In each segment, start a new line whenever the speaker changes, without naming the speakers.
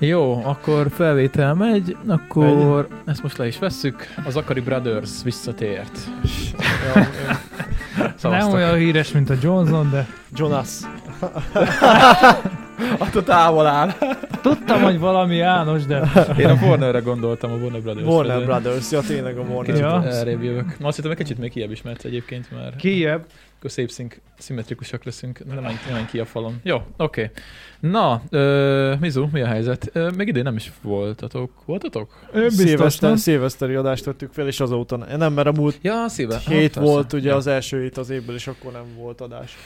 Jó, akkor felvétel megy, akkor megy. ezt most le is vesszük. Az Akari Brothers visszatért.
Nem
Szavaztak.
olyan híres, mint a Johnson, de
Jonas.
Attól távol áll.
tudtam, hogy valami János, de
Én a Warnerre gondoltam, a Warner Brothers.
Warner Brothers. Ja, tényleg a Warner
Kicsit
Ja.
Brothers.
errébb jövök. Ma azt hittem, egy kicsit még kiebb is, mert egyébként már
kiebb.
akkor szép szink, szimmetrikusak leszünk. Nem menj, nem menj ki a falon. Jó, oké. Okay. Na, ö, Mizu, mi a helyzet? Ö, még idén nem is voltatok. Voltatok?
Ő biztos, nem?
Szilveszter, szilveszteri adást vettük fel, és azóta ne- nem, mert a múlt
Ja,
hát
szíve.
hét
Ah,
volt
persze.
ugye
Ja.
az első hét az évből, és akkor nem volt adás.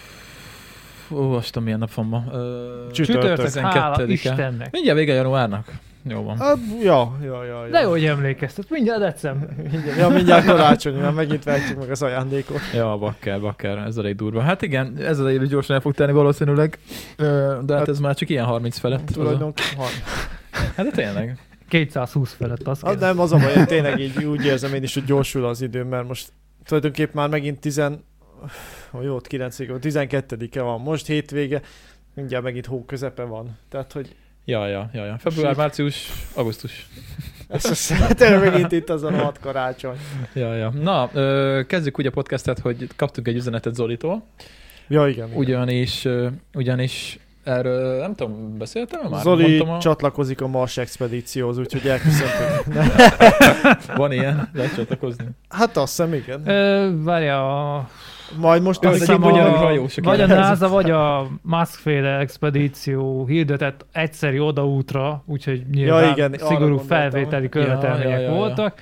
Ó, Isten, milyen nap van ma. Ö,
Csütörtök.
Csütörtök, hála
12-e.
Istennek.
Mindjárt vége januárnak. Jó van.
Hát, ja, ja, ja, ja.
De jó, hogy emlékeztet, mindjárt december.
Mindjárt, ja, mindjárt karácsony, mert megint vehetjük meg az ajándékot.
Ja, bakker, bakker, ez elég durva. Hát igen, ez az év is gyorsan el fog tenni valószínűleg, Ö, de hát
Hát-
ez már csak ilyen 30 felett. Az a...
Tulajdonképpen.
Hát de tényleg.
220 felett az
Hát
kell.
nem, az a baj, én tényleg így úgy érzem én is, hogy gyorsul az idő, mert most tulajdonképpen már megint 10, hogy jó, 9 12-e van, most hétvége, mindjárt megint hó közepe van. Tehát, hogy
Ja, ja, ja, ja. Február, március, augusztus.
ez az, tényleg megint itt az a rohadt karácsony.
Ja, ja. Na, ö, kezdjük úgy a podcastet, hogy kaptunk egy üzenetet Zolitól,
Ja, igen. igen.
ugyanis, ö, ugyanis erről nem tudom, beszéltem már?
Zoli
Mondtam a...
csatlakozik a Mars expedícióhoz, úgyhogy elköszöntünk. Ne.
Van ilyen, lehet csatlakozni.
Hát azt hiszem, igen.
Ö, Várja, a...
Majd most
Az
azt
egyik
hiszem,
magyar
a-
hajósok
Vagy a
jelentkezik.
NASA, vagy a Musk-féle expedíció hirdetett egyszerű odaútra, úgyhogy nyilván
Ja, igen, arra
szigorú
gondoltam.
felvételi követelmények
Ja, ja, ja, ja.
voltak,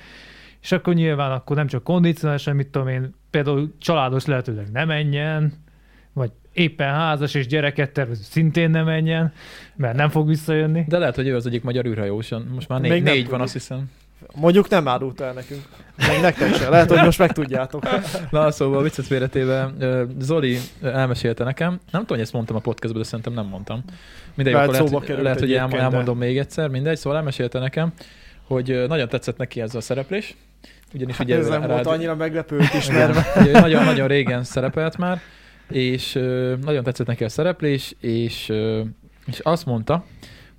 és akkor nyilván akkor nem csak kondicionálisan, mit tudom én, például családos lehetőleg ne menjen, vagy éppen házas és gyereket tervező szintén ne menjen, mert nem fog visszajönni.
De lehet, hogy ő az egyik magyar űrhajósan. Most már
Még
négy,
nem
négy van,
tudjuk.
azt hiszem.
Mondjuk nem árult el nekünk. Meg nektek sem. Lehet, hogy most megtudjátok.
Na, szóval viccet véletében ö, Zoli elmesélte nekem, nem tudom, hogy ezt mondtam a podcastban, de szerintem nem mondtam. Mindegy,
Lehet,
akkor lehet,
szóba
hogy-
került
lehet hogy el,
egyébként, de-
elmondom még egyszer, mindegy. Szóval elmesélte nekem, hogy ö, nagyon tetszett neki ez a szereplés, ugyanis
Hát
ugye
ez nem
rád-
volt annyira meglepőt
Igen.
ismerve.
Ugye ő Nagyon-nagyon régen szerepelt már, és ö, nagyon tetszett neki a szereplés, és, ö, és azt mondta,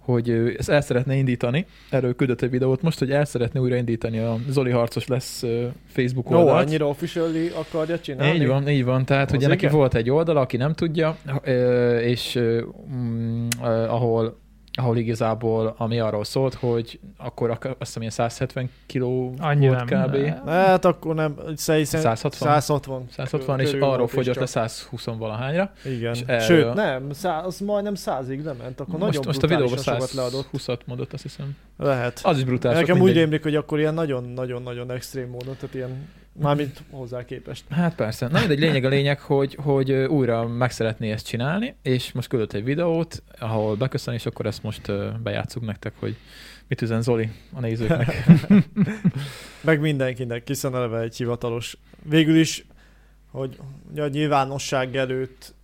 hogy ő ezt el szeretné indítani, erről küldött egy videót most, hogy el szeretné újraindítani a Zoli Harcos lesz ö, Facebook
Jó, no,
oldalt.
annyira officially akarja csinálni.
Így van, így van. Tehát
Az
ugye neki
igen?
volt egy oldal, aki nem tudja, ö, és ö, mm, ö, ahol ahol igazából, ami arról szólt, hogy akkor ak- azt hiszem ilyen 170 kiló
Annyi
volt
nem.
kb.
Hát akkor nem, hiszen
160.
160.
160, és
körül volt,
arról fogyott
csak-
le 120 valahányra.
Igen.
és erről-
Sőt, nem, száz, az majdnem 100-ig lement, akkor
Most,
nagyon
most a videóban
sokat leadott.
120-at mondott, azt hiszem.
Lehet.
Az is brutál. sok,
Nekem úgy
mindegy.
rémlik, hogy akkor ilyen nagyon-nagyon-nagyon extrém módon, tehát ilyen, mármint hozzá képest.
Hát persze. Na mindegy, lényeg a lényeg, hogy, hogy ö, újra meg szeretné ezt csinálni, és most küldött egy videót, ahol beköszön, és akkor ezt most ö, bejátszunk nektek, hogy mit üzen Zoli a nézőknek.
Meg mindenkinek, hiszen eleve egy hivatalos. Végül is, hogy ugye a nyilvánosság előtt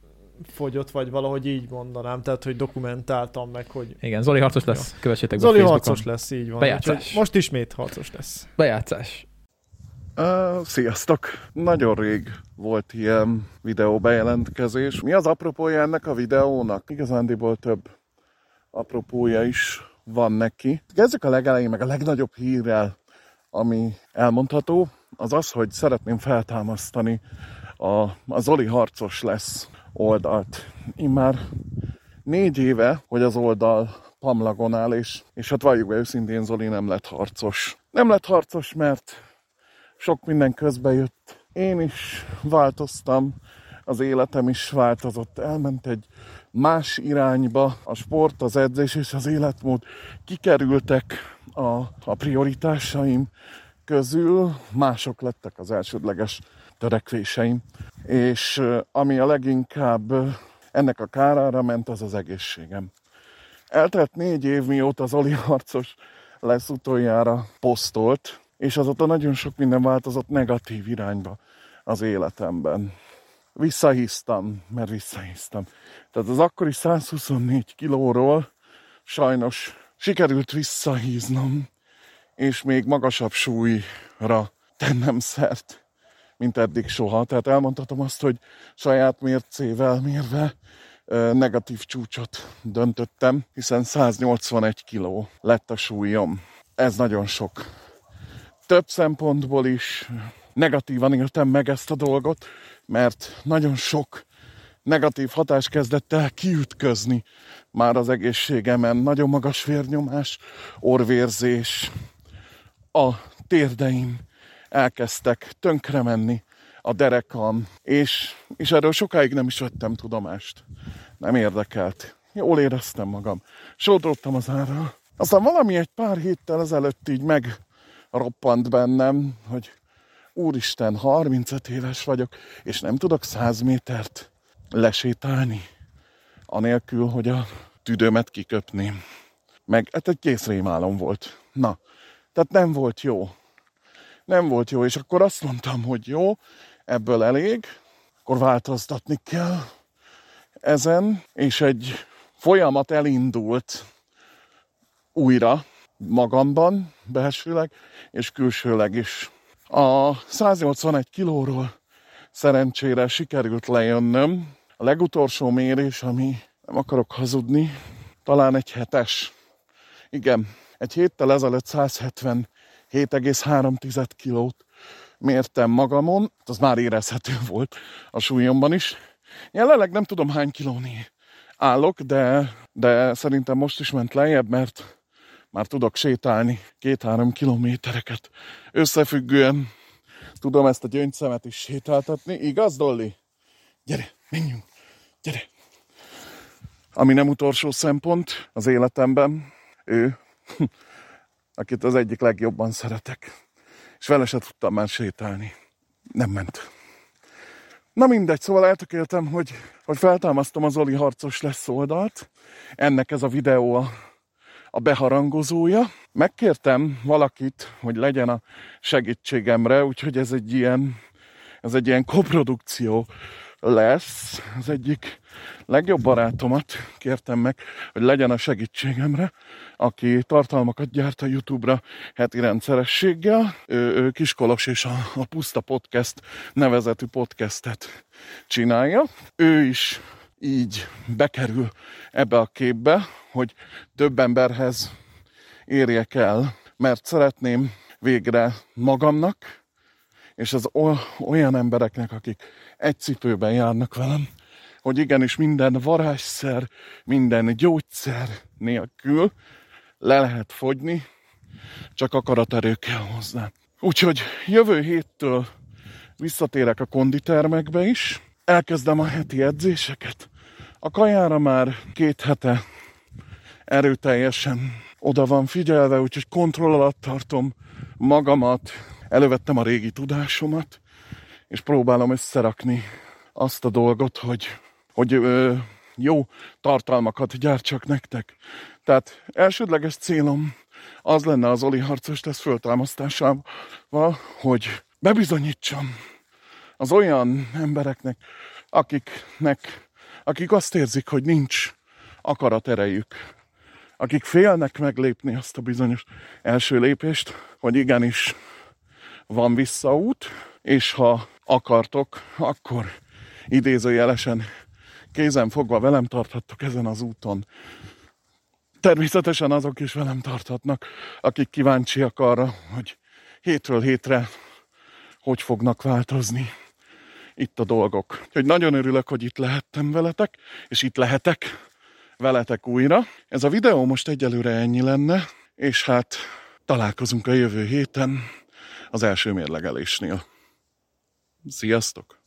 fogyott, vagy valahogy így mondanám, tehát hogy dokumentáltam meg, hogy
Igen, Zoli harcos lesz, kövessétek be
Zoli
Facebookon.
harcos lesz, így van.
Bejátszás.
Úgyhogy Most ismét harcos lesz.
Bejátszás.
Uh, sziasztok! Nagyon rég volt ilyen videóbejelentkezés. Mi az apropója ennek a videónak? Igazándiból több apropója is van neki. Kezdjük a legelején, meg a legnagyobb hírrel, ami elmondható, az az, hogy szeretném feltámasztani a, a Zoli harcos lesz oldalt. Immár négy éve, hogy az oldal pamlagon áll, és, és hát valljuk be őszintén, Zoli nem lett harcos. Nem lett harcos, mert sok minden közbe jött. Én is változtam, az életem is változott, elment egy más irányba, a sport, az edzés és az életmód kikerültek a, a prioritásaim közül, mások lettek az elsődleges törekvéseim, és ö, ami a leginkább ö, ennek a kárára ment, az az egészségem. Eltelt négy év mióta az Oli harcos lesz utoljára posztolt, és azóta nagyon sok minden változott negatív irányba az életemben. Visszahisztam, mert visszahisztam. Tehát az akkori 124 kilóról sajnos sikerült visszahíznom, és még magasabb súlyra tennem szert, mint eddig soha. Tehát elmondhatom azt, hogy saját mércével mérve ö, negatív csúcsot döntöttem, hiszen 181 kiló lett a súlyom. Ez nagyon sok. Több szempontból is negatívan éltem meg ezt a dolgot, mert nagyon sok negatív hatás kezdett el kiütközni már az egészségemen. Nagyon magas vérnyomás, orvérzés, a térdeim elkezdtek tönkre menni, a derekam, és, és erről sokáig nem is vettem tudomást. Nem érdekelt. Jól éreztem magam. Sodrottam az árral. Aztán valami egy pár héttel ezelőtt így megroppant bennem, hogy úristen, 35 éves vagyok, és nem tudok 100 métert lesétálni, anélkül, hogy a tüdőmet kiköpném. Meg hát egy kész rémálom volt. Na, tehát nem volt jó. Nem volt jó, és akkor azt mondtam, hogy jó, ebből elég, akkor változtatni kell ezen, és egy folyamat elindult újra magamban, belsőleg és külsőleg is. A 181 kilóról szerencsére sikerült lejönnöm. A legutolsó mérés, ami nem akarok hazudni, talán egy hetes. Igen, egy héttel ezelőtt 177,3 kilót mértem magamon, hát az már érezhető volt a súlyomban is. Jelenleg nem tudom hány kilóni állok, de, de szerintem most is ment lejjebb, mert már tudok sétálni két-három kilométereket összefüggően. Tudom ezt a gyöngyszemet is sétáltatni, igaz, Dolly? Gyere, menjünk, gyere! Ami nem utolsó szempont az életemben, ő, akit az egyik legjobban szeretek. És vele se tudtam már sétálni. Nem ment. Na mindegy, szóval eltökéltem, hogy, hogy feltámasztom az Oli harcos lesz oldalt. Ennek ez a videó a, a beharangozója. Megkértem valakit, hogy legyen a segítségemre, úgyhogy ez egy ilyen, ez egy ilyen koprodukció lesz. Az egyik legjobb barátomat kértem meg, hogy legyen a segítségemre, aki tartalmakat gyárt a YouTube-ra heti rendszerességgel. Ő, ő Kiskolos és a, a Puszta Podcast nevezetű podcastet csinálja. Ő is így bekerül ebbe a képbe, hogy több emberhez érjek el, mert szeretném végre magamnak, és az o- olyan embereknek, akik egy cipőben járnak velem, hogy igenis minden varázsszer, minden gyógyszer nélkül le lehet fogyni, csak akaraterő kell hozzá. Úgyhogy jövő héttől visszatérek a konditermekbe is, elkezdem a heti edzéseket. A kajára már két hete erőteljesen oda van figyelve, úgyhogy kontroll alatt tartom magamat, elővettem a régi tudásomat, és próbálom összerakni azt a dolgot, hogy, hogy ö, jó tartalmakat gyártsak nektek. Tehát elsődleges célom az lenne az Oli harcos tesz föltámasztásával, hogy bebizonyítsam az olyan embereknek, akiknek, akik azt érzik, hogy nincs akarat erejük, akik félnek meglépni azt a bizonyos első lépést, hogy igenis van visszaút, és ha akartok, akkor idézőjelesen kézen fogva velem tarthattok ezen az úton. Természetesen azok is velem tarthatnak, akik kíváncsiak arra, hogy hétről hétre hogy fognak változni itt a dolgok. Úgyhogy nagyon örülök, hogy itt lehettem veletek, és itt lehetek veletek újra. Ez a videó most egyelőre ennyi lenne, és hát találkozunk a jövő héten az első mérlegelésnél. Sziasztok!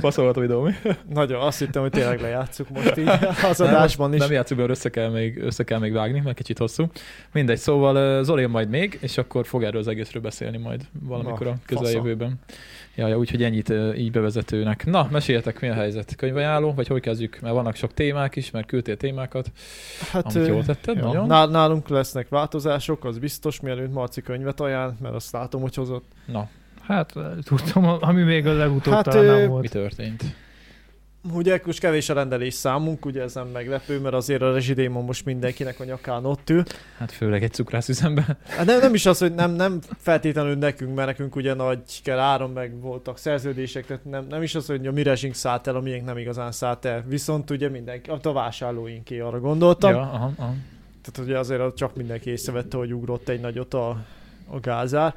Passzolt a videó, mi?
Nagyon, azt hittem, hogy tényleg lejátszuk most így az adásban is.
Nem játszunk, mert össze kell, még, össze kell még vágni, mert kicsit hosszú. Mindegy, szóval ö, Zoli majd még, és akkor fog erről az egészről beszélni majd valamikor
Na,
a közeljövőben. Ja, ja, úgyhogy ennyit ö, így bevezetőnek. Na, meséljetek, mi a helyzet? Könyvajánló, vagy hogy kezdjük? Mert vannak sok témák is, mert küldtél témákat,
Hát,
amit
ö,
jól tetted,
jó.
nagyon.
Nál- Nálunk lesznek változások, az biztos, mielőtt Marci könyvet ajánl, mert azt látom, hogy hozott.
Na,
Hát tudtam, ami még a legutóbb
Hát,
hát, talán
ö,
nem
mi
volt.
történt?
Ugye most kevés a rendelés számunk, ugye ez nem meglepő, mert azért a rezsidémon most mindenkinek a nyakán ott ül.
Hát főleg egy cukrászüzemben.
Hát nem, nem is az, hogy nem, nem feltétlenül nekünk, mert nekünk ugye nagy kell áron meg voltak szerződések, tehát nem, nem is az, hogy a mi rezsink szállt el, a miénk nem igazán szállt el. Viszont ugye mindenki, a vásárlóinké arra gondoltam.
Ja, aha, aha.
Tehát ugye azért csak mindenki észrevette, hogy ugrott egy nagyot a, a gázár.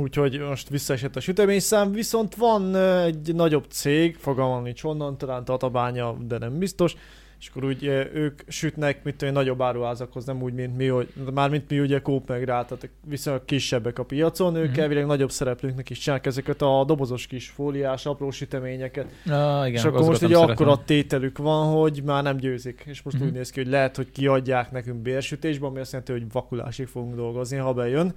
Úgyhogy most visszaesett a süteményszám, viszont van ö, egy nagyobb cég, fogalmam nincs honnan, talán Tatabánya, de nem biztos, és akkor úgy ö, ők sütnek, mit tudom, én, nagyobb áruházakhoz, nem úgy, mint mi, hogy, mármint mi ugye Coop meg rá, tehát viszonylag kisebbek a piacon, ők
Mhm.
mm-hmm. elvileg nagyobb szereplőknek is csinálják ezeket a dobozos kis fóliás, apró süteményeket,
Na, igen,
igen, és akkor
azokat
most
nem
egy
szeretem.
akkora tételük van, hogy már nem győzik. És most
Mhm.
úgy néz ki, hogy lehet, hogy kiadják nekünk bérsütésbe, ami azt jelenti, hogy vakulásig fogunk dolgozni, ha bejön.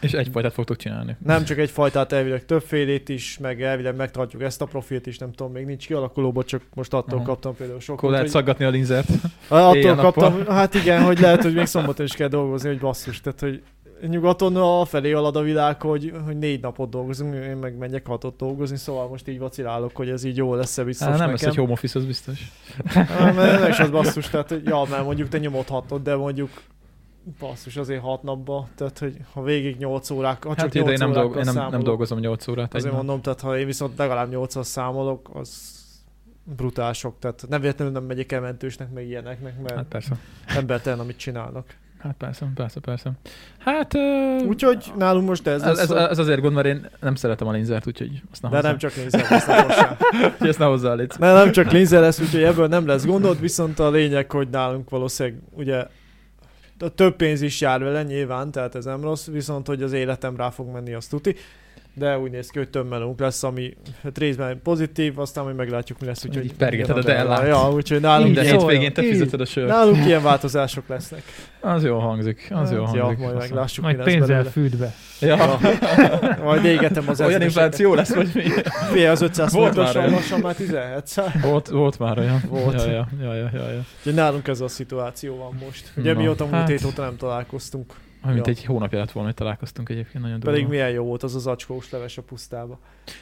És egyfajtát fogtok csinálni.
Nem csak egy fajtát, elvileg többfélét is, meg elvileg megtartjuk ezt a profilt is, nem tudom, még nincs kialakulóban, csak most attól
Aha.
kaptam például
Mhm. Akkor
sokat.
lehet
Hogy,
szaggatni a linzert.
attól
éjjel-nappal.
kaptam, hát igen, hogy lehet, hogy még szombaton is kell dolgozni, hogy basszus, tehát hogy nyugaton a felé halad a világ, hogy, hogy négy napot dolgozunk, én meg megyek hatot dolgozni, szóval most így vacilálok, hogy ez így jó lesz-e biztos
Hát nem lesz
Szóval nekem.
egy home office, az biztos.
Nem, mert nem is az basszus, tehát, hogy ja, mert mondjuk te nyomodhatod, de mondjuk basszus azért hat napba, tehát, hogy ha végig 8 órák, ha
Hát,
csak
hát
8
ide én
órákkal
nem, dolg, én nem,
számolok,
nem dolgozom 8 órát.
azért
Egy nap.
mondom, tehát ha én viszont legalább 8 számolok, az brutál sok, tehát nem véletlenül nem megyek el mentősnek, meg ilyeneknek, mert
Hát
hát.
persze.
embertelen, amit csinálnak.
Hát persze, persze, persze. Hát... ö,
Úgyhogy nálunk most ez,
Ez,
lesz,
ez,
hogy-
ez, azért gond, mert én nem szeretem a linzert, úgyhogy azt ne
de
hozzá.
nem csak nézem, ezt nem hozzá.
Úgyhogy ezt ne hozzá, légy.
Ne, nem csak linzer lesz, úgyhogy ebből nem lesz gondod, viszont a lényeg, hogy nálunk valószínűleg ugye a több pénz is jár vele nyilván, tehát ez nem rossz, viszont hogy az életem rá fog menni, azt tuti. De úgy néz ki, hogy több melónk lesz, ami hát részben pozitív, aztán majd meglátjuk, mi lesz. Úgyhogy
Így pergeted
igen,
a
a-
Dellát.
Ja, úgyhogy nálunk,
Minden
Így
hétvégén te
szóljon,
fizeted a sört.
nálunk ilyen változások lesznek.
Az jó hangzik, az jó
Hát,
hangzik.
ja, majd
azt mondom.
meglássuk, mi
Majd
lesz
pénzzel
belőle.
fűtbe.
Ja.
Ja. Majd égetem az
Olyan infláció lesz, vagy mi?
Fél az 500
Volt már
fontosan,
olyan.
lassan már 17 szá-
Volt, volt már olyan.
Volt.
Ja, ja, ja, ja, ja, ja.
Úgyhogy nálunk ez a szituáció van most. Ugye
Na,
mióta múlt
hát.
hét óta nem találkoztunk.
Olyan, Mint
Ja.
egy hónapja lett volna, hogy találkoztunk egyébként nagyon
Pedig
durva.
milyen jó volt az az acskós leves a pusztába.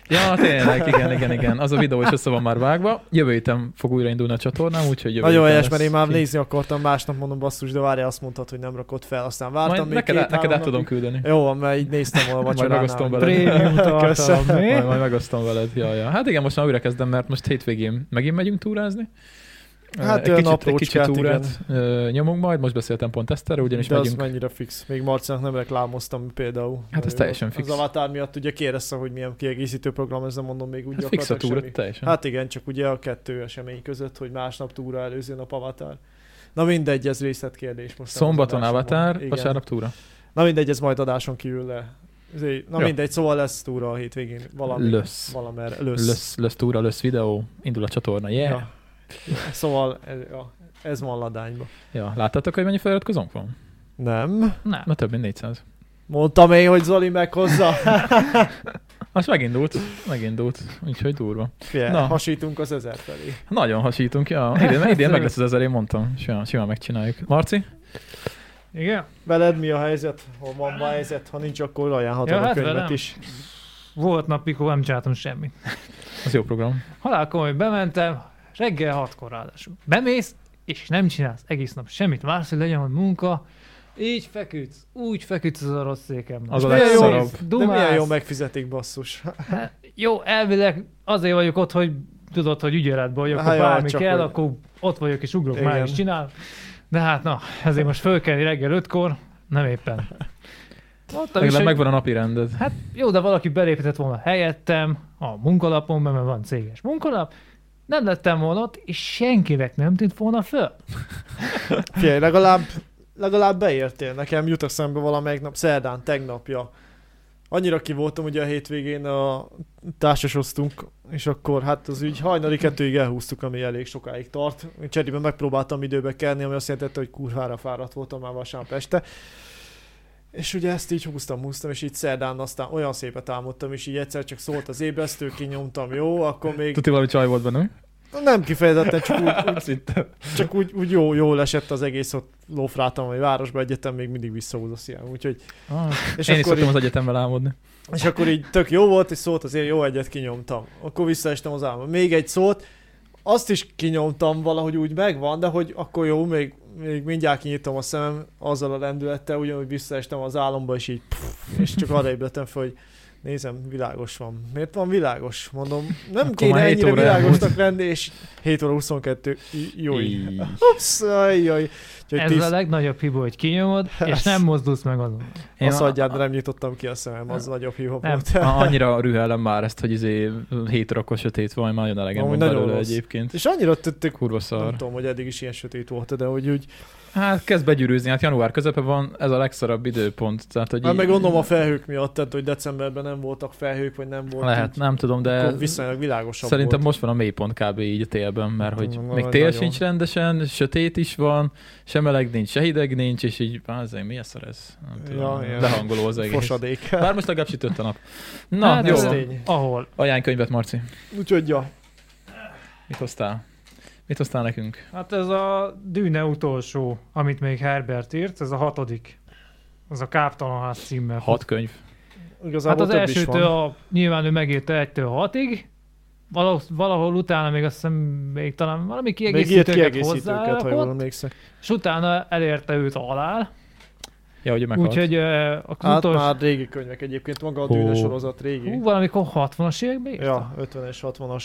Ja, tényleg, igen, igen, igen. Az a videó is össze van már vágva. Jövő héten fog újraindulni a csatornám, úgyhogy jövő
Nagyon
héten
helyes,
lesz
mert én már
ki.
nézni akartam, másnap mondom basszus, de várja, azt mondtad, hogy nem rakott fel, aztán vártam
Majd
még
neked,
két,
át- neked
három
át tudom
napig.
küldeni.
Jó van, mert így néztem volna
Majd
vacsoránál.
megosztom
hogy-
veled.
Prémium tartalom,
Köszönöm.
mi?
Majd, majd megosztom veled. Ja, ja. Hát igen, most már újra kezdem, mert most hétvégén megint megyünk túrázni.
Hát
egy
olyan
kicsit, egy
aprócskát,
kicsit túrát ö, nyomunk majd, most beszéltem pont Eszterre, ugyanis
de az
megyünk.
mennyire fix. Még Marcinak nem reklámoztam például.
Hát ez
Ő
teljesen fix.
Az Avatar miatt ugye kérdeztem, hogy milyen kiegészítő program, ez nem mondom még úgy
Hát fix a
gyakorlatilag
túra,
semmi.
teljesen.
Hát igen, csak ugye a kettő esemény között, hogy másnap túra, előző nap Avatar. Na mindegy, ez részletkérdés. Most nem az
Szombaton
adásomban.
Avatar,
Igen.
vasárnap túra.
Na mindegy, ez majd adáson kívül le. Ezért- Na
Ja.
ja. mindegy, szóval lesz túra a hétvégén valami.
Lösz.
Valamer, lösz.
Lösz, lösz túra, lösz videó, indul a csatorna, yeah. Ja.
Ja. Szóval ez, ja, ez van ladányba.
ja. Láttátok, hogy mennyi feliratkozónk van?
Nem.
Nem.
Na több mint 400.
Mondtam én, hogy Zoli meghozza.
Az megindult, megindult, úgyhogy durva.
Fie,
Na.
Na. hasítunk az ezer felé.
Nagyon hasítunk, ja. Idén, idén meg lesz az ezer, én mondtam. Simán, simán megcsináljuk. Marci?
Igen?
Veled mi a helyzet? Hol van ma a helyzet? Ha nincs, akkor ajánlhatom
Ja,
ja, a
hát
könyvet
velem.
is.
Volt napig, ahol nem csináltam semmit.
Az jó program.
Halál komoly, bementem, reggel hatkor ráadásul. Bemész, és nem csinálsz egész nap semmit. Vársz, hogy legyen hogy munka, így feküdsz, úgy feküdsz az a rossz székemben.
Az a
milyen jó-
legszarabb.
De milyen
Dumálsz.
jó megfizetik basszus.
Hát, Jó, elvileg azért vagyok ott, hogy tudod, hogy ügyeletben vagyok,
Hát
ha
jó,
bármi
csak
kell,
hogy-
akkor ott vagyok és ugrok, már
Igen.
is csinál. De hát na, ezért most fölkelni reggel ötkor, nem éppen. Mondtam is,
Legalább
hogy,
megvan a napi rended.
hát jó, de valaki beléphetett volna helyettem a munkalapon, mert van céges munkalap, nem lettem volna ott, és senkinek nem tűnt volna föl.
Figyelj, legalább, legalább beértél. Nekem jut eszembe valamelyik nap, szerdán, tegnapja. Annyira ki voltam, ugye a hétvégén a társasoztunk, és akkor hát az ügy hajnali kettőig elhúztuk, ami elég sokáig tart. Én Cserébe megpróbáltam időbe kelni, ami azt jelentette, hogy kurvára fáradt voltam már vasárnap este. És ugye ezt így húztam, húztam, és így szerdán aztán olyan szépet álmodtam, és így egyszer csak szólt az ébresztő, kinyomtam, jó, akkor még
Tuti valami csaj volt benne, mi?
Nem kifejezetten, csak úgy,
Azt hittem.
Csak úgy, úgy jó, jól esett az egész, ott lófráltam, hogy városba egyetem még mindig visszahúz a szívem. Úgyhogy,
Ah,
és,
én is
akkor
szoktam
így,
az egyetemmel álmodni.
és akkor így tök jó volt, és szólt azért jó egyet kinyomtam. Akkor visszaestem az álmba. Még egy szót, azt is kinyomtam valahogy úgy megvan, de hogy akkor jó, még, még mindjárt kinyitom a szemem azzal a lendülettel, ugyanúgy visszaestem az álomba, és így pff, és csak arra ébredtem fel, hogy nézem, világos van. Miért van világos? Mondom, nem
Akkor
kéne
már hét
ennyire
óra
világosnak lenni, és 7 óra 22, í- jó így.
Így.
Ups, ajjaj. Úgyhogy
Ez
tíz-
a legnagyobb hiba, hogy kinyomod, és nem mozdulsz meg azon.
Én
Azt
a-
adját, de nem nyitottam ki a szemem, az nagyobb hiba
Nem.
volt.
a- Annyira rühellem már ezt, hogy izé 7 órakor sötét van, már nagyon elegem
Amúgy
van
nagyon
belőle
rossz.
egyébként.
És annyira tettük,
Kurva
nem
szar.
tudom, hogy eddig is ilyen sötét volt, de hogy úgy,
Hát kezd begyűrűzni, hát január közepe van, ez a legszarabb időpont. Tehát, hogy
hát
í-
meg gondolom a felhők miatt, tehát hogy decemberben nem voltak felhők, vagy nem volt.
Lehet,
így,
nem tudom, de
akkor viszonylag világosabb
szerintem
volt. Hát,
most van a mélypont kb. így a télben, mert hogy
Na,
még
na,
tél
nagyon.
sincs rendesen, sötét is van, se meleg nincs, se hideg nincs, és így, azért mi a szar ez? Nem tudom,
Ja, ja.
lehangoló az egész.
Fosadék.
Bár most legalább sütött a nap. Na, hát, jó.
ez
van.
tény. Ahol.
Ajánlkönyvet, Marci.
Úgyhogy, ja.
Mit hoztál? Mit hoztál nekünk?
Hát ez a dűne utolsó, amit még Herbert írt, ez a hatodik. Az a Káptalan ház címmel.
Hat könyv.
Igazából
Hát az
hát több is
elsőtől,
van.
a, nyilván ő megírta egytől hatig, valahol, valahol utána még azt hiszem, még talán valami
Még írt
kiegészítőket,
kiegészítőket, ha jól
hozzárakott,
emlékszek.
és utána elérte őt a halál,
Ja, hogy ő meghalt.
úgyhogy ö, a
Hát
utolsó,
már régi könyvek egyébként, maga a
Hú.
dűne sorozat régi.
hú, valamikor 60-as években írta.
Ja, 50-es, 60-as.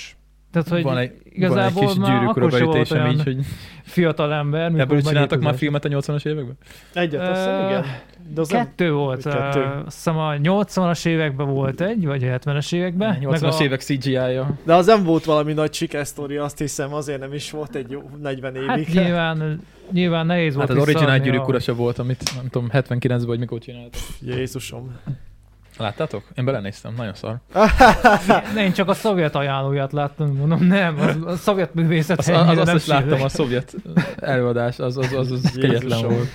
Tehát, hogy
van egy,
igazából
van egy kis
már
gyűrűk
akkor sem volt
urabeütésem
olyan
így,
hogy...
hogy
fiatal ember, mikor
ebből is csináltak már
megírta.
filmet a 80-as években?
Egyet, azt hiszem,
Ö,
igen. De az nem...
Kettő volt.
Vagy kettő.
Kettő. Azt hiszem a 80-as években volt egy, vagy a 70-es években. meg
80-as
a...
évek CGI-ja.
De az nem volt valami nagy sikersztori, azt hiszem, azért nem is volt egy jó 40 évig.
Hát nyilván, nyilván nehéz volt
Hát az originál
visszaadni
gyűrűk
a-
ura se volt, amit nem tudom, 79-ben vagy mikor csináltak.
Hát, Jézusom.
Láttátok? Én belenéztem, nagyon szar.
Én csak a szovjet ajánlóját láttam, mondom, nem, az, a szovjet művészet
Az,
ennyire
az, az
nem
azt láttam, a
sírlek.
szovjet előadás, az, az, az, az kegyetlen
Jézusom.
volt.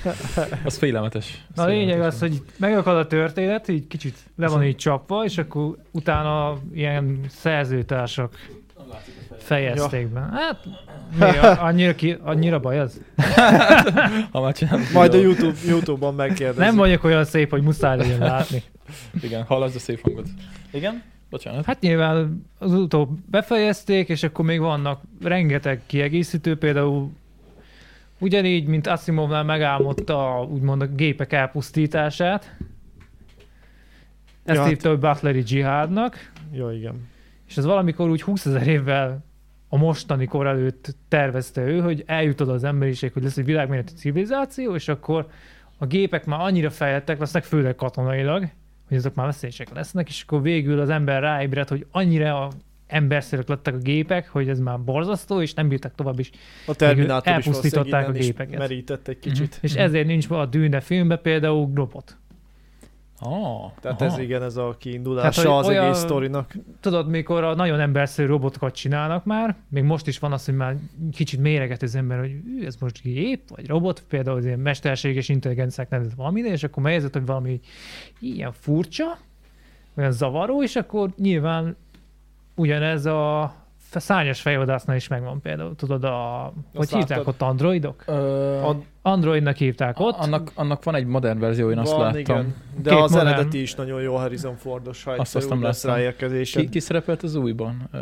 Az félelmetes.
Na a lényeg
Félelmetes.
az, hogy megakad a történet, így kicsit le van így csapva, és akkor utána ilyen szerzőtársak fejezték be. Hát mi, a- annyira, ki, annyira baj az?
Ha már csinálunk
Majd a
videót.
YouTube, YouTube-on megkérdezik.
Nem vagyok olyan szép, hogy muszáj legyen látni.
Igen, hallasd a szép hangot. Igen? Bocsánat.
Hát nyilván az utóbb befejezték, és akkor még vannak rengeteg kiegészítő, például ugyanígy, mint Asimovnál megálmodta a, úgymond a gépek elpusztítását. Ezt
Ja,
ja,
hát-
hívta, hogy Butleri dzsihádnak,
Jó, igen.
és ez valamikor úgy 20 ezer évvel a mostani kor előtt tervezte ő, hogy eljut oda az emberiség, hogy lesz egy világméretű civilizáció, és akkor a gépek már annyira fejlettek lesznek, főleg katonailag, hogy azok már veszélyesek lesznek, és akkor végül az ember ráébred, hogy annyira a emberszerűek lettek a gépek, hogy ez már borzasztó, és nem bírtak tovább is.
A Terminátor is
elpusztították
valószínűleg
a
innen is
gépeket. Mhm.
merített egy kicsit.
És ezért nincs ma a Dűne filmbe például Globot.
Ah,
Tehát
aha.
ez igen, ez a kiindulása
Tehát,
az
Hát, hogy olyan-
egész sztorinak.
Tudod, mikor a nagyon emberszerű robotokat csinálnak már, még most is van az, hogy már kicsit méreget az ember, hogy "Ű, ez most gép, vagy robot, például az ilyen mesterséges intelligenciák nevezett valami, és akkor megjegyzett, hogy valami ilyen furcsa, olyan zavaró, és akkor nyilván ugyanez a f- szárnyas fejvadásznál is megvan például, tudod, a, hogy hívták
láttad.
ott androidok?
Ö,
Ad-
Androidnak hívták ott,
annak, annak van egy modern verzió, én azt
Van,
láttam.
igen. De
Két
az
modern.
eredeti is nagyon jó Harrison Fordos, ha
Azt
egyszer
azt nem
úgy lesz
láttam.
ráérkezésen.
Ki, ki szerepelt az újban? Ö,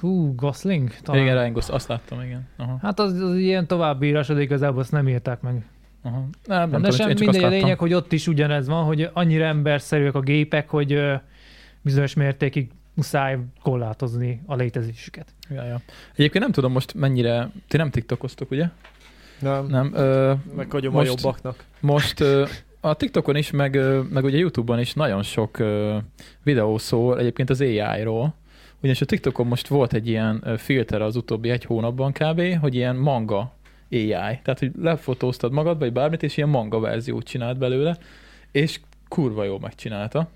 hú, Gosling talán.
igen, Ryan Gosling, azt láttam, igen. Aha,
Hát az, az ilyen további írás, de igazából azt nem írták meg.
aha. Nem, nem
Nem
tudom,
de
én
sem
csak azt
mindegy, a
láttam.
lényeg, hogy ott is ugyanez van, hogy annyira emberszerűek a gépek, hogy ö, bizonyos mértékig muszáj korlátozni a létezésüket.
Ja, ja. Egyébként nem tudom most mennyire, ti nem tiktokoztok, ugye?
Nem,
Nem. Ö,
meg hagyom a
Most-
jobbaknak.
most ö, a TikTokon is, meg, ö, meg ugye YouTube-on is nagyon sok ö, videó szól egyébként az AI-ról. Ugyanis a TikTokon most volt egy ilyen ö, filter az utóbbi egy hónapban kb., hogy ilyen manga AI. Tehát, hogy lefotóztad magad, vagy bármit, és ilyen manga verziót csinált belőle, és kurva jól megcsinálta.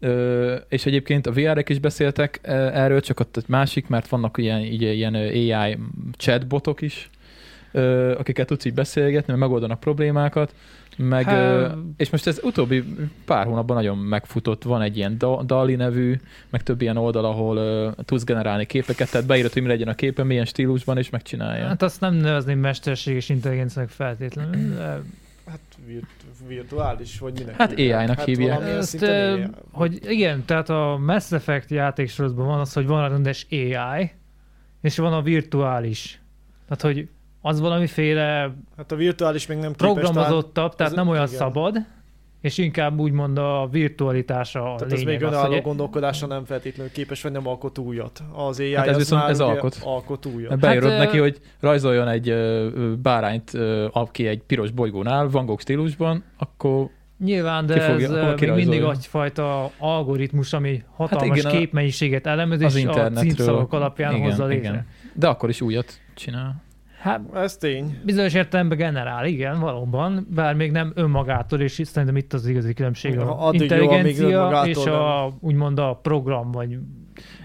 Ö, és egyébként a VR-ek is beszéltek ö, erről, csak ott egy másik, mert vannak ilyen, ugye, ilyen ö, AI chatbotok is, ö, ö, akikkel tudsz így beszélgetni, mert megoldanak problémákat, meg,
Há-
ö, és most ez utóbbi pár hónapban nagyon megfutott, van egy ilyen Da- Dali nevű, meg több ilyen oldal, ahol ö, tudsz generálni képeket, tehát beírod, hogy mi legyen a képen, milyen stílusban, és megcsinálja.
Hát azt nem nevezném mesterséges intelligenciának feltétlenül. de
Hát virt, virtuális, vagy minek
Hát AI-nak hívják.
valami
Ezt,
szinten
ö,
AI.
hogy igen, tehát a Mass Effect játéksorozban van az, hogy van a rendes AI, és van a virtuális. Tehát, hogy az valamiféle
Hát a virtuális még nem képes
programozottabb, tehát
az-
nem olyan
igen.
szabad, és inkább úgymond a virtualitása a
Tehát ez
lényeg.
még
az,
önálló
hogy-
gondolkodásra nem feltétlenül képes, vagy nem alkot újat. Az AI
Hát ez
az
viszont-
már
ez
ugye
alkot.
alkot újat.
Mert Beírod
Hát,
hát,
ö-
neki, hogy rajzoljon egy ö, ö, bárányt, ö, aki egy piros bolygónál, Van Gogh stílusban, akkor
Nyilván, de
Ki fogja-
ez
hol
eh, még
kirajzolja?
mindig egyfajta algoritmus, ami hatalmas
igen,
hát
a-
igen, képmennyiséget elemez,
az
és a
internetről.
címszavak alapján igen, hozza létre. Igen.
De akkor is újat csinál.
Hát
Ez tény.
bizonyos értelemben generál, igen, valóban, bár még nem önmagától, és szerintem itt az igazi különbség.
Ha
A
addig jó, amíg
intelligencia
önmagától
és a, úgymond a program, vagy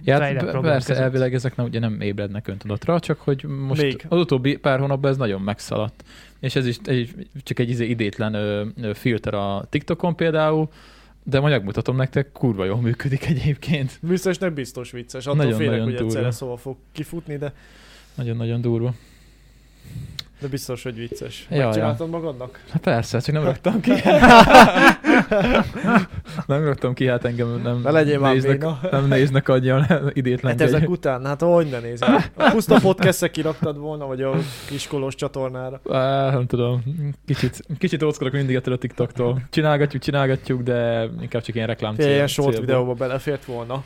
Ja, hát
Fejlett
b-
program
persze,
között.
elvileg ezek nem, ugye nem ébrednek öntudatra, csak hogy most
Még.
Még. az utóbbi pár hónapban ez nagyon megszaladt. És ez is egy, csak egy izé idétlen ö, ö, filter a TikTokon például, de majd megmutatom nektek, kurva jól működik egyébként.
Biztosnak biztos vicces. Attól
Nagyon-
félek,
nagyon
hogy egyszerre
durva.
szóval fog kifutni, de,
Nagyon-nagyon durva.
de biztos, hogy vicces.
Ja, ja.
Megcsináltad magadnak?
Hát persze, csak nem raktam ki. nem raktam ki, hát engem nem
Ne legyél már
néznek,
béna.
nem néznek annyian idétlen.
Hát ezek után, hát hogy ne nézel. A puszta podcast kiraktad volna, vagy a kiskolos csatornára.
Á, nem tudom, kicsit, kicsit óckodok mindig ettől a TikToktól. Csinálgatjuk, csinálgatjuk, de inkább csak ilyen reklám
Fél
cél-
ilyen short
célból.
videóba belefért volna.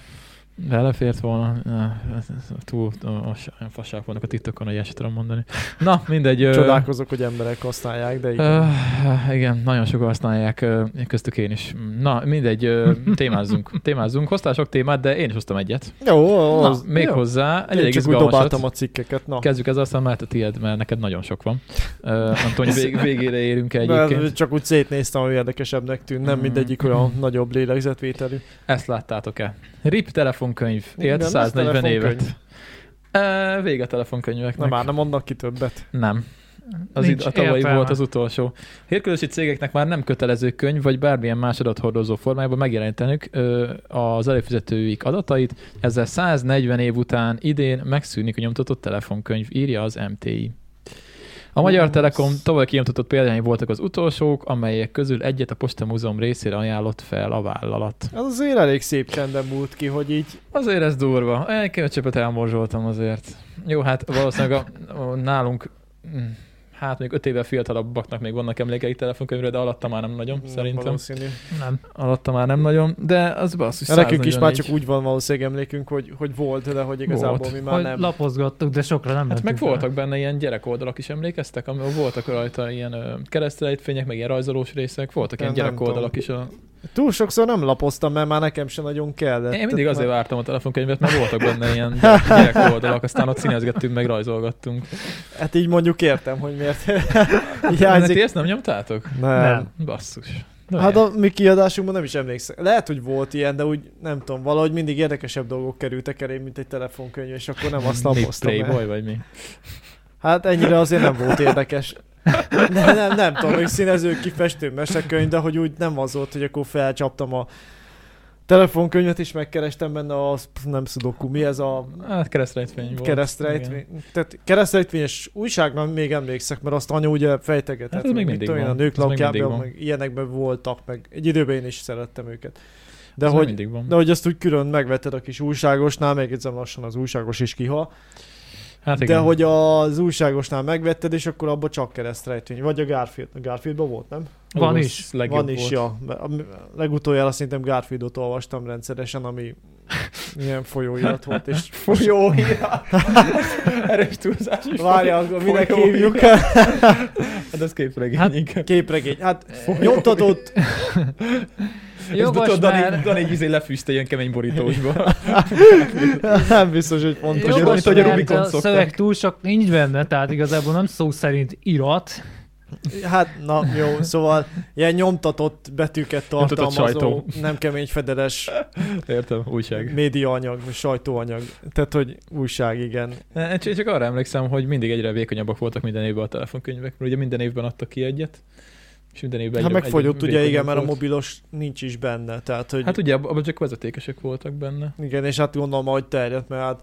Belefért volna, Na, ez- ez túl a- a- olyan fasság vannak a TikTokon, hogy ezt sem tudom mondani. Na, mindegy. ö,
Csodálkozok, hogy emberek használják, de igen.
Ö, igen, nagyon sokan használják, ö, köztük én is. Na, mindegy, ö, témázzunk. Témázzunk. Hoztál sok témát, de én is hoztam egyet.
Jó, jó,
Na,
az- jó.
méghozzá egy
Én
elég
csak úgy
izgalmasat.
dobáltam a cikkeket. Na,
Kezdjük ezzel, aztán már a tiéd, mert neked nagyon sok van. Ö, nem tudom, hogy vég, végére érünk -e egyébként.
Mert csak úgy szétnéztem, hogy érdekesebbnek tűnt, nem
Mm.
mindegyik olyan nagyobb lélegzetvételű.
Ezt láttátok-e? RIP telefonkönyv. Élt
lesz
140
telefonkönyv.
évet. E, vége a telefonkönyveknek.
Na már nem mondnak ki többet.
Nem. Az
Nincs
id- a tavalyi
értelme.
volt az utolsó. Hérkülösi cégeknek már nem kötelező könyv, vagy bármilyen más adathordozó formájában megjelenítenük ö, az előfizetőik adatait. Ezzel 140 év után idén megszűnik a nyomtatott telefonkönyv, írja az MTI. A Magyar
Usz.
Telekom tavaly kinyomtatott példányai voltak az utolsók, amelyek közül egyet a Posta Múzeum részére ajánlott fel a vállalat.
Az azért elég szép csendben múlt ki, hogy így
Azért ez durva. Egy köcsöpet elmorzsoltam azért. Jó, hát valószínűleg a, a, nálunk mm, hát még öt éve fiatalabbaknak még vannak emlékei telefonkönyvre, de alatta már nem nagyon,
nem
szerintem.
valószínű.
nem.
Alatta már nem nagyon, de az basszus.
Nekünk is már
144.
csak úgy van valószínűleg emlékünk, hogy, hogy volt, de hogy igazából
Volt.
mi már
Hogy
nem.
lapozgattuk, de sokra nem
Hát meg
mentünk
voltak benne ilyen gyerek oldalak is, emlékeztek? Amiben voltak rajta ilyen ö, keresztelejtfények, meg ilyen rajzolós részek, voltak ilyen
Nem, nem
gyerek oldalak is. A...
Túl sokszor nem lapoztam, mert már nekem sem nagyon kellett.
Én mindig azért
Tehát
vártam a telefonkönyvet, mert voltak benne ilyen gyerek- gyerek oldalak, aztán ott színezgettünk, meg rajzolgattunk.
már- Hát így mondjuk értem, hogy miért
Ja, ti
hiányzik.
ezt nem nyomtátok?
Nem.
Nem.
Basszus. De
Hát a mi kiadásunkban nem is emlékszem. Lehet, hogy volt ilyen, de úgy nem tudom, valahogy mindig érdekesebb dolgok kerültek elém, mint egy telefonkönyv, és akkor nem azt
Mi
lapoztam. el.
Playboy vagy mi?
Hát ennyire azért nem volt érdekes. Nem, nem, nem tudom, hogy színező kifestő mesekönyv, de hogy úgy nem az volt, hogy akkor felcsaptam a telefonkönyvet, és megkerestem benne a, nem szudoku, mi ez a
Hát keresztrejtvény volt. Igen.
keresztrejtvény. Tehát keresztrejtvényes újságban még emlékszek, mert azt anya ugye fejtegetett.
Hát ez még
meg mit
mindig
tudom én,
van.
A nők
Ez még mindig
lapjában,
van.
meg ilyenekben voltak, meg egy időben én is szerettem őket. De
Ez még
hogy,
mindig van.
de hogy azt úgy külön megvetted a kis újságosnál, megjegyzem lassan az újságos is kihal,
hát
de hogy az újságosnál megvetted, és akkor abba csak keresztrejtvény. Vagy a Garfield. A Garfieldban volt, nem?
Ú,
Van
az
is.
legjobb
Van is,
volt.
ja. A legutoljára szerintem Garfieldot olvastam rendszeresen, ami ilyen folyóirat volt, és
Folyóhírát. Erős túlzás is.
várja, akkor minek
Folyóirat.
hívjuk
Hát ez képregény
Hát,
inkább.
képregény. Hát nyomtatott,
Jogos,
tudod, Dani,
mert,
Dani így izé lefűzte ilyen kemény borítósba.
nem biztos, hogy fontos.
Jogos,
Jogos,
mint ahogy a
mert
Rubikon
a
szoktak.
szöveg túl sok nincs benne, tehát igazából nem szó szerint irat,
Hát, na jó, szóval ilyen nyomtatott betűket
Nyomtatott
tartalmazó,
sajtó.
nem kemény fedeles
Értem, újság.
médiaanyag, vagy sajtóanyag. Tehát, hogy újság, igen.
Ne, Én E, csak csak arra emlékszem, hogy mindig egyre vékonyabbak voltak minden évben a telefonkönyvek, mert ugye minden évben adtak ki egyet, és minden évben
Ha
egyre-
megfogyott,
egyre
Hát, ugye igen,
vékonyabb
mert a
volt.
mobilos nincs is benne, tehát, hogy
Hát ugye ab- abban csak vezetékesek voltak benne.
igen, és hát gondolom, hogy terjedt, mert hát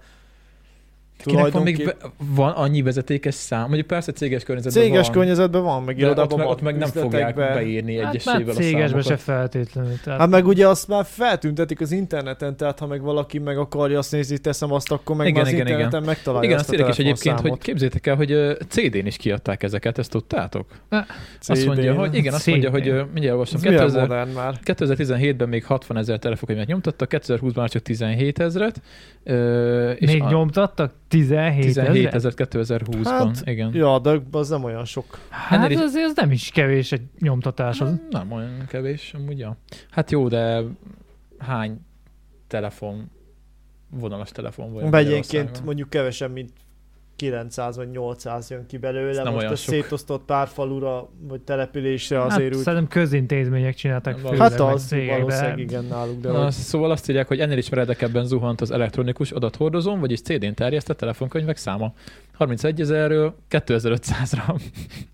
Kinek van még
Tulajdonképp-
be, van annyi vezetékes szám? Mondjuk persze céges környezetben
céges
van,
környezetben van, meg
de ott,
irodában
meg,
van,
ott meg nem fogják
üzletekben.
beírni
Hát
egyesével
már cégesbe
a
se
számokat.
feltétlenül. Tehát
Hát meg ugye azt már feltüntetik az interneten, tehát ha meg valaki meg akarja azt nézni, teszem azt, akkor meg
Igen,
igen, már az
igen,
igen,
igen.
interneten igen. megtalálja
Igen,
azt
azt
a
írják is egyébként, hogy
telefonszámot.
képzétek el, hogy ö, CD-n is kiadták ezeket, ezt tudtátok? Azt
CD-n.
mondja, hogy igen, azt mondja,
CD-n.
hogy ö, mindjárt olvasom.
Ez milyen
2000,
modern már?
2017-ben még 60 ezer telefonkönyvet nyomtattak, 2020-ban már csak 17 ezeret, ö, és
Még
a-
nyomtattak? 17
17
ezer?
ezer 2020-ban,
Hát,
igen.
Ja, de az nem olyan sok.
Hát
Ennél is-
azért az nem is kevés egy nyomtatáshoz.
Nem, nem olyan kevés, amúgy, ja. Hát jó, de hány telefon, vonalas telefon volt
Vagy egyébként
Magyarországon?
mondjuk kevesebb, mint 900 vagy 800 jön ki belőle,
nem
most
olyan
a
sok.
szétosztott pár falura vagy településre azért
hát,
úgy.
Szerintem közintézmények csináltak
Nem,
főleg,
Hát
meg
az
cégek, de
valószínűleg igen náluk, de
Na,
hogy-
szóval azt írják, hogy ennél is meredekebben zuhant az elektronikus adathordozón, vagyis CD-n terjesztett telefonkönyvek száma. 31 ezerről 2500-ra.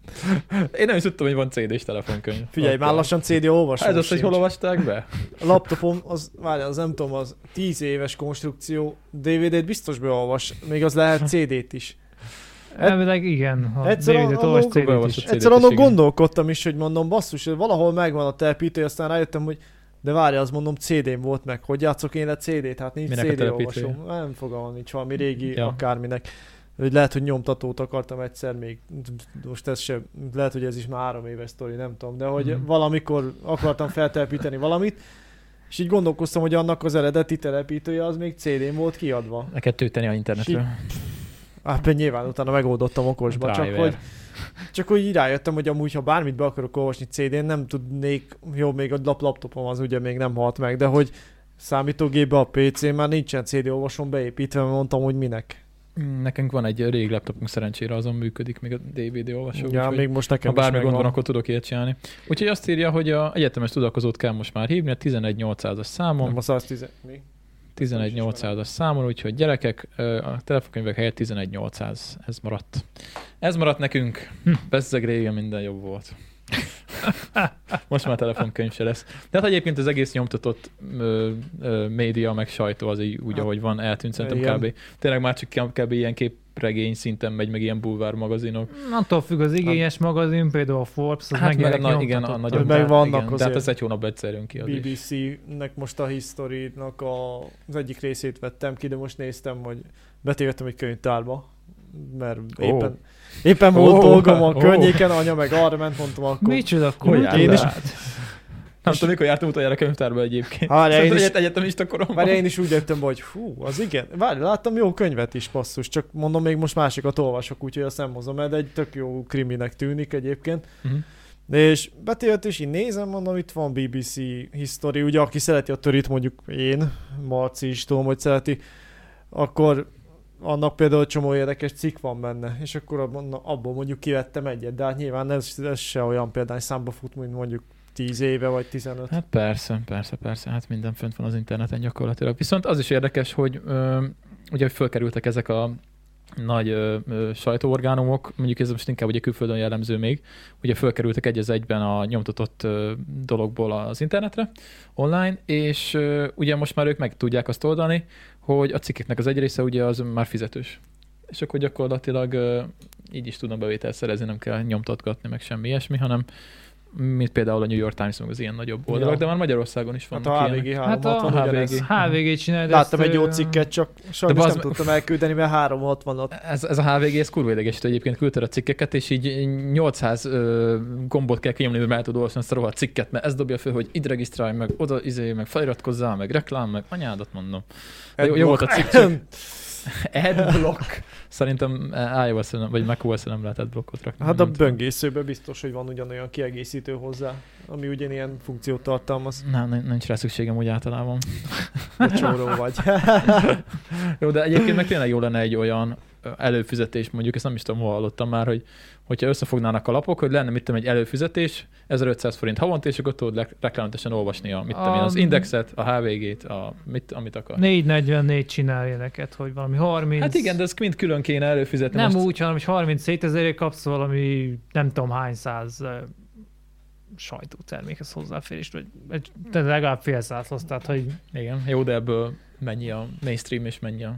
Én nem is tudtam, hogy van CD-s telefonkönyv.
Figyelj,
Akkor.
már lassan CD olvasom.
Hát Ez azt, hogy hol olvasták be?
A laptopom, az, várjál, az nem tudom, az 10 éves konstrukció, DVD-t biztos beolvas, még az lehet CD-t is.
Elvileg igen, ha
Egyszer a-
David-et
a
olvas,
logóba
cd
olvasod.
is.
CD-t
Egyszer
is,
annak
igen.
gondolkodtam is, hogy mondom, basszus, ez valahol megvan a telepítő, aztán rájöttem, hogy de várj, az mondom, CD-m volt meg, hogy játszok én le CD-t, hát nincs
Minek a
CD
telepítője? Mm,
olvasom, nem fogalmam nincs, valami régi,
Ja.
ja. akárminek. Hogy lehet, hogy nyomtatót akartam egyszer még, most ez sem, lehet, hogy ez is már három éves sztori, nem tudom, de hogy
Mhm.
mm. valamikor akartam feltelepíteni valamit, és így gondolkoztam, hogy annak az eredeti telepítője az még CD-n volt kiadva.
Neked tőteni a internetről.
Hát pedig nyilván utána megoldottam okosba, csak
Driver.
hogy, csak hogy így rájöttem, hogy amúgy, ha bármit be akarok olvasni CD-n, nem tudnék, jó, még a lap laptopom az ugye még nem halt meg, de hogy számítógépbe a PC már nincsen CD olvasom beépítve, mert mondtam, hogy minek.
Nekünk van egy régi laptopunk, szerencsére azon működik még a DVD olvasó.
ja,
úgyhogy-
még most nekem
Ha bármi
is
gond van,
megvan.
akkor tudok ilyet csinálni. Úgyhogy azt írja, hogy a egyetemes tudalkozót kell most már hívni, a 11800-as számon,
Nem a 110... Mi? is
11800-as számon, úgyhogy gyerekek, ö, a telefonkönyvek helyett 11800, ez maradt. Ez maradt nekünk,
Hm.
bezzeg régen minden jobb volt. Most már telefonkönyv se lesz. De hát egyébként az egész nyomtatott ö, ö, média, meg sajtó az így úgy,
Hát,
ahogy van, eltűnt szerintem
igen.
kb. Tényleg már csak kb. ilyen képregény szinten megy, meg ilyen bulvár magazinok.
Attól függ az igényes magazin, például a Forbes, az
Hát
megjelent
meg, na, igen, a
nyomtatott.
nagyon
Meg
tehát-
vannak
igen, Tehát
azért.
ez egy hónap egyszer jön ki az is.
BBC-nek most a History-nak a, az egyik részét vettem ki, de most néztem, hogy betévettem egy könyvtárba, mert
Ó.
éppen, éppen volt
Ó.
dolgom a
Ó.
környéken, anya meg arra ment, mondtam akkor.
Micsoda
Hogy
kult? Én is.
jártál? Nem tudom, mikor jártam utoljára könyvtárba egyébként.
Várjál,
Szerintem
én is-
egyet egyetemista koromban.
Várj, én is úgy jöttem be, hogy hú, az igen. Várj, láttam jó könyvet is, passzus, csak mondom, még most másikat olvasok, úgyhogy azt nem hozom el, de egy tök jó kriminek tűnik egyébként.
Mhm.
És betért, és így nézem, mondom, itt van BBC History, ugye aki szereti a törit, mondjuk én, Marci is tudom, hogy szereti, akkor annak például csomó érdekes cikk van benne, és akkor abban, na, abból mondjuk kivettem egyet, de hát nyilván ez, ez se olyan példány számba fut, mint mondjuk 10 éve vagy 15.
Hát persze, persze, persze, hát minden fönt van az interneten gyakorlatilag. Viszont az is érdekes, hogy ö, ugye fölkerültek ezek a nagy ö, ö, sajtóorgánumok, mondjuk ez most inkább ugye külföldön jellemző még, ugye fölkerültek egy az egyben a nyomtatott ö, dologból az internetre, online, és ö, ugye most már ők meg tudják azt oldani, hogy a cikkeknek az egy része ugye az már fizetős. És akkor gyakorlatilag ö, így is tudom bevételt szerezni, nem kell nyomtatgatni, meg semmi ilyesmi, hanem mint például a New York Times, meg az ilyen nagyobb oldalak,
Ja.
de már Magyarországon is
Hát
vannak
a
ilyenek.
HVG 360
Hát
HVG.
a
ugyanez.
HVG, HVG csinálja.
Láttam
ezt,
egy jó
ö,
cikket, csak sajnos
bazd
nem
meg-
tudtam elküldeni, mert 360-at.
Ez, ez a HVG, ez kurva idegesítő egyébként, küldted a cikkeket, és így 800 ö, gombot kell kinyomni, hogy el tud olvasni azt a rohadt cikket, mert ez dobja föl, hogy itt regisztrálj, meg oda izé, meg feliratkozzál, meg reklám, meg anyádat mondom. De Hát Jó, jó volt a cikk, csak adblock. Szerintem eh, ios nem, vagy macOS nem lehet adblockot rakni.
Hát a
nem tudom.
böngészőben biztos, hogy van ugyanolyan kiegészítő hozzá, ami ugyanilyen funkciót tartalmaz.
Nem, nin- nincs rá szükségem úgy általában.
Bocsóró vagy.
Jó, de egyébként meg tényleg jó lenne egy olyan eh, előfizetés, mondjuk ezt nem is tudom, hol hallottam már, hogy hogyha összefognának a lapok, hogy lenne mit tudom, egy előfizetés, 1500 forint havonta, és akkor tudod le- reklámmentesen olvasni a, mit tudom, én, az
A-
indexet, a HVG-t, a, mit, amit akar.
444 csinál ilyeneket, hogy valami 30...
Hát igen, de ezt mind külön kéne előfizetni.
Nem
most.
úgy, hanem hogy 37 ezerért kapsz valami nem tudom hány száz eh, sajtótermékhez hozzáférést, vagy egy- de legalább fél százhoz, tehát hogy
Igen, jó, de ebből mennyi a mainstream, és mennyi a...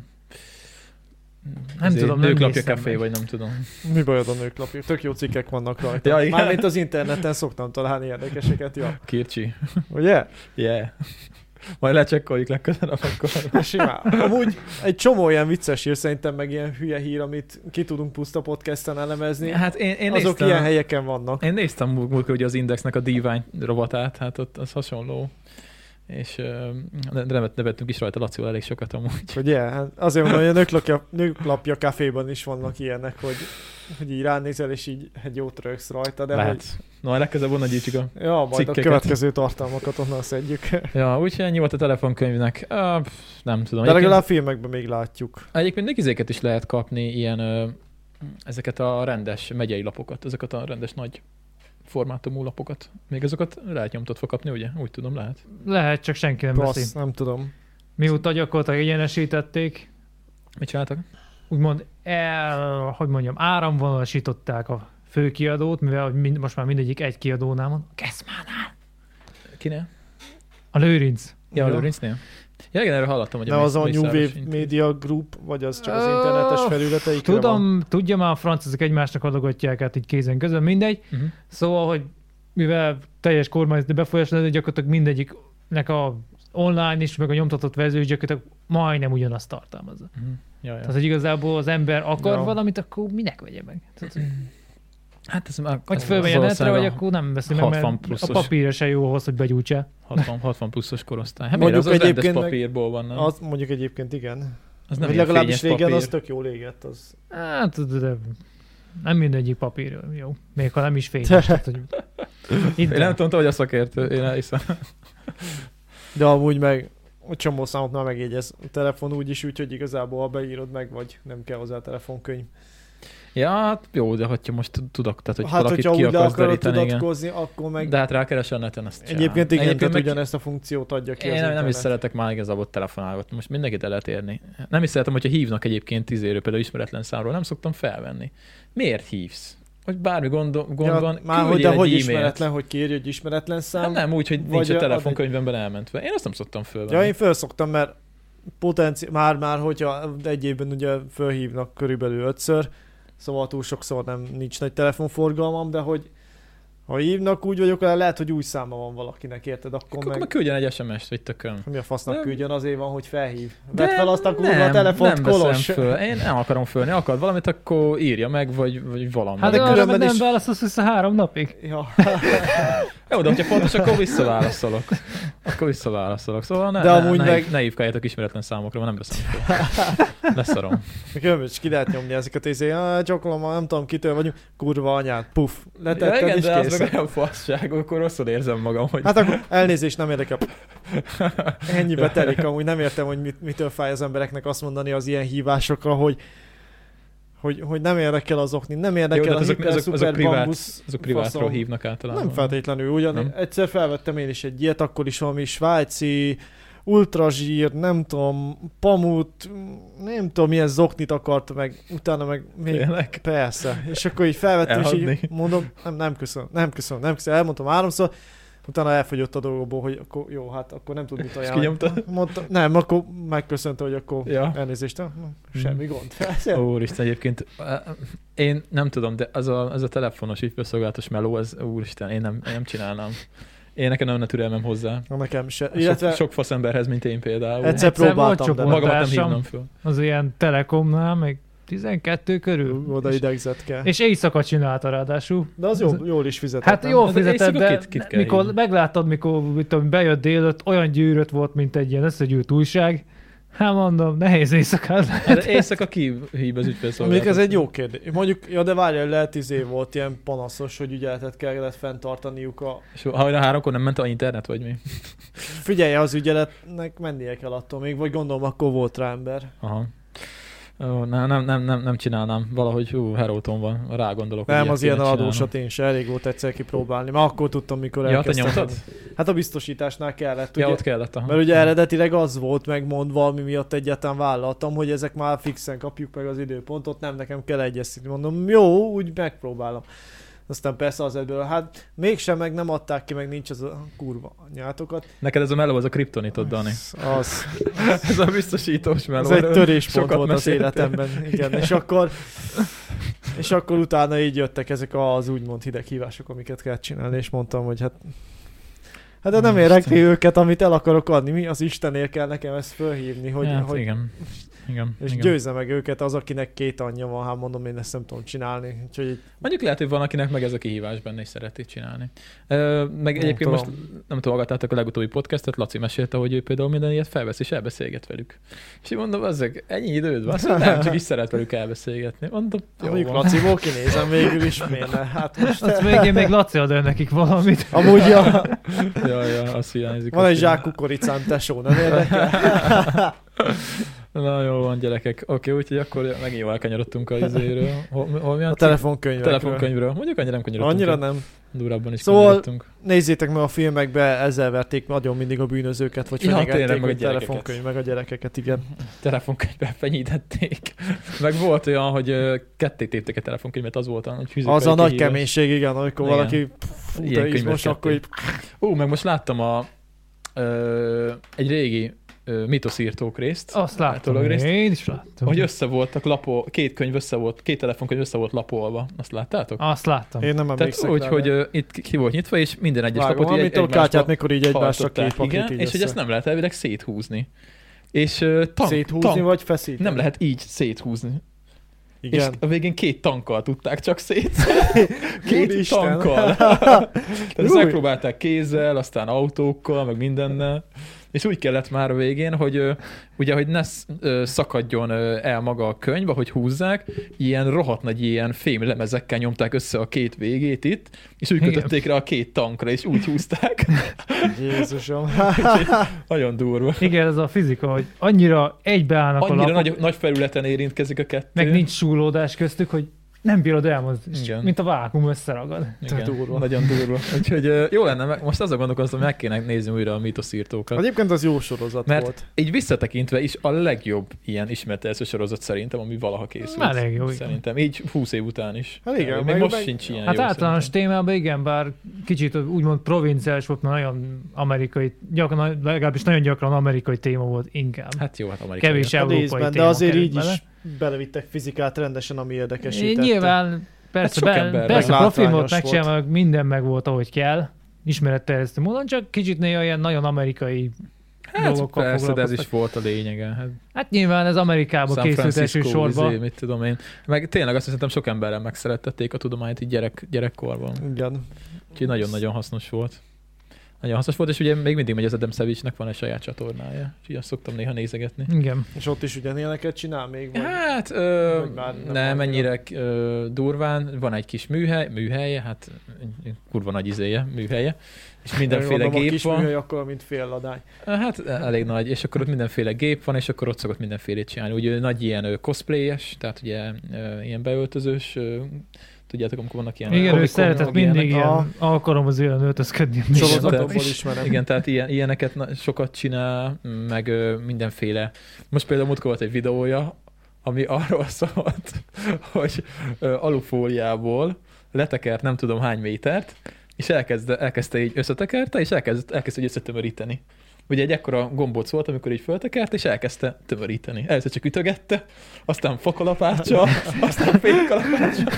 Nem
Ezért
tudom, nem
Nőklapja
néztem
café,
meg.
vagy nem tudom.
Mi bajod a nőklapír? Tök jó cikkek vannak rajta.
Ja,
Ja,
igen.
Mármint az interneten szoktam találni érdekeseket, ja.
Kircsi.
Ugye?
Yeah. Majd lecsekkoljuk legközelebb akkor.
Simán. Amúgy egy csomó ilyen vicces hír, szerintem meg ilyen hülye hír, amit ki tudunk puszta podcasten elemezni.
Hát én, én
Azok
néztem,
ilyen helyeken vannak.
Én néztem múlt- múltkor ugye az Indexnek a Divány rovatát, hát ott az hasonló. És ö, ne- nevet- nevettünk is rajta Lacival elég sokat amúgy.
Ugye? Hát azért mondom, hogy a nőklapja, nőklapja kaféban is vannak ilyenek, hogy, hogy így ránézel, és így egy jót rögsz rajta,
De
de Lehet.
Lehet. Na, majd legközelebb onnan gyűjtjük a...
Hogy, ja, majd cikkeket. a
Cikkeket.
következő tartalmakat onnan szedjük.
Ja, úgyhogy ennyi volt a telefonkönyvnek. Ö, pff, nem tudom.
De
Egyébként-
legalább filmekben még látjuk.
Egyébként még izéket is lehet kapni, ilyen ö, ezeket a rendes megyei lapokat, ezeket a rendes nagy formátumú lapokat. Még azokat lehet nyomtatva kapni, ugye? Úgy tudom, lehet.
lehet, csak senki nem veszi.
Basz, nem tudom.
Mióta gyakorlatilag egyenesítették,
Mit csináltak?
úgymond el, hogy mondjam, áramvonalasították a főkiadót, mivel hogy mind, most már mindegyik egy kiadónál van. Keszmán!
Kinél?
A Lőrinc.
Ja, a
Jó.
Lőrincnél. Ja, igen, erről hallottam, hogy
De az a New
Mészáros
Wave
intézmény.
Media Group, vagy az csak az internetes
Öh,
felületeikre van?
Tudom, tudja már a francok egymásnak adogatják át így kézen közön, mindegy.
Mhm.
Szóval, hogy mivel teljes kormányzati befolyás lenne, gyakorlatilag mindegyiknek a online is, meg a nyomtatott verzió is gyakorlatilag majdnem ugyanazt tartalmazza.
Mhm. Ja, ja.
Tehát, hogy igazából az ember akar
Ja.
valamit, akkor minek vegye meg? Tehát, hogy
Hát ez már...
vagy
ez
fölvegye netre,
valószínűleg
vagy
a
akkor nem veszi meg,
60
mert
pluszos.
a papírja se jó ahhoz, hogy begyújtsa.
60, 60 pluszos korosztály. Hát
Mondjuk
mondjuk az, az rendes
egyébként meg-
papírból van, nem? Az,
Az mondjuk egyébként igen.
az nem
Nem
ilyen
legalábbis
fényes
régen
papír.
az tök jól égett. Az.
Hát, de, de nem mindegyik papír jó. Még ha nem is fényes. tehát, hogy... Itt
Én nem tudom, te vagy a szakértő, én elhiszem.
De amúgy meg a csomó számot már megjegyez. A telefon úgy is, úgy, hogy igazából ha beírod meg, vagy nem kell hozzá telefonkönyv.
Ja, hát jó, de hogyha most tudok, tehát hogy
hát,
valakit
hogyha
ki
úgy le
akarsz
akarod
deríteni, igen.
tudatkozni, akkor meg...
De hát rákeresel neten, azt csinál.
Egyébként igen, tehát
meg-
ugyanezt a funkciót adja ki az
Én nem, nem is
internet.
szeretek már igazából telefonálgatni, most mindenkit el lehet érni. Nem is szeretem, hogyha hívnak egyébként tízéről, például ismeretlen számról, nem szoktam felvenni. Miért hívsz? Hogy bármi gond, gond
Ja,
van,
már hogy,
küldjél
de
egy
hogy
e-mailt.
ismeretlen, hogy kérj, hogy ismeretlen szám.
Hát nem úgy, hogy nincs
vagy
a
a-
telefonkönyvemben elmentve. Én azt nem szoktam fölvenni.
Ja, én felszoktam, mert potenci... már, már, hogyha egy évben ugye fölhívnak körülbelül ötször, szóval túl sokszor nem nincs nagy telefonforgalmam, de hogy ha hívnak, úgy vagyok, vele, lehet, hogy új száma van valakinek, érted? Akkor,
Akkor
meg...
meg küldjen egy SMS-t, vagy tököm.
Mi a fasznak
De-
küldjön, azért van, hogy felhív.
De
Vedd fel azt a kurva
nem,
telefont,
nem veszem
kolos.
Föl. Én nem akarom fölni, akad valamit, akkor írja meg, vagy, vagy valami.
Hát
de
de
jó,
arra
különben
meg nem
is-
válaszolsz vissza három napig.
Ja.
de hogyha fontos, akkor visszaválaszolok. Akkor visszaválaszolok. Szóval ne,
De
ne,
amúgy
ne,
meg-
ne hívkáljatok ismeretlen számokra, mert nem veszem föl. Leszarom.
Különben is ki lehet nyomni ezeket, és ah, csokolom, nem tudom kitől vagyunk, kurva anyád, puf,
Ja,
letetted
igen,
is
de az
kész.
meg olyan faszság, akkor rosszul érzem magam, hogy...
Hát akkor elnézést, nem érdekel. Ennyibe telik, amúgy nem értem, hogy mit, mitől fáj az embereknek azt mondani az ilyen hívásokra, hogy hogy, hogy nem érdekel az okni, nem érdekel
Jó, de hát
a
azok-
hiper,
azok-
szuper
azok privát-
bambusz
Azok privátról
faszom.
hívnak általában.
Nem feltétlenül, ugyan
Nem?
nem. egyszer felvettem én is egy ilyet, akkor is valami svájci, ultrazsír, nem tudom, pamut, nem tudom, milyen zoknit akart meg, utána meg még
Tényleg?
Persze. És akkor így felvettem,
Eladni.
és így mondom, nem, nem köszönöm, nem köszönöm, nem köszönöm, elmondtam háromszor, utána elfogyott a dolgokból, hogy akkor jó, hát akkor nem tud mit
És
ajánlani.
kinyomtad?
Mondta, nem, akkor megköszönte, hogy akkor
Ja.
elnézést, nem, semmi gond.
Úristen, egyébként eh, én nem tudom, de az a, az a telefonos ügyfélszolgálatos meló, az úristen, én nem, én nem csinálnám. Én nekem nem lenne türelmem hozzá.
Na, nekem se.
Illetve... Sok,
Illetve
sok fasz emberhez, mint én például.
Egyszer próbáltam,
volt
de
csoport.
nem.
Magamat nem
Társam.
hívnám föl.
Az ilyen Telekomnál, meg 12 körül.
oda
és,
idegzett kell.
és éjszaka csinálta ráadásul.
De az jó, jól is fizetett.
Hát
nem?
jól
Hát de
fizetett,
éjszaka
de
kit- kit kell
mikor
hívni?
megláttad, mikor mit tudom, bejött délőtt, olyan gyűrött volt, mint egy ilyen összegyűrt újság. Hát mondom, nehéz éjszakát
Hát de éjszaka ki hív az ügyfélszolgálatot.
Mondjuk ez egy jó kérdés. Mondjuk, ja de várjál, lehet 10 év volt ilyen panaszos, hogy ügyeletet kellett fenntartaniuk a...
És ha hajnal háromkor nem ment a internet, vagy mi?
Figyelj, az ügyeletnek mennie kell attól még, vagy gondolom akkor volt rá ember.
Aha. Ó, nem, nem, nem, nem, nem csinálnám. Valahogy, hú, Heróton van, rá gondolok. hogy
Nem,
ilyet
az ilyen
kéne
eladósat én sem, elég volt egyszer kipróbálni. Már akkor tudtam, mikor
csinálnom. Ja, te
elkezdtem.
nyomtad?
Hát a biztosításnál kellett, ugye?
Ja, ott kellett. Aha.
Mert ugye eredetileg az volt megmondva, ami miatt egyáltalán vállaltam, hogy ezek már fixen kapjuk meg az időpontot, nem nekem kell egyeztetni. Mondom, jó, úgy megpróbálom. Aztán persze az ebből, hát mégsem meg nem adták ki, meg nincs az a kurva anyátokat.
Neked ez a meló, az a kriptonitod, Dani.
Az,
ez a biztosítós meló.
az egy
erről
töréspont
sokat
volt az
meséltél.
életemben, igen. És akkor, és akkor utána így jöttek ezek az úgymond hideg hívások, amiket kell csinálni, és mondtam, hogy hát Hát de nem
Isten.
érek őket, amit el akarok adni. Mi az Istenért kell nekem ezt fölhívni, hogy,
hát,
hogy
igen. Igen,
És
igen.
győzze meg őket az, akinek két anyja van, hát mondom, én ezt nem tudom csinálni. Úgyhogy így-
Mondjuk lehet, hogy van, akinek meg ez a kihívás benne, és szereti csinálni. Ö, meg
Nem
egyébként most
tudom.
nem tudom, hallgattátok a legutóbbi podcastet, Laci mesélte, hogy ő például minden ilyet felvesz és elbeszélget velük. És én mondom, azok, ennyi időd van, azt mondja, nem, csak is szeret velük elbeszélgetni. Mondom,
jó,
jó
mondjuk
van.
Laciból kinézem végül is, miért ne? Hát most...
Azt végén még Laci ad el nekik valamit.
Amúgy a,
Ja, ja, azt hiányzik.
van
azt hiányzik.
egy zsák kukoricám, tesó, nem érdekel?
Na jó van, gyerekek. Oké, úgyhogy akkor megint elkanyarodtunk a izéről. Hol, hol mi a
A
cím?
telefonkönyvekről.
telefonkönyvről. Mondjuk annyira nem kanyarodtunk.
Annyira
el.
nem.
Durabban is
Szóval-
szóval... kanyarodtunk.
Nézzétek meg a filmekbe, ezzel verték nagyon mindig a bűnözőket, vagy
Ja,
fenyegették
tényleg, meg a
hogy
gyerekeket.
telefonkönyv, meg a gyerekeket, igen.
Telefonkönyvben fenyítették. Meg volt olyan, hogy ö, ketté tépték a telefonkönyvet, az volt olyan, hogy hűzik
Az
fel
a
egy
nagy
kihívás.
keménység, igen, amikor
Igen.
valaki fú,
Ilyen
de is most
könyveskedték.
akkor így,
Ú, meg most láttam a, ö, egy régi ö, mitoszírtók
Ah.
részt,
Azt látom,
Dolog részt.
én is láttam.
hogy össze voltak lapol, két könyv össze volt, két telefonkönyv össze volt lapolva. Azt láttátok?
Azt láttam.
én nem
Tehát
Ah, emlékszek
úgy,
rá,
hogy
de
ö, itt ki volt nyitva, és minden egyes
vágom,
lapot így egy,
amitől
egymásba
kártyát, mikor így egymásra két
hajtották,
papírt
igen,
így
és hogy
össze.
ezt nem lehet elvileg széthúzni. És ö, tank,
Széthúzni
tank,
vagy feszíteni?
nem lehet így széthúzni. Igen.
Igen.
És a végén két tankkal tudták csak szét. két
Úristen.
tankkal. Tehát ezt
Júj.
megpróbálták kézzel, aztán autókkal, meg mindennel. És úgy kellett már a végén, hogy ö, ugye, hogy ne sz- ö, szakadjon ö, el maga a könyv, ahogy húzzák, ilyen rohadt nagy ilyen fém lemezekkel nyomták össze a két végét itt, és úgy
Igen.
kötötték rá a két tankra, és úgy húzták.
Jézusom. Hát,
Nagyon durva.
Igen, ez a fizika, hogy annyira egybeállnak a
Annyira
lapok,
nagy, nagy felületen érintkezik a kettő.
meg nincs súlódás köztük, hogy nem bírod elmozdítani,
Igen.
mint a vákum összeragad.
Igen,
durva.
Nagyon durva. Úgyhogy ö, jó lenne, meg- most azon gondolkozom, hogy meg kéne nézni újra a mítoszírtókat.
Egyébként az jó sorozat
Mert-
volt.
Így visszatekintve is a legjobb ilyen ismert első sorozat szerintem, ami valaha készült.
Elég jó, igen.
Szerintem, így 20 év után is.
Hát igen,
Még
meg-
most
meg-
sincs ilyen
Hát
jó
általános
szerintem.
témában igen, bár kicsit úgymond provinciális volt, mert nagyon amerikai, gyakran, legalábbis nagyon gyakran amerikai téma volt inkább.
Hát jó, hát amerikai.
Kevés
A
európai
részben, de
téma
azért
került
így
bele.
is belevittek fizikát rendesen, ami
Én
érdekesítette.
Nyilván persze,
Hát sok
be,
ember
persze
meg.
profil volt,
Látványos
megcsinálva, meg minden meg volt, ahogy kell, ismeretterjesztő módon, csak kicsit néha ilyen nagyon amerikai
Hát
dolgokkal
persze, de ez is
foglalkoztak.
volt a lényege. Hát
Hát nyilván ez Amerikába
San
készült
Francisco,
elsősorban.
izé, mit tudom én. Meg tényleg azt hiszem, sok emberrel megszerettették a tudományt így gyerek, gyerekkorban.
Igen.
Úgyhogy nagyon-nagyon hasznos volt. Nagyon hasznos volt, és ugye még mindig megy az Adam Savage-nek van egy saját csatornája, úgyhogy azt szoktam néha nézegetni.
Igen.
És ott is ugyanilyeneket csinál még? Vagy?
Hát, ö,
Vagy már nem
nem, nem
annyira?
ennyire ö, durván, van egy kis műhely, műhelye, hát kurva nagy izéje, műhelye, és mindenféle
Gondolom, a
gép
kis
van.
műhely akkor, mint fél ladány.
Hát elég nagy, és akkor ott mindenféle gép van, és akkor ott szokott mindenfélét csinálni. Ugye ő nagy ilyen ö, cosplayes, tehát ugye ö, ilyen beöltözős, ö, tudjátok, amikor vannak ilyen
Igen, ő
Comic-Con,
szeretett
meg
mindig
ilyenek.
ilyen alkalomazóan öltözködni.
Sorozatokból
tehát-
ismerem.
Igen, tehát ilyen, ilyeneket na- sokat csinál, meg ö, mindenféle. Most például múltkor volt egy videója, ami arról szólt, hogy ö, alufóliából letekert nem tudom hány métert, és elkezdte, elkezdte így összetekerte, és elkezdett, elkezdte így összetömöríteni. Ugye egy ekkora gombóc volt, amikor így föltekert, és elkezdte tömöríteni. Először csak ütögette, aztán fakalapáccsal, aztán fékkalapáccsal.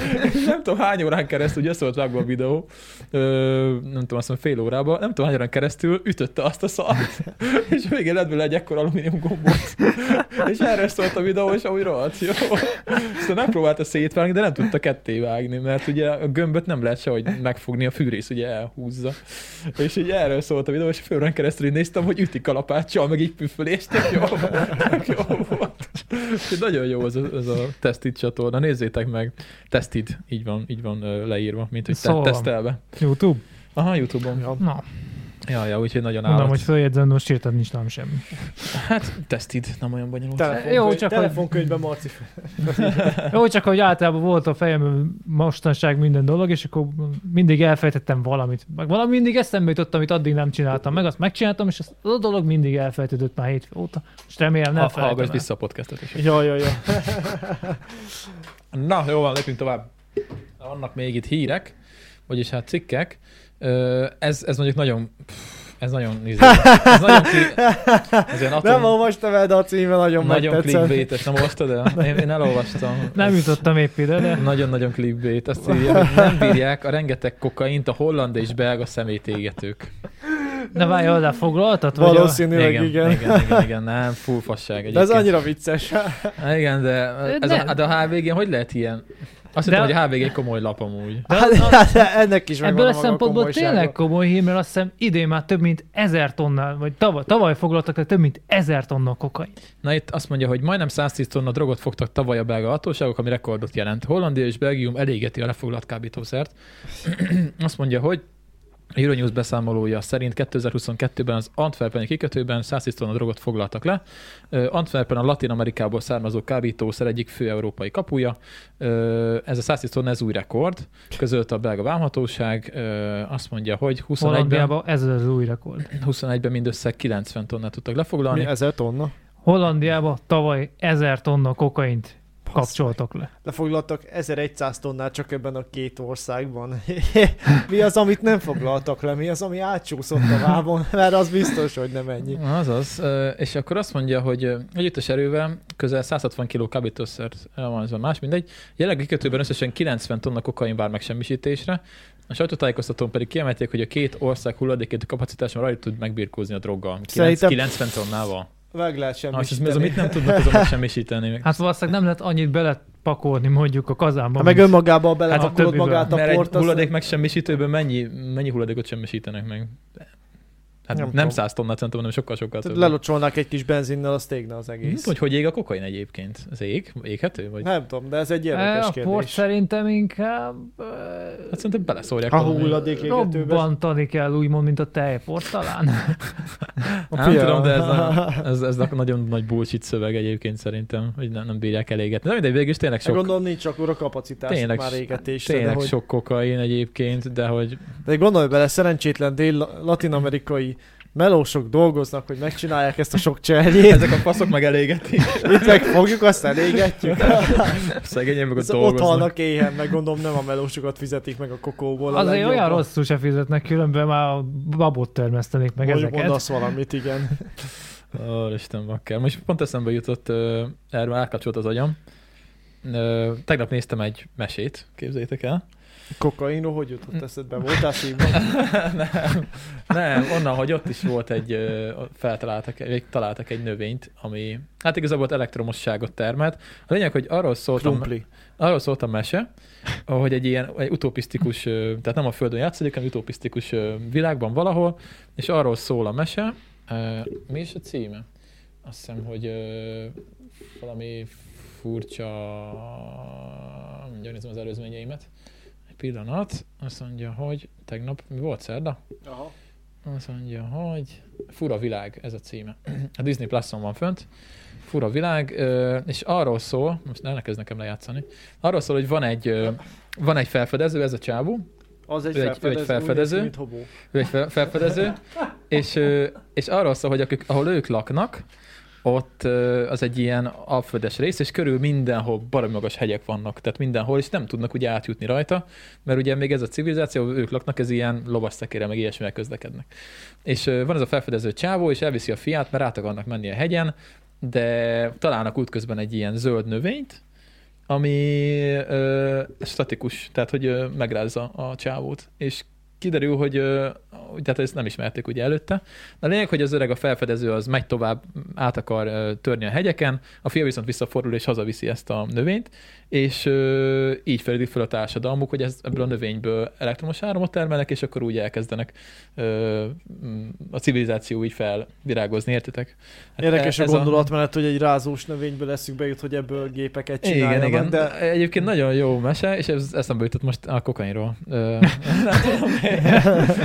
Nem tudom, hány órán keresztül, ugye össze volt vágva a videó, ö, nem tudom, azt mondom, fél órába, nem tudom, hány órán keresztül ütötte azt a szart, és végén lett belőle egy ekkora alumínium gombóc. És erről szólt a videó, és amúgy rohadt jó. Szóval nem próbálta szétvágni, de nem tudta ketté vágni, mert ugye a gömböt nem lehet sehogy megfogni, a fűrész ugye elhúzza. És így erről szólt a videó, és főrön keresztül így néztem, hogy ütik kalapáccsal, meg így püfölést, tök jó, tök jó volt. Úgyhogy Nagyon jó ez a, ez a tesztit csatorna, nézzétek meg. Tesztid, így van, így van ö, leírva, mint hogy
Szóval.
szóval. tesztelve.
YouTube?
Aha, Youtube-on.
Ja.
Na,
Ja, ja, úgyhogy nagyon állat.
Mondom, hogy följegyzem, de most írtad nincs nálam semmi.
Hát tesztid, nem olyan bonyolult.
Telefonkönyv,
Jó,
Jó,
csak
csak
hogy-
telefonkönyvben Marci fel.
Jó, csak hogy általában volt a fejemben mostanság minden dolog, és akkor mindig elfejtettem valamit. Meg valami mindig eszembe jutott, amit addig nem csináltam meg, azt megcsináltam, és az a dolog mindig elfejtődött már hétfő óta. És remélem nem
Ha,
ha,
hallgass vissza a podcastet is.
Ja, ja, ja.
Na, jó van, lépjünk tovább. Vannak még itt hírek, vagyis hát cikkek. Ö, Ez, ez mondjuk nagyon... pff, Ez nagyon... izé, Ez nagyon... Kli, ez olyan atom,
Nem olvastam el, de a címe nagyon,
nagyon
megtetszett.
clickbaites, nem olvastad el? Én, én elolvastam.
Nem
Ez-
jutottam épp ide, de
Nagyon-nagyon clickbait. Azt írja, hogy nem bírják a rengeteg kokaint a holland és belga szemétégetők.
ne várj oda foglaltat, vagy a...
Valószínűleg igen.
igen, igen, igen, igen, nem, full fasság
De ez
egyébként.
annyira vicces.
Há, Igen, de, ez
nem.
a, de a HVG-n hogy lehet ilyen? Azt
De-
hittem, hogy a HVG egy komoly lap amúgy.
Hát, hát, ennek is megvan
Ebből a
maga
szempontból
komolysága.
tényleg komoly hír, mert azt hiszem idén már több mint ezer tonnál, vagy tavaly, tavaly foglaltak el több mint ezer tonna kokain.
Na itt azt mondja, hogy majdnem 110 tonna drogot fogtak tavaly a belga hatóságok, ami rekordot jelent. Hollandia és Belgium elégeti a lefoglalt kábítószert. azt mondja, hogy a Euronews beszámolója szerint 2022-ben az Antwerpeni kikötőben 110 tonna drogot foglaltak le. Ö, Antwerpen a Latin Amerikából származó kábítószer egyik fő európai kapuja. Ö, Ez a 110 tonna, ez új rekord. Közölte a belga vámhatóság. Ö, Azt mondja, hogy 21-ben,
Hollandiában ez az új rekord.
21-ben mindössze 90 tonnát tudtak lefoglalni.
Mi, ezer tonna?
Hollandiában tavaly ezer tonna kokaint kapcsoltak le.
Lefoglaltak 1100 tonnát csak ebben a két országban. mi az, amit nem foglaltak le? Mi az, ami átsúszott a vámon? Mert az biztos, hogy nem ennyi.
Azaz, Ö, és akkor azt mondja, hogy ö, együttes erővel közel 160 kg kábítószert elvonzva más, mindegy. Jelenleg kikötőben összesen 90 tonna kokain vár megsemmisítésre, a sajtótájékoztatón pedig kiemelték, hogy a két ország hulladékét kapacitáson rajta tud megbirkózni a droggal.
Szerintem-
Szerintem... 90 tonnával.
Meg lehet
Ah, és ez,
semmi.
ez, amit nem tudnak, az megsemmisíteni. Meg.
Hát valószínűleg nem lehet annyit belepakolni mondjuk a kazánba.
Ha Hát meg
mint-
önmagába
Hát a
belepakolod
többivel.
magát a
Mert
port,
egy hulladék
az...
megsemmisítőből mennyi, mennyi hulladékot semmisítenek meg? Hát
Nem
nem,
tudom.
100 tonnát, szerintem, hanem sokkal-sokkal több. Nem
lelocsolnák egy kis benzinnel, az tégne az
tudom,
egész.
hogy hogy ég a kokain egyébként. Ez ég? Éghető? Vagy?
Nem tudom, de ez egy
E,
érdekes
a port
kérdés. Hát
szerintem inkább ö,
Hát szerintem beleszórják.
A
valami-
hulladék égetőbe.
robbantani kell úgymond, mint a tejport talán.
Nem tudom, de ez, nem, ez, ez nagyon nagy bullshit szöveg egyébként szerintem, hogy nem, nem bírják elégetni. De mindegy, végül is tényleg
Sok...
sok,
Hát Gondolom nincs akkora kapacitás
Tényleg-
már égetésre, de,
tényleg
hogy...
sok kokain egyébként, de hogy
de gondolj bele, szerencsétlen dél-latin-amerikai melósok dolgoznak, hogy megcsinálják ezt a sok cserjét,
ezek a faszok meg elégetik.
mit megfogjuk, aztán égetjük.
Szegények meg ott
Ez ott
dolgoznak.
halnak éhen, meg gondolom nem a melósokat fizetik meg a kokóból. a
Azért olyan
legjobban.
rosszul se fizetnek, különben már babot termesztenék meg
Mondjuk
ezeket.
mondasz valamit, igen.
Ó, Isten, bakker. Most pont eszembe jutott, ö, erről átkapcsolt az agyam. Ö, Tegnap néztem egy mesét, képzeljétek el.
Kokainról hogy jutott eszedbe? Voltál szívban?
nem, nem, onnan, hogy ott is volt egy, ö, feltaláltak, egy, találtak egy növényt, ami hát igazából ott elektromosságot termelt. A lényeg, hogy arról szólt a,
Krumpli.
Arról szólt a mese, hogy egy ilyen egy utopisztikus, ö, tehát nem a Földön játszódik, hanem utopisztikus ö, világban valahol, és arról szól a mese. Ö, Mi is a címe? Azt hiszem, hogy ö, valami furcsa... Mindjárt nézem az előzményeimet. Egy pillanat. Azt mondja, hogy tegnap, mi volt szerda?
Aha.
Azt mondja, hogy Fura világ, ez a címe. A Disney Plus-on van fönt. Fura világ, ö, és arról szól, most ne kezd nekem lejátszani, arról szól, hogy van egy, ö, van egy felfedező, ez a csávó,
Az egy,
Ő egy- ő egy
felfedező,
felfedező.
úgy néz ki, mint hobó.
ő egy fel- felfedező, és, ö, és arról szól, hogy akik, ahol ők laknak, ott ö, az egy ilyen alföldes rész, és körül mindenhol baromi magas hegyek vannak, tehát mindenhol, és nem tudnak ugye átjutni rajta, mert ugye még ez a civilizáció, ahol ők laknak, ez ilyen lovasszekére, meg ilyesmivel közlekednek. És ö, van ez a felfedező csávó, és elviszi a fiát, mert át akarnak menni a hegyen, de találnak útközben egy ilyen zöld növényt, ami ö, statikus, tehát hogy ö, megrázza a csávót, és kiderül, hogy ö, hogy- tehát ezt nem ismerték ugye előtte. De a lényeg, hogy az öreg a felfedező az megy tovább, át akar ö, törni a hegyeken, a fia viszont visszafordul és hazaviszi ezt a növényt, és ö, így feledik fel a társadalmuk, hogy ez, ebből a növényből elektromos áramot termelnek, és akkor úgy elkezdenek ö, m, a civilizáció így felvirágozni, értitek? Hát
Érdekes a
ez
gondolatmenet, hogy egy rázós növényből eszükbe jut, hogy ebből gépeket
Igen,
csináljanak,
igen.
de
De... Egyébként nagyon jó mese, és ez eszembe jutott most a kokainról. Ö, nem tudom, miért.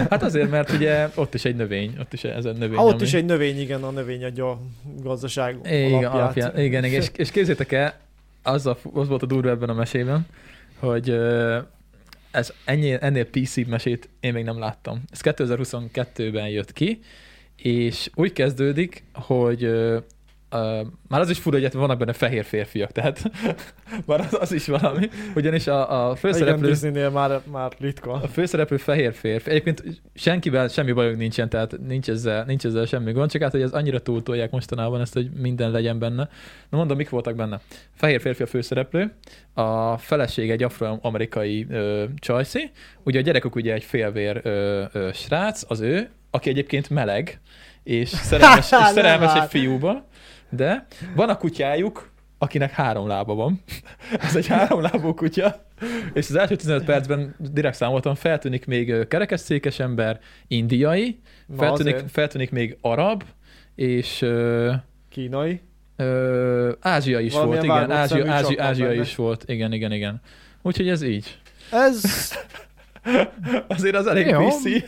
Hát azért, mert ugye ott is egy növény, ott is ez a növény.
Ha ott
ami-
is egy növény, igen, a növény adja a gazdaság
igen,
alapját.
alapján. Igen, igen. És, és képzétek el, az, a, az volt a durva ebben a mesében, hogy ö, ez ennyi, ennél pc mesét én még nem láttam. Ez 2022-ben jött ki, és úgy kezdődik, hogy ö, ö, már az is fura, hogy hát vannak benne fehér férfiak, tehát már az, az is valami, ugyanis a, a
Igen,
főszereplő...
Disneynél már, már ritka.
A főszereplő fehér férfi. Egyébként senkivel semmi bajok nincsen, tehát nincs ezzel, nincs ezzel semmi gond, csak hát, hogy ez annyira túltolják mostanában ezt, hogy minden legyen benne. Na mondom, mik voltak benne. Fehér férfi a főszereplő, a feleség egy afroamerikai ö, csajszi, ugye a gyerekük ugye egy félvér ö, ö, srác, az ő, aki egyébként meleg, és szerelmes, és
Nem
szerelmes
áll.
egy fiúba, de van a kutyájuk, akinek három lába van. Ez egy háromlábú kutya. És az első 15 percben direkt számoltam, feltűnik még ö, kerekesszékes ember, indiai,
Na,
feltűnik,
azért
feltűnik még arab, és ö,
Kínai.
ö, ázsia is
Valamilyen
volt, igen,
vágott szemű
ázsia,
csak
ázsia,
van
ázsia
benne.
is volt, igen, igen, igen. Úgyhogy ez így.
Ez
Azért az elég
Jó.
piszi.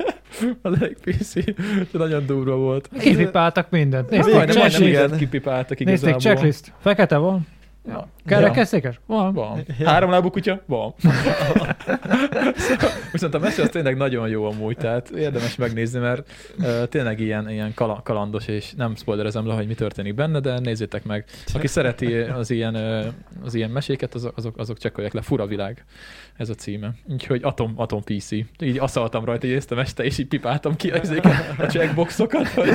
Az elég piszi. Nagyon durva volt.
Kipipáltak mindent.
Nézd,
Nézték,
majdnem, majdnem
checklist.
mindent kipipáltak
Nézték,
igazából.
checklist. Fekete van?
Ja.
Kerekesszékes? Van.
Van. Háromlábú kutya? Van. Szóval- Viszont a messzi az tényleg nagyon jó amúgy, tehát érdemes megnézni, mert uh, tényleg ilyen, ilyen kala- kalandos, és nem spoilerezem le, hogy mi történik benne, de nézzétek meg. Aki szereti az ilyen, ö, az ilyen meséket, azok, azok, azok csekkolják le. Fura világ ez a címe. Úgyhogy Atom, Atom PC. Így aszaltam rajta, így észtem este, és így pipáltam ki a, izéket, a checkboxokat, hogy,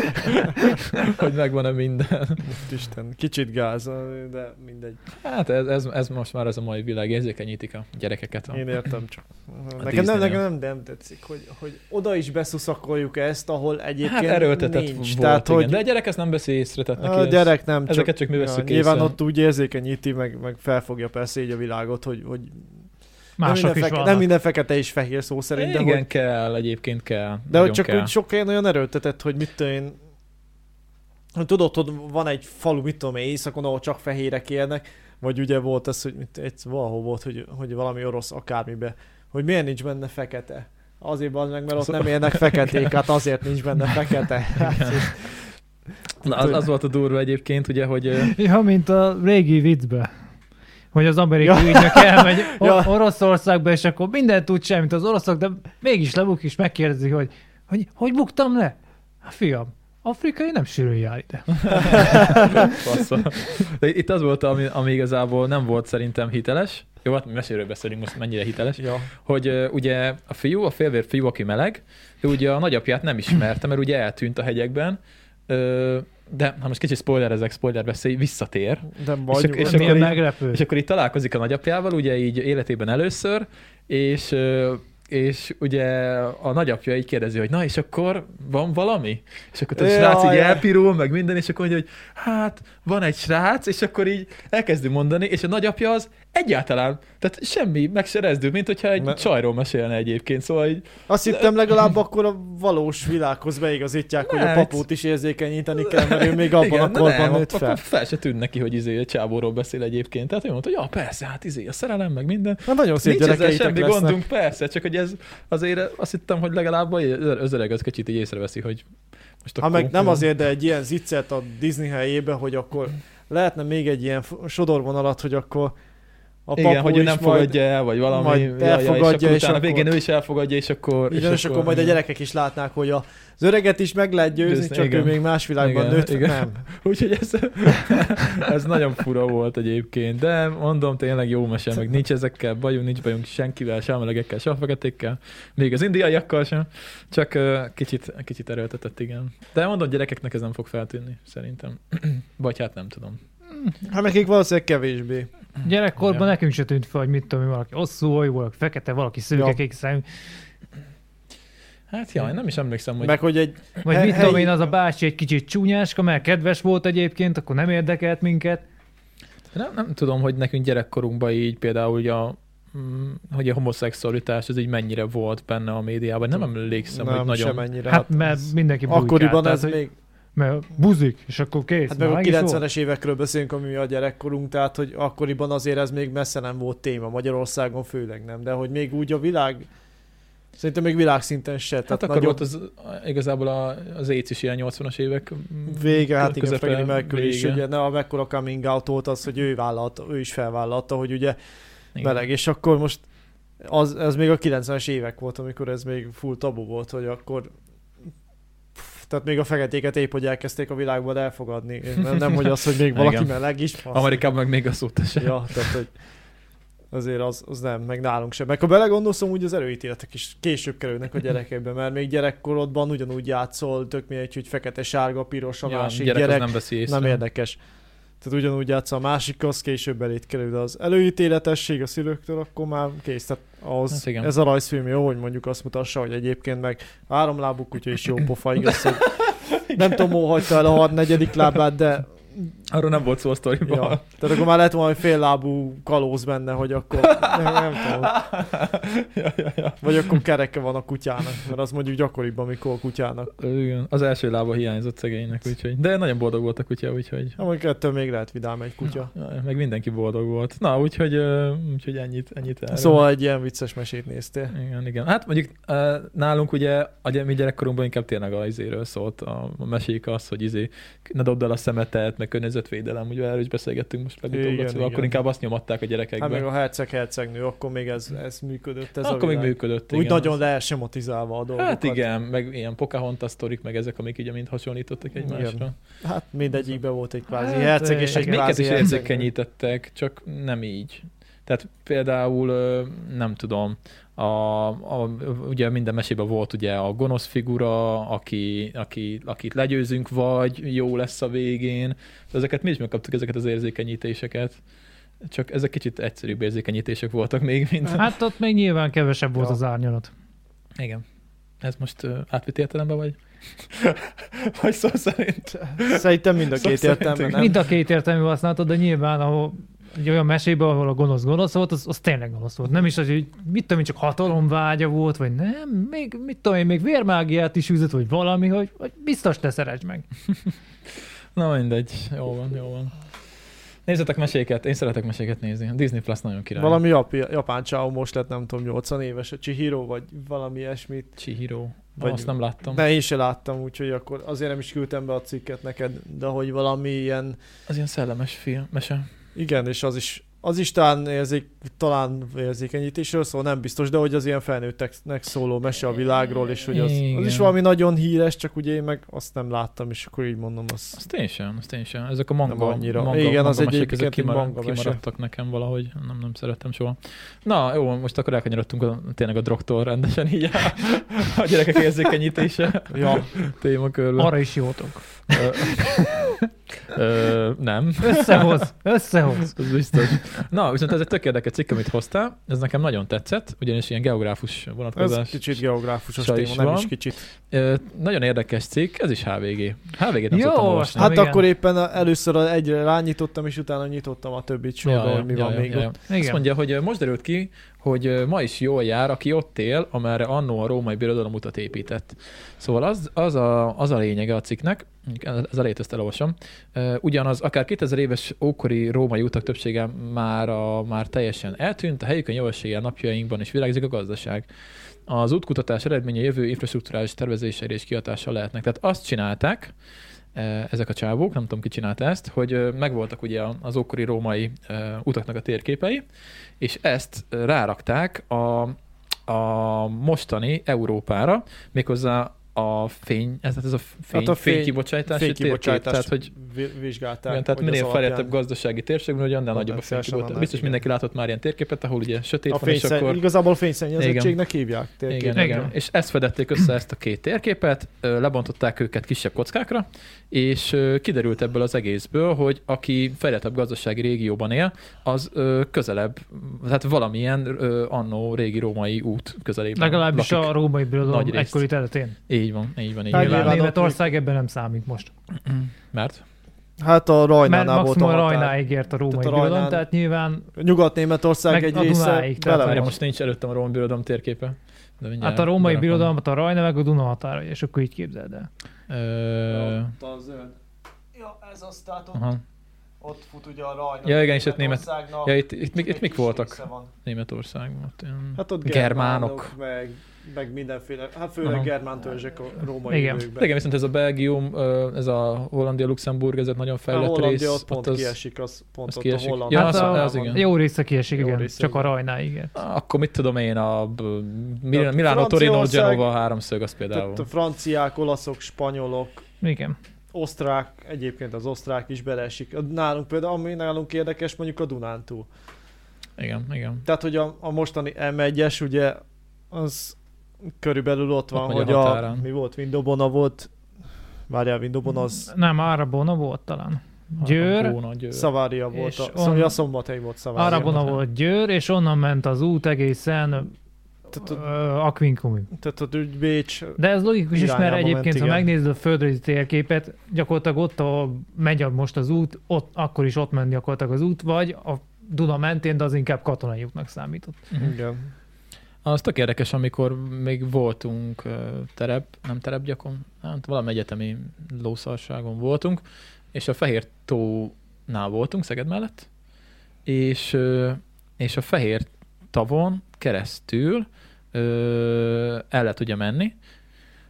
hogy megvan-e minden.
Isten, kicsit gáz, de mindegy.
Hát ez, ez, ez most már ez a mai világ, érzékenyítik a gyerekeket. A
Én értem csak. Nekem nem,
Disney-nél.
nekem nem, nem tetszik, hogy, hogy oda is beszuszakoljuk ezt, ahol
Hát
egyébként
erőltetett
nincs.
volt,
Tehát,
igen.
hogy
De a gyerek ezt nem veszi észre, tehát neki
a
ez-
gyerek nem csak...
ezeket csak mi
ja,
veszük
nyilván
észre.
ott úgy érzékenyíti, meg, meg felfogja persze így a világot, hogy, hogy nem,
Mások
minden
is
feke, nem
vannak.
minden fekete is fehér szó szerint, de,
Igen,
Hogy,
kell, egyébként kell.
de hogy
Nagyon
csak
kell.
úgy sok helyen olyan erőltetett, hogy mit tudom én, hogy tudod, hogy van egy falu, mit tudom én, éjszakon, ahol csak fehérek élnek, vagy ugye volt ez, hogy mit, egy, valahol volt, hogy, hogy valami orosz akármibe, hogy miért nincs benne fekete. Azért van meg, mert ott nem élnek feketék, hát azért nincs benne fekete. Hát,
Na, az, az, volt a durva egyébként, ugye, hogy ö,
Ja, mint a régi viccbe. Hogy az amerikai ja. ügynök elmegy
Ja.
ja. Oroszországba, és akkor mindent tud semmit az oroszok, de mégis lebuk és megkérdezi, hogy hogy, hogy buktam le? Hát fiam, afrikai nem sűrűn jár ide.
bassza. De itt az volt, ami, ami igazából nem volt szerintem hiteles. Jó, hát mi meséről beszélünk most, mennyire hiteles.
ja.
Hogy ö, ugye a fiú, a félvér fiú, aki meleg, ő ugye a nagyapját nem ismerte, mert ugye eltűnt a hegyekben, Ö, de ha most kicsit spoilerezek, spoiler beszélj, visszatér.
Nem vagyunk.
És
És
akkor
Milyen
így-
meglepő.
És akkor itt találkozik a nagyapjával, ugye így életében először, és, ö, és ugye a nagyapja így kérdezi, hogy na és akkor van valami? És akkor tudod, a srác így
Jaj.
elpirul, meg minden, és akkor mondja, hogy hát van egy srác, és akkor így elkezdi mondani, és a nagyapja az egyáltalán, tehát semmi meg se rezdül, mint hogyha egy
Ne-
csajról mesélne egyébként, szóval így
Azt hittem legalább akkor a valós világhoz beigazítják, hogy a
Nem,
papót is érzékenyíteni kell, mert ő még abban
Igen,
a
de
korban nőtt
akkor
fel.
fel se tűn neki, hogy izé a csávóról beszél egyébként. Tehát ő mondta, hogy ja, persze, hát izé a szerelem, meg minden.
Na, nagyon szép
Nincs ezzel
gyerekeitek
semmi
lesznek.
gondunk, persze, csak hogy ez azért azt hittem, hogy legalább az öreg az kicsit így észreveszi, hogy most
Ha
akkor...
meg nem azért, de egy ilyen ziccet a Disney helyébe, hogy akkor lehetne még egy ilyen f- sodorvonalat, hogy akkor a papu
igen, hogy ő
is
nem
majd,
fogadja el, vagy valami.
majd
ja, ja, és
elfogadja,
akkor
és
utána
akkor-
végén ő is elfogadja, és akkor...
Igen, és akkor majd a gyerekek is látnák, hogy a, az öreget is meg lehet győzni,
Győzni,
csak
igen.
ő még más világban
Igen,
nőtt.
igen.
Nem.
Úgyhogy ez, ez nagyon fura volt egyébként, de mondom, tényleg jó mese, meg nincs ezekkel bajunk, nincs bajunk senkivel, sem melegekkel, sem feketékkel, még az indiaiakkal sem, csak ö, kicsit, kicsit erőltetett, igen. De mondom, gyerekeknek ez nem fog feltűnni, szerintem. Vagy hát nem tudom.
Hát nekik valószínűleg kevésbé.
Gyerekkorban
Ja.
nekünk se tűnt fel, hogy mit tudom, én, valaki hosszú, oly, valaki fekete, valaki szőke,
Ja.
kék szem,
Hát jaj, nem is emlékszem, hogy
Meg hogy egy...
vagy
He-
mit tudom én,
helyi-
az a bácsi egy kicsit csúnyáska, mert kedves volt egyébként, akkor nem érdekelt minket.
Nem, nem tudom, hogy nekünk gyerekkorunkban így például ugye a, mm, hogy a homoszexualitás az így mennyire volt benne a médiában. Nem emlékszem,
nem,
hogy nagyon...
semennyire.
Hát mert mindenki bujkált,
Akkoriban
tehát,
ez
hogy-
még...
Mert buzik, és akkor kész.
Hát
már
meg a
meg is volt.
90-es évekről beszélünk, ami a gyerekkorunk, tehát hogy akkoriban azért ez még messze nem volt téma, Magyarországon főleg nem, de hogy még úgy a világ Szerintem még világszinten se.
Hát akkor volt az, igazából a- az éjc is ilyen 80-as évek. mm,
Vége, hát igen,
közepe,
Freddie Mercury is,
vége.
ugye, ne, a mekkora coming out volt az, hogy ő, vállalta, ő is felvállalta, hogy ugye
Igen.
meleg, és akkor most az, ez még a 90-es évek volt, amikor ez még full tabu volt, hogy akkor Pff, tehát még a feketéket épp, hogy elkezdték a világban elfogadni. Nem, nem hogy az, hogy még valaki
Igen.
meleg is. Azt-
Amerikában meg még a szót se.
Ja, tehát, hogy azért az, az nem, meg nálunk sem. Meg ha belegondolsz, úgy az előítéletek is később kerülnek a gyerekedbe, mert még gyerekkorodban ugyanúgy játszol, tök mindegy, hogy fekete, sárga, piros a
Ja,
másik
gyerek,
gyerek,
az nem veszi észre.
nem érdekes. Tehát ugyanúgy játsz a másik, az később elét kerül, de az előítéletesség a szülőktől, akkor már kész. Tehát az,
Hát igen.
hát ez a rajzfilm jó, hogy mondjuk azt mutassa, hogy egyébként meg háromlábú kutya is jó pofa, igaz, hogy nem tudom, hol hagyta el a harmadnegyedik lábát, de
Arról nem volt szó a sztoriban.
ja. Tehát akkor már lett valami féllábú kalóz benne, hogy akkor nem, nem tudom.
ja, ja, ja.
Vagy akkor kereke van a kutyának, mert az mondjuk gyakoribb, amikor a kutyának.
Ö, Igen, az első lába hiányzott szegénynek, úgyhogy. De nagyon boldog volt a kutya, úgyhogy.
Na, Hát mondjuk ettől még lehet vidám egy kutya.
Ja, Meg mindenki boldog volt. Na, úgyhogy, ö, úgyhogy ennyit, ennyit erről.
Szóval egy ilyen vicces mesét néztél.
Igen, igen. Hát mondjuk ö, nálunk ugye a gy- mi gyerekkorunkban inkább tényleg a izéről szólt a a mesék az, hogy izé, ne dobd el a szemetet, meg környezetvédelem, ugye erről is beszélgettünk most legutóbb,
Igen,
Lacival, szóval akkor
igen.
inkább azt nyomatták a
Hát
gyerekekbe.
meg a herceg-hercegnő, akkor még ez, ez működött. Ez
Hát,
a
akkor még
világ.
működött.
Úgy
igen,
nagyon leesemotizálva a dolgokat.
Hát igen, meg ilyen Pocahontas sztorik, meg ezek, amik így mind hasonlítottak
Igen.
egymásra.
Hát mindegyikbe volt egy kvázi
Hát,
hát, herceg és
igen.
Egy
egy
minket
kvázi
is
hercegnő.
érzékenyítettek, csak nem így. Tehát például, ö, nem tudom, a, a, ugye minden mesében volt ugye a gonosz figura, aki, aki, akit legyőzünk, vagy jó lesz a végén. Ezeket mi is megkaptuk, ezeket az érzékenyítéseket. Csak ezek kicsit egyszerűbb érzékenyítések voltak még, mint...
Hát ott még nyilván kevesebb volt
Ja.
az árnyalat.
Igen. Ez most ö, átvitt értelemben, vagy? vagy szó szerint?
Szerintem mind a
Szó
két
szerint
értelme,
igen.
nem?
Mind a két értelmű használtad, de nyilván ahol egy olyan mesében, ahol a gonosz gonosz volt, az, az tényleg gonosz volt. Nem is az, hogy mit tudom én, csak hatalomvágya volt, vagy nem, még mit tudom én, még vérmágiát is üzött, vagy valami, hogy, hogy biztos te szeresd meg.
Na mindegy, jó van, jó van. Nézzetek meséket, én szeretek meséket nézni. A Disney Plus nagyon király.
Valami japi- japán csáó most lett, nem tudom, 80 éves, a Chihiro, vagy valami ilyesmit.
Chihiro. Vagy
Vagy-
azt nem láttam.
De én se láttam, úgyhogy akkor azért nem is küldtem be a cikket neked, de hogy valami ilyen,
Az ilyen szellemes film, mese.
igen, és az is, az is talán, érzék, talán érzékenyítésről szól, nem biztos, de hogy az ilyen felnőtteknek szóló mese a világról, és hogy az, az
Igen.
is valami nagyon híres, csak ugye én meg azt nem láttam, és akkor így mondom, az
Azt én sem, azt én sem. Ezek a manga,
Nem annyira.
manga
Igen,
manga
az
mesék,
egyébként
ezek
egy
kimar-
manga mese.
kimaradtak nekem valahogy. Nem, nem szerettem soha. Na, jó, most akkor elkanyarodtunk a, tényleg a drogtól rendesen így a, a gyerekek érzékenyítése
ja,
témakörben.
Arra is jótok.
Ö, ö, nem.
Összehoz, összehoz.
Az biztos. Na, viszont ez egy tök érdekes cikk, amit hoztál. Ez nekem nagyon tetszett, ugyanis ilyen geográfus
ez
vonatkozás.
kicsit geográfusos
Sa
téma,
is
nem
van.
is kicsit.
Ö, nagyon érdekes cikk, ez is HVG. HVG-t nem
Jó,
szoktam
aztán
olvasni.
Hát
igen.
akkor éppen a- először a- egyre rányitottam, és utána nyitottam a többit sorba, hogy mi van még ott.
Azt
Igen.
mondja, hogy ö, most derült ki, hogy ö, ma is jól jár, aki ott él, amerre annó a római birodalom utat épített. Szóval az, az, a, az a lényege a cikknek, az elejét ezt elolvasom, Ö, ugyanaz akár 2000 éves ókori római utak többsége már, a, már teljesen eltűnt, a helyükön javasléjel napjainkban is virágzik a gazdaság. Az útkutatás eredménye jövő infrastruktúrális tervezésére és kiatással lehetnek. Tehát azt csinálták, e, ezek a csávók, nem tudom ki csinálta ezt, hogy ö, megvoltak ugye a- az ókori római e, utaknak a térképei, és ezt ö, rárakták a, a mostani Európára, méghozzá a fény, ez, ez a fény,
Hát
a
a
fény,
fény-
fénykibocsátási térkép,
Fénykibocsátást
tehát hogy
vi- vizsgálták.
igen, tehát
hogy az
minél
alapján-
fejlettebb gazdasági térségben, hogy annál nagyobb a
Potenciálisan
fénykibocsátás.
annál,
Biztos
igen.
mindenki látott már ilyen térképet, ahol ugye sötét
a
van, és
fényszenny,
akkor...
akkor... Igazából fényszennyezettségnek hívják térképet.
Igen,
Igen.
igen. És ezt fedették össze ezt a két térképet, ö, lebontották őket kisebb kockákra, és ö, kiderült ebből az egészből, hogy aki fejlettebb gazdasági régióban él, az ö, közelebb, tehát valamilyen ö, annó régi római út közelében
Legalábbis
lakik.
a római birodalom
Nagy részt.
egykori területén.
Így van, így van, így van.
Hát
Nyilván
nyilván ott
Németország ebben nem számít most.
Mert?
Hát a
Mert
Rajnánál volt a
maximum
határ.
Rajnáig ért a római
Tehát a
birodalom,
Rajnán-
tehát nyilván
Nyugat-Németország
Meg
egy
a
része
Dunáig, tehát
Várja,
bele van.
most nincs előttem a római birodalom térképe. De mindjárt
hát a római
berakom.
birodalmat a Rajna meg a Duna határa, és akkor így képzeld el.
Ö,
Ja, ez az, tehát
aha.
ott fut ugye a Rajna.
Ja, igen, és ott német- Ja, itt, itt, itt, itt, itt mik voltak? Németországban. Ott, ilyen-
Hát ott
Germánok.
germánok, meg meg mindenféle, hát főleg
Aha.
germán törzsek a római
Igen.
időkben.
Igen, viszont ez a Belgium, ö, ez a Hollandia-Luxemburg, ez egy nagyon
a
fejlett
Hát Hollandia
rész. Hát
ott pont
az,
kiesik, az pont
az
ott
kiesik.
a
Ja,
holland.
Hát
az,
a-
az igen.
Jó része kiesik,
Jó
igen.
része,
Csak a
igen.
rajnál, igen.
Akkor mit tudom én, a b-
Tehát
Mil- Milano, Torino,
Franciaország-
Genova háromszög, az például.
Tehát a franciák, olaszok, spanyolok,
Igen.
osztrák, egyébként az osztrák is beleesik. Nálunk például, ami nálunk érdekes, mondjuk a Dunántúl.
Igen, igen.
Tehát, hogy a, a mostani M1-es, ugye, az körülbelül ott van,
megy a
hogy a,
határon.
mi volt, Windobona volt, várjál, Windobona az
Nem, Arabona volt talán. Győr,
Bóna, győr.
Szavária volt,
És
a,
on-
on... a szombathely volt Szavária.
Arabona volt Győr, és onnan ment az út egészen
Tehát, a-
ö, Aquincumig.
tehát a Dü- Bécs,
De ez logikus is, mert
irányába ment,
egyébként, ha
igen.
megnézed a földrajzi térképet, gyakorlatilag ott, ahol megy a- most az út, ott, akkor is ott ment gyakorlatilag az út, vagy a Duna mentén, de az inkább katonai útnak számított.
Mhm.
igen.
Az tök érdekes, amikor még voltunk ö, terep, nem terepgyakon, hát valami egyetemi lószarságon voltunk, és a Fehér tónál voltunk, Szeged mellett, és, ö, és a Fehér tavon keresztül ö, el lehet ugye menni,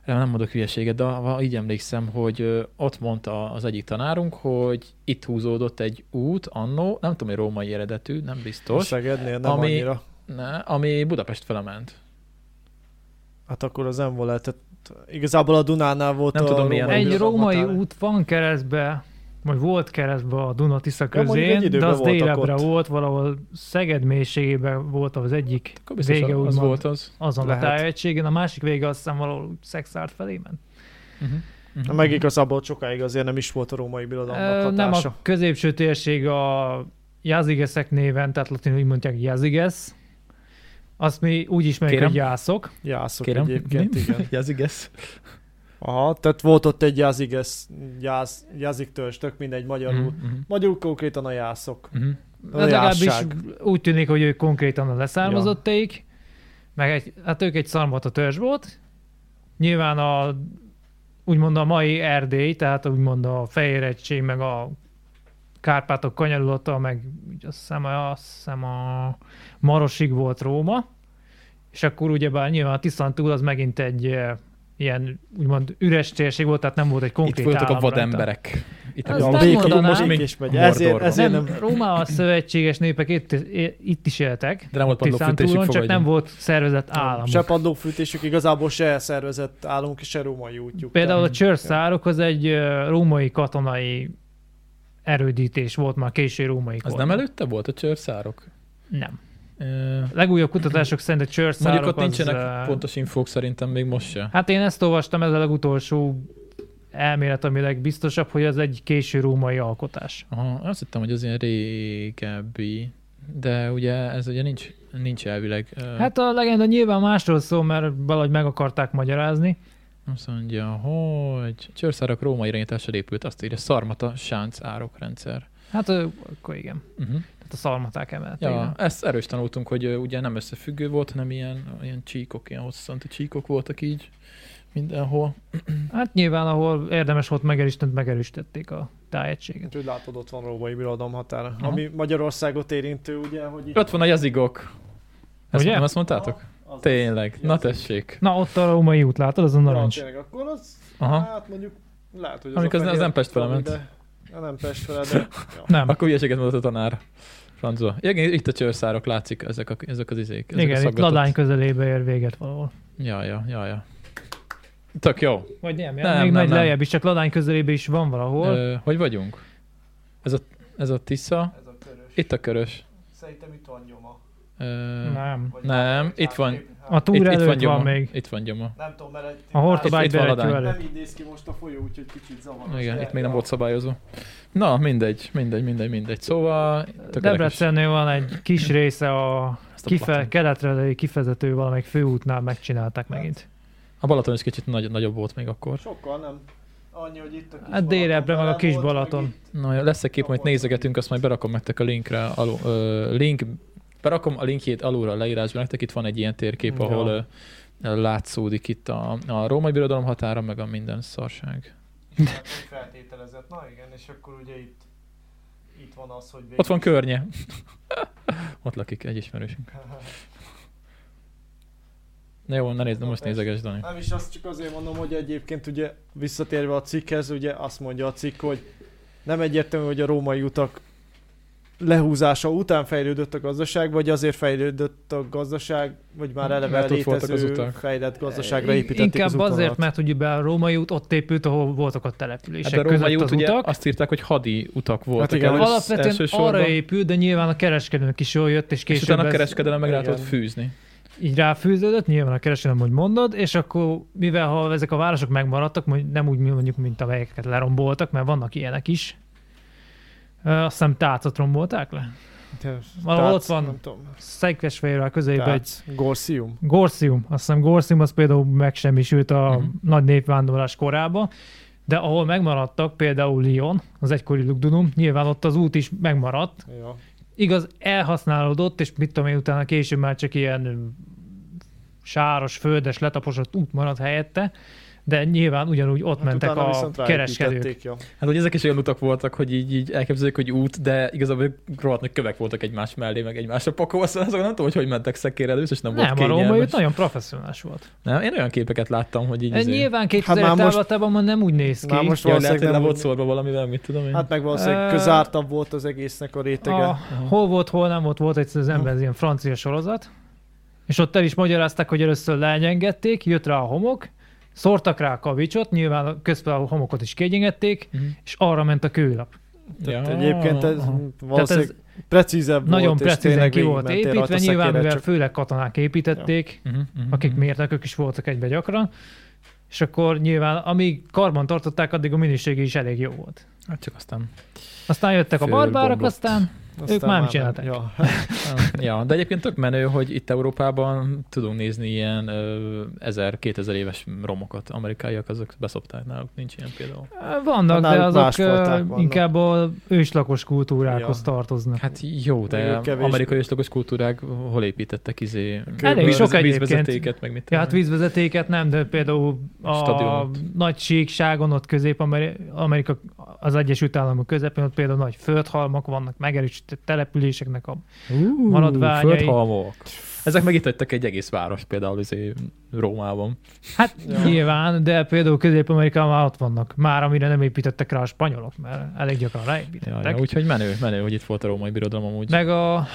Erre nem mondok hülyeséget, de ha így emlékszem, hogy ö, ott mondta az egyik tanárunk, hogy itt húzódott egy út annó, nem tudom, hogy római eredetű, nem biztos,
Szegednél nem
ami-
ami... annyira.
ne, ami Budapest felement.
Hát akkor az nem volt lehetett. Igazából a Dunánál volt
Nem
a
tudom, milyen
római
Egy
Bizony,
római
határ.
út van keresztbe, vagy volt keresztbe a Duna-Tisza
mondjuk egy
közén, de
időben
az
voltak
délebbre
ott.
volt, valahol Szeged mélységében volt az egyik
Hát
Akkor biztos
vége,
az
úgymond,
volt az.
azon
Lehet.
a tájegységen, a másik vége azt hiszem valahol Szexárd felé ment.
Uh-huh. Uh-huh.
Meg igazából sokáig azért nem is volt a római birodalomnak
Ö, Nem,
hatása.
a középső térség a Jázigeszek néven, tehát latinul úgy mondják Jázigesz, azt mi úgy ismerjük,
Kérem.
hogy jászok.
Jászok
Kérem.
egyébként, igen.
Ez igaz.
Aha, tehát volt ott egy jázigesz, jáz, jáziktős, tök mindegy magyarul.
Mhm.
Mm. Magyarul konkrétan a jászok. A
Ez legalábbis
jásság.
úgy tűnik, hogy ők konkrétan a leszármazottaik, ja. meg egy, hát ők egy szarmat a törzs volt. Nyilván a úgymond a mai Erdély, tehát úgymond a Fehér Egység, meg a Kárpátok kanyarulata, meg úgy azt hiszem, a, azt hiszem a Marosig volt Róma, és akkor ugyebár nyilván a Tisztán túl az megint egy eh, ilyen úgymond üres térség volt, tehát nem volt egy
Itt
konkrét
voltak a
állam rajta.
vademberek. Itt
Azt
a
nem
békén-
mondanám.
most még
is megy.
Mordorban.
Ezért, ezért nem,
nem, Róma a szövetséges népek itt, itt is éltek.
De nem volt padlófűtésük
Tiszántúlon, csak
fogadjunk.
nem volt szervezett állam.
se padlófűtésük, igazából se szervezett állunk, se római útjuk.
Például a csörszárokhoz egy ö, római katonai erődítés volt már késő római
Az
korban.
nem előtte volt a csőrszárok?
Nem.
Ö,
Legújabb kutatások szerint a csörszárok
Mondjuk ott
az,
nincsenek
ö,
pontos infók szerintem még most se.
Hát én ezt olvastam, ez a legutolsó elmélet, ami legbiztosabb, hogy az egy késő római alkotás.
Aha, azt hittem, hogy az ilyen régebbi, de ugye ez ugye nincs, nincs elvileg. Ö,
Hát a legenda nyilván másról szól, mert valahogy meg akarták magyarázni.
Azt mondja, hogy csőrszárok római irányítással épült, azt írja, szarmata sánc árok rendszer.
Hát ö, akkor igen.
Uh-huh.
Tehát a szarmaták emelt.
Ja,
igen.
ezt erős tanultunk, hogy ö, ugye nem összefüggő volt, hanem ilyen, ilyen csíkok, ilyen hosszanti csíkok voltak így mindenhol.
Hát nyilván, ahol érdemes volt megerősíteni, megerősítették a tájegységet.
Úgyhogy látod, ott van római birodalom határa.
Aha.
Ami Magyarországot érintő, ugye, hogy itt
Ott van a jazigok. Ezt
Ugye?
nem azt mondtátok?
Ah, az
Tényleg. Na
Jazig.
tessék.
Na, ott a római út, látod, az a
Ja,
narancs.
tényleg, akkor az,
Aha.
hát mondjuk, lehet, hogy az
Amikor az-
a
az
fehér-
nem Pest fele ment.
de- Ja, Nem Pest fele, de... Ja.
Nem.
Akkor hülyeséget mondott a tanár. Franzó. Igen, itt a csőrszárok látszik, ezek a, ezek az izék. Ezek
Igen,
a
itt Ladány közelébe ér véget valahol.
Ja, ja, ja, ja. Tök jó.
Vagy nem,
Nem,
nem még
nem,
nagy
nem.
lejjebb is, csak Ladány közelébe is van valahol.
Ö, hogy vagyunk? Ez a, ez a Tisza.
Ez a körös.
Itt a körös.
Szerintem itt van nyoma.
Ö,
nem.
Vagy
Nem,
vagy
itt van.
hátrébb. Hát,
A túl
itt,
előtt
itt
van,
van gyoma.
még.
Itt van gyoma.
Nem tudom, mert egy-
A Hortobágy
Itt- itt van
berettyű
Ladány.
előtt.
Nem így néz ki most a folyó, úgyhogy kicsit zavaros.
Igen,
de-
itt még nem
ja.
volt szabályozó. Na, mindegy, mindegy, mindegy, mindegy. Szóval, tök érdekes.
Debrecennél van egy kis része a
Ezt a
kife,
Balaton-
keletre levő kifezető valamelyik főútnál megcsinálták megint.
A Balaton is kicsit nagy, nagyobb volt még akkor.
Sokkal nem. Annyi, hogy itt a kis
Hát délebbre meg a
bele
kis
volt,
Balaton.
meg itt-
Na, lesz egy kép, majd nézegetünk, azt majd berakom nektek a linkre, alul, ö, link, berakom a linkjét alulra a leírásban, nektek itt van egy ilyen térkép,
Ja.
ahol ö, látszódik itt a, a római birodalom határa, meg a minden szarság.
itt hát úgy feltételezett. Na igen, és akkor ugye itt, itt van az, hogy végig...
Ott van környe. Ott lakik egy ismerősünk. Na jó, ne nézd, de most nézeges, Dani.
Nem is azt csak azért mondom, hogy egyébként ugye visszatérve a cikkhez, ugye azt mondja a cikk, hogy nem egyértelmű, hogy a római utak lehúzása után fejlődött a gazdaság, vagy azért fejlődött a gazdaság, vagy már eleve
Hát Mert ott voltak az
létező
utak.
fejlett gazdaságra építették az
Inkább
útvonalat.
azért, mert ugye a római út ott épült, ahol voltak a települések
Hát a római
között
út
az
ugye
utak.
azt írták, hogy hadi utak voltak.
igen,
elősz-
Alapvetően
elsősorban,
arra épült, de nyilván a kereskedelmük is jól jött, és
és
később
utána a
ez-
kereskedelem meg rá
igen.
tudott fűzni.
így ráfűződött, nyilván a kereskedelem, hogy mondod, és akkor mivel ha ezek a városok megmaradtak, mondj- nem úgy mondjuk, mint amelyeket leromboltak, mert vannak ilyenek is, Ö, azt hiszem tácot rombolták le. Valahol ott
Tác,
van.
Nem tudom.
Szegfesfehérvár közelében egy
Tác, Gorszium.
Gorsium, azt hiszem Gorsium az például megsemmisült a
Mhm.
nagy népvándorlás korába, de ahol megmaradtak, például Lyon, az egykori Lugdunum, nyilván ott az út is megmaradt,
Ja. Hát
igaz, elhasználódott, és mit tudom én, utána később már csak ilyen ö, sáros, földes, letaposott út maradt helyette, de nyilván ugyanúgy ott
Hát
mentek
utána
a
viszont
kereskedők.
ráépítették, Ja.
Hát hogy ezek is olyan utak voltak, hogy így, így elképzeljük, hogy út, de igazából rohadt nagy kövek voltak egymás mellé, meg egymásra pakolva, szóval azok nem tudom, hogy hogy mentek szekkér először, és nem,
Nem,
volt
a római
kényelmes.
út nagyon professzionális volt.
Nem, én olyan képeket láttam, hogy így...
Ez
izé-
nyilván 2000
már
hát
most-
távlatában már nem úgy néz ki.
Már most
Jó, lehet, hogy
valószínűleg
le
nem
volt
volt
szórva valamivel, mit tudom én.
Hát meg valószínűleg
Ö,
közártabb volt az egésznek a rétege.
a, hol volt, hol nem volt, volt egyszer az ember ez ilyen francia sorozat, és ott el is magyarázták, hogy először leengedték, jött rá a homok, szórtak rá a kavicsot, nyilván a- közben a homokot is kiegyengették,
Mhm.
és arra ment a kőlap.
Tehát egyébként ez
aha.
valószínűleg precízebb
Nagyon
volt, és
precízen
tényleg
ki volt
végigmentél rajta
építve, nyilván
szekérrel,
mivel
csak
főleg katonák építették,
Mhm, mhm,
akik
mhm.
mérnökök is voltak egybe gyakran, és akkor nyilván amíg karban tartották, addig a minősége is elég jó volt.
Hát csak aztán...
Aztán jöttek a barbárok,
Fölbombott.
aztán
aztán
ők már nem
nem.
csinálták.
Ja.
ja, de egyébként tök menő, hogy itt Európában tudunk nézni ilyen 1000-2000 éves romokat. Amerikaiak azok beszopták náluk, nincs ilyen például.
eh, vannak, de
Hát Náluk
azok
másfajták
ö,
vannak.
inkább a őslakos kultúrákhoz
Ja.
tartoznak.
Hát jó, de
Mondjuk kevés-
amerikai őslagos kultúrák hol építettek izé
Elég
víz-
sok egyébként.
vízvezetéket, meg mit
Ja,
tudom
hát
én.
vízvezetéket nem, de például a
Stadionot.
nagy síkságon, ott Közép-Amerika, az Egyesült Államok közepén, ott például nagy földhalmak vannak, megerősített településeknek a
Ú,
maradványai.
Földhalmok. Ezek meg itt adtak egy egész város például izé Rómában.
Hát
Ja.
nyilván, de például Közép-Amerikában már ott vannak. Már amire nem építettek rá a spanyolok, mert elég gyakran
Ja,
ráépítettek.
ja, úgyhogy menő, menő, hogy itt volt a római birodalom amúgy.
Meg a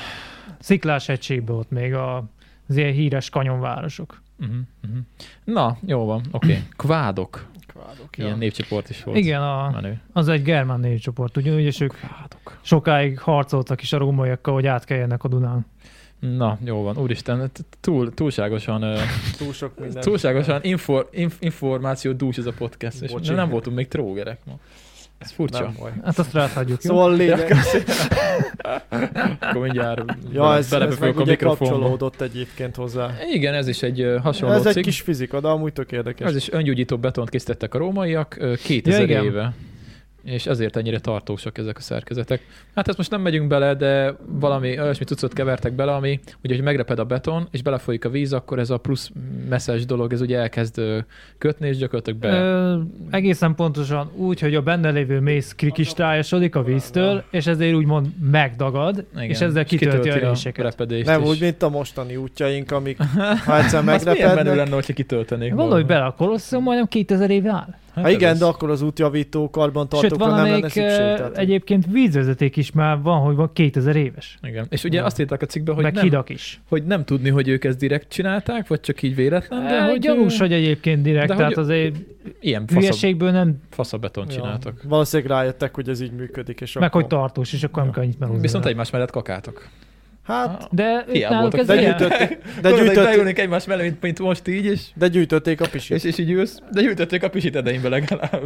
sziklás hegységben ott még a, az ilyen híres kanyonvárosok.
Uh-huh, uh-huh. Na, jó van, oké. Okay. Kvádok.
Kvádok, ja.
Ilyen népcsoport is volt.
Igen, a,
Menő.
az egy germán népcsoport, ugyanúgy, és ők
Kvádok.
sokáig harcoltak is a rómaiakkal, hogy átkeljenek a Dunán.
Na, jó van. Úristen, t- túl, túlságosan, ö,
Túl sok minden.
túlságosan infor, inf, információ dús ez a podcast, és
Bocsi.
nem voltunk még trógerek ma. Ez furcsa.
Nem baj.
Hát azt ráthagyjuk. Szóval...
Szóval lényeg.
Akkor mindjárt
Ja, ez, ez meg
belepöpölök a
ugye
mikrofonba.
kapcsolódott egyébként hozzá.
Igen, ez is egy ö, hasonló
ez egy
cikk.
kis fizika, de amúgy tök érdekes.
Ez is öngyógyító betont készítettek a rómaiak ö, 2000
Ja, igen.
éve. És ezért ennyire tartósak ezek a szerkezetek. Hát ezt most nem megyünk bele, de valami olyasmi cuccot kevertek bele, ami ugye, hogy megreped a beton, és belefolyik a víz, akkor ez a plusz messzes dolog, ez ugye elkezd ö, kötni, és gyakorlatilag be.
Ö, egészen pontosan úgy, hogy a benne lévő mész krikistályosodik a víztől, és ezért úgymond megdagad,
Igen.
és ezzel kitölti a réseket.
repedést
Nem
is.
úgy, mint a mostani útjaink, amik ha egyszer
Az milyen menő
megrepednek.
lenne, hogyha kitöltenék
Valahogy bele a kolosszeum, majdnem 2000 éve áll.
Hát
Ha
ez
igen,
az.
de akkor az útjavító
Sőt,
karbantartókra nem lenne
valamelyik
szükség.
ö,
Tehát
egyébként vízvezeték is már van, hogy van 2000 éves.
Igen. És ugye
Ja.
azt írták a cikkben, hogy
Meg
nem,
hidak is.
hogy nem tudni, hogy ők ezt direkt csinálták, vagy csak így véletlen, de
E,
hogy
Gyanús, hogy egyébként direkt,
de
tehát
hogy-
azért
ilyen faszabb,
hülyeségből nem,
faszabeton csináltak.
Ja, valószínűleg rájöttek, hogy ez így működik, és
meg
akkor...
hogy tartós, és akkor nem
Ja.
kell annyit melózni
Viszont
vele.
egymás mellett kakáltak.
Hát,
De ők
Hiába
náluk
voltak
ez
de,
ilyen.
gyűjtötték, de,
De gyűjtött...
gyűjtött,
leülnék egymás mellett, mint, mint most így, és,
de gyűjtötték a
és,
pisit.
és így ülsz, de gyűjtötték a pisit edeimbe legalább.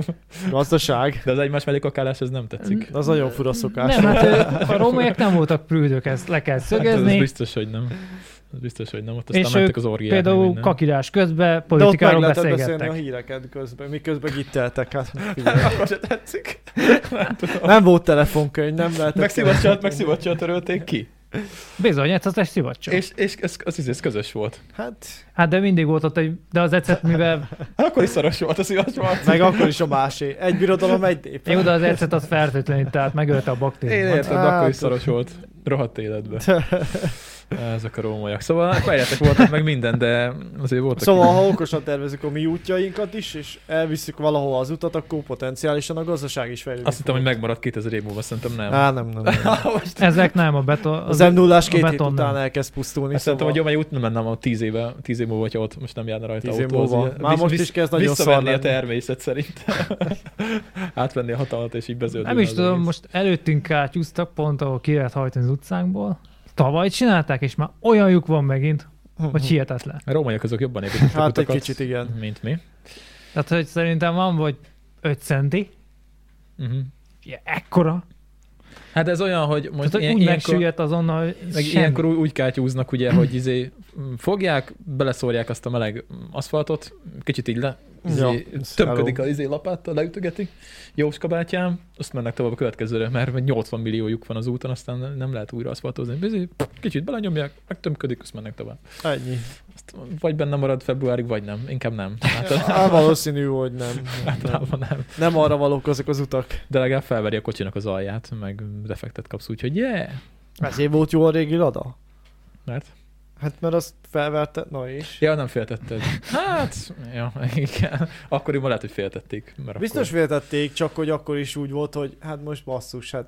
Gazdaság.
De az egymás mellé kakálás, ez nem tetszik.
Az nagyon fura szokás.
Nem, hát ö, a rómaiak nem voltak prűdök, ezt le kell
Hát ez
szögezni.
biztos, hogy nem. Ez biztos, hogy nem. Ott aztán
És
mentek
ők
az orgiák. meg
Például
minden.
kakirás közben
De ott meg
politikáról
lehetett beszélni
beszélgettek.
a híreket közben, miközben gitteltek. Hát, figyelj.
Akkor se tetszik. Nem tudom.
nem volt telefonkönyv, nem lehetett.
Meg szivacsalt, meg szivacsalt törölték ki.
Bizony, ez az egy szivacsok.
És, és ez, az, az, ez közös volt.
Hát,
Hát de mindig volt ott egy, de az ecet, mivel
Hát akkor is szaros volt a szivacsalt.
meg akkor is a másé. Egy birodalom, egy nép.
jó, de az ecet az fertőtlenít, tehát megölte a
Én
baktériumot.
értem, de akkor
Hát,
is szaros volt. Rohadt életben. Ezek a rómaiak. Szóval várjátok, voltak meg minden, de azért voltak.
Szóval, ha okosan tervezünk a mi útjainkat is, és elviszük valahova az utat, akkor potenciálisan a gazdaság is fejlődik.
Azt hittem, hogy megmaradt 2000 év múlva, szerintem nem.
Á, nem, nem. nem.
Most
Ezek nem, a beton.
Az m 0 két
a
hét
beton nem.
után elkezd pusztulni. szóval-
Azt szerintem, hogy Jomai út nem menne a 10 éve, 10 év múlva, hogyha ott most nem járna rajta
10 év
autó. az
múlva.
ilyen-
Már
visz-
most
visz-
is kezd nagyon szar
Visszavenni a
lenni.
természet szerint. Átvenni a hatalmat és így bezöldülne.
Nem is
az
tudom,
egész.
most előttünk kátyúztak pont, ahol ki lehet hajtani az utcánkból. Tavaly csinálták, és már olyan lyuk van megint, hogy hihetetlen.
A rómaiak azok jobban építettek
Hát egy
utakat,
kicsit igen.
mint mi.
Tehát, hogy szerintem van vagy 5 centi,
Uh-huh.
ilyen ekkora,
Hát ez olyan, hogy
Most
most
Tehát,
ilyen,
hogy úgy
ilyenkor,
megsüllyedt azonnal, hogy
meg
semmi.
ilyenkor úgy, úgy kátyúznak, ugye, hogy izé, mm, fogják, beleszórják azt a meleg aszfaltot, kicsit így le, izé,
Ja,
tömködik a izé lapáttal, leütögetik, Jóska kabátján, azt mennek tovább a következőre, mert 80 milliójuk van az úton, aztán nem lehet újra aszfaltozni. Izé, kicsit belenyomják, meg tömködik, azt mennek tovább.
Ennyi.
Azt vagy benne marad februárig, vagy nem. Inkább nem.
Á, valószínű, hogy nem. nem.
Általában nem.
Nem arra valók azok az utak.
De legalább felveri a kocsinak az alját, meg defektet kapsz, úgyhogy yeah!
Ezért volt jó a régi Lada?
Mert?
Hát mert azt felverte, na és?
Ja, nem féltetted. Hát, ja, igen. Akkoriban lehet, hogy féltették. Mert
Biztos
akkor...
véltették, csak hogy akkor is úgy volt, hogy hát most basszus, hát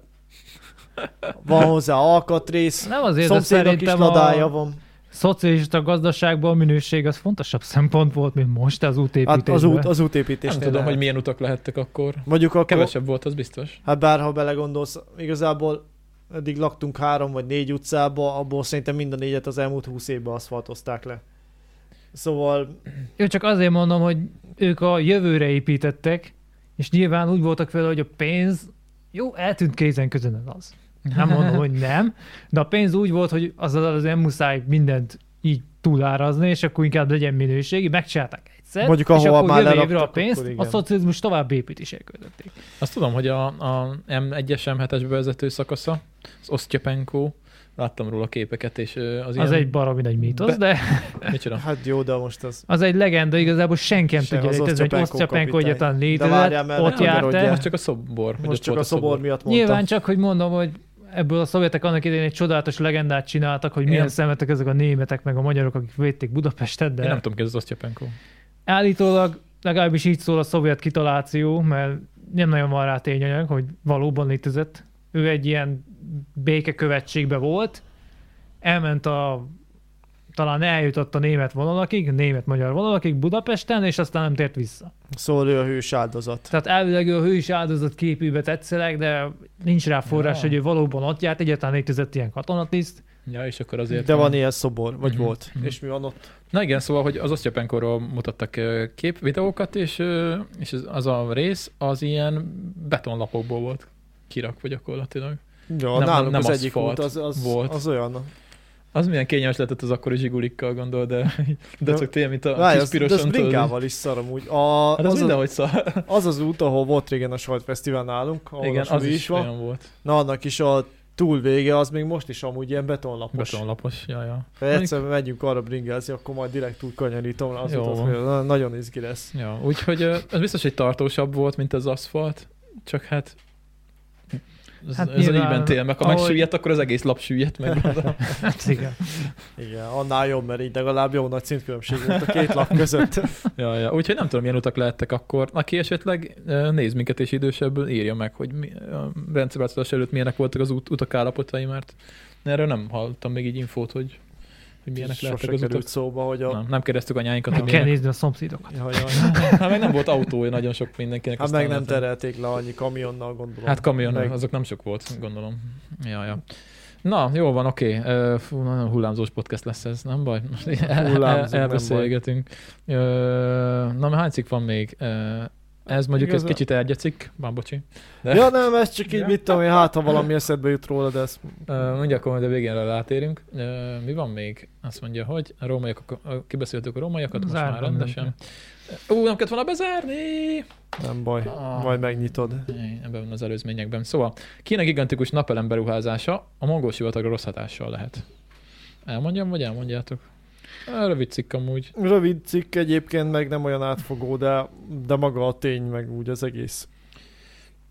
van hozzá alkatrész,
Nem azért, de
szomszédnak is
szerintem
ladája
a
van.
szocialista gazdaságban a minőség az fontosabb szempont volt, mint most az útépítésben.
Hát az, út, az
Nem
útépítésnél
tudom,
lehet.
hogy milyen utak lehettek akkor.
Mondjuk akkor,
Kevesebb volt, az biztos.
hát bárha belegondolsz, igazából eddig laktunk három vagy négy utcába, abból szerintem mind a négyet az elmúlt húsz évben aszfaltozták le. Szóval
Jó, csak azért mondom, hogy ők a jövőre építettek, és nyilván úgy voltak vele, hogy a pénz, jó, eltűnt kézen közön az az. Nem mondom, hogy nem, de a pénz úgy volt, hogy az az nem muszáj mindent így túlárazni, és akkor inkább legyen minőségi, megcsinálták egyszer,
Mondjuk,
és
ahova
akkor
már
jövő évre a
leraktak,
pénzt,
akkor igen.
a szocializmus tovább építésére kötötték.
Azt tudom, hogy a, a M1-es, M7-es bevezető szakasza, az Osztyapenko, láttam róla képeket, és ö, az,
Az
ilyen...
egy baromi nagy mítosz,
Be-
de
Micsoda?
hát jó, de most az...
az egy legenda, igazából senki nem
Se,
tudja
az
létezni, hogy
Osztyapenko
Osztyapenko
kapitány.
egyáltalán
De várjál,
létezett,
mert
ott
nem
járt
akarodjál.
el.
Most csak a szobor. hogy
Most
ott
csak
volt
a szobor miatt mondtam.
Nyilván csak, hogy mondom, hogy ebből a szovjetek annak idején egy csodálatos legendát csináltak, hogy milyen
Igen.
szemetek ezek a németek, meg a magyarok, akik védték Budapestet, de
Én nem tudom, ki ez az Osztyapenko.
állítólag legalábbis így szól a szovjet kitaláció, mert nem nagyon van rá tényanyag, hogy valóban létezett. Ő egy ilyen békekövetségbe volt, elment a talán eljutott a német vonalakig, német-magyar vonalakig Budapesten, és aztán nem tért vissza.
Szóval ő a hős áldozat.
Tehát elvileg ő a hős áldozat képébe tetszelek, de nincs rá forrás,
Ja.
hogy ő valóban ott járt, egyáltalán létezett ilyen katonatiszt.
Ja, és akkor azért...
De van ilyen szobor, vagy
Mhm.
volt.
Mhm.
És mi van ott?
Na igen, szóval, hogy az Osztyapenkorról mutattak ö, kép, videókat, és, ö, és az- az a rész az ilyen betonlapokból volt kirakva gyakorlatilag.
Ja,
Nem,
nálunk
nem
az egyik
aszfalt
út, az, az,
volt.
az olyan.
Az milyen kényelmes lehetett az akkori zsigulikkal, gondol, de, de
Ja.
csak tényleg, mint a
Várj,
kis
az, de
piros
az
öntől.
bringával is szar amúgy. A,
Hát az,
az, az,
mindenhogy szar.
az, az út, ahol volt régen a sajtfesztivál nálunk, ahol
Igen, az is
van.
olyan volt.
Na, annak is a túlvége, az még most is amúgy ilyen betonlapos. Beton.
Betonlapos, ja, ja.
Egyszer megyünk arra bringázni, akkor majd direkt úgy kanyarítom le az
Jó
utat,
van.
hogy na- nagyon izgi lesz.
ja. Úgyhogy ö, ez biztos, hogy tartósabb volt, mint az aszfalt, csak hát ez,
Hát
hát ezen így
nyilván,
mentél meg. Ha
ahogy-
megsüllyedt, akkor az egész lap süllyedt meg. gondolom.
Hát igen.
Igen, annál jobb, mert így legalább jó nagy szintkülönbség volt a két lap között.
ja, ja. Úgyhogy nem tudom, milyen utak lehettek akkor. Aki esetleg ö, néz minket és idősebb, írja meg, hogy mi, a rendszerváltozás előtt milyenek voltak az út, utak állapotai, mert erről nem hallottam még így infót, hogy, hogy milyenek
Sose
lehettek az utak.
került szóba, hogy a...
Nem, nem kérdeztük anyáinkat,
Meg
hogy
kell
milyenek
nézni a szomszédokat.
Ja, ja.
Hát meg nem volt autója nagyon sok mindenkinek.
Hát
aztán
meg nem
lehet,
terelték le annyi kamionnal, gondolom.
Hát kamion,
Meg-
azok nem sok volt, gondolom. Ja, ja. Na, jó van, oké. Okay. Fú, nagyon hullámzós podcast lesz ez, nem baj? Most így el-
Hullámzunk, nem
elbeszélgetünk. Ö, Na, mert hány cikk van még? Ö, Ez mondjuk egy
Igazán-
kicsit egy cikk, már bocsi.
Ja nem, ez csak így
Ja.
mit tudom én, hát ha valami eszedbe jut róla, de ezt
Ö, Mindjárt akkor majd a végén rátérünk. Ö, Mi van még? Azt mondja, hogy a rómaiak, ö, kibeszéltük a rómaiakat, most
Zárva
már rendesen. Ú, nem kellett volna bezárni!
nem baj,
Ah.
majd megnyitod.
ebben van az előzményekben. Szóval Kína gigantikus napelem beruházása a mongol sivatagra rossz hatással lehet. Elmondjam, vagy elmondjátok? Á, Rövid cikk amúgy.
Rövid cikk egyébként, meg nem olyan átfogó, de, de maga a tény, meg úgy az egész.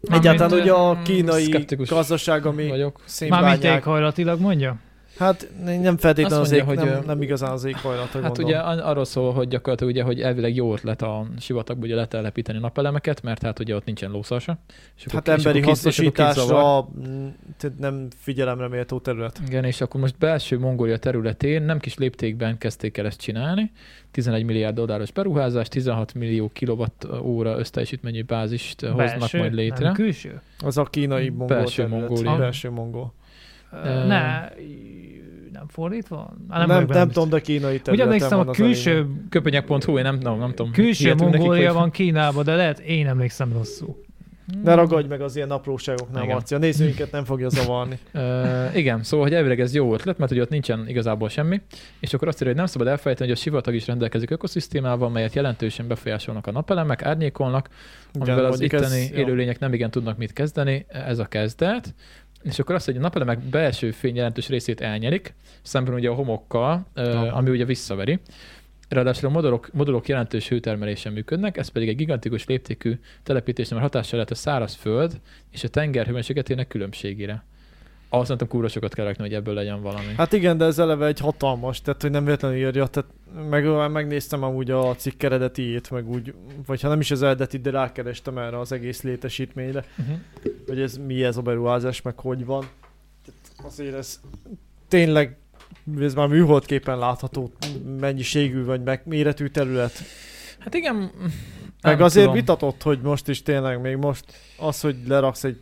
Mármint,
Egyáltalán ugye a
mm,
kínai
szkeptikus
gazdaság, ami
vagyok.
Mármint
szénbányák,
éghajlatilag mondja?
Hát nem feltétlenül
Azt
az ég,
mondja, hogy,
nem,
ö,
nem igazán az éghajlat, hogy
Hát
mondom.
ugye an- arról szól, hogy gyakorlatilag ugye, hogy elvileg jó ötlet a sivatagba ugye letelepíteni napelemeket, mert hát ugye ott nincsen lószalsa. És akkor-
Hát
és akkor
emberi
kis- és akkor kizavar.
hasznosításra mm, tehát nem figyelemre méltó terület.
Igen, és akkor most belső Mongolia területén nem kis léptékben kezdték el ezt csinálni. 11 milliárd dolláros beruházás, 16 millió kilowatt óra összteljesítményű bázist Belső, hoznak majd létre.
Nem, külső?
Az a kínai mongol
Belső
terület.
Mongólia.
Belső mongol.
Ö,
Ö,
Ne, nem fordítva?
Ah,
Á,
Nem, nem,
vagyok benne
nem
biztos.
tudom, de kínai területen
Úgy emlékszem,
van
a
az lényeg.
külső,
Köpenyek.hu, én nem, nem, nem tudom.
külső
hihetünk nekik,
Mongólia
hogy-
van Kínában, de lehet én emlékszem rosszul.
Ne ragadj meg az ilyen apróságoknál,
Mm. Igen.
Marci. A nézőinket nem fogja zavarni.
Ö, igen, szóval, hogy elvileg ez jó ötlet, mert ugye ott nincsen igazából semmi, és akkor azt írja, hogy nem szabad elfelejteni, hogy a sivatag is rendelkezik ökoszisztémával, melyet jelentősen befolyásolnak a napelemek, árnyékolnak, amivel az
mondjuk ez-
itteni
jó.
élőlények nem igen tudnak mit kezdeni, ez a kezdet. És akkor azt, hogy a napelemek belső fény jelentős részét elnyelik, szemben ugye a homokkal, ö,
Aha.
ami ugye visszaveri. Ráadásul a modulok, modulok jelentős hőtermelésen működnek, ez pedig egy gigantikus léptékű telepítésre már hatással lehet a szárazföld és a tenger hőmérsékletének különbségére. Azt mondtam, kúra sokat kell rakni, hogy ebből legyen valami.
Hát igen, de ez eleve egy hatalmas, tehát hogy nem véletlenül írja, tehát meg, megnéztem amúgy a cikk eredetiét, meg úgy, vagy ha nem is az eredeti, de rákerestem erre az egész létesítményre,
Uh-huh.
hogy ez mi ez a beruházás, meg hogy van. Tehát Azért ez tényleg ez már műholdképpen látható mennyiségű, vagy meg méretű terület.
Hát igen, nem
Meg azért
tudom.
vitatott, hogy most is tényleg még most az, hogy leraksz egy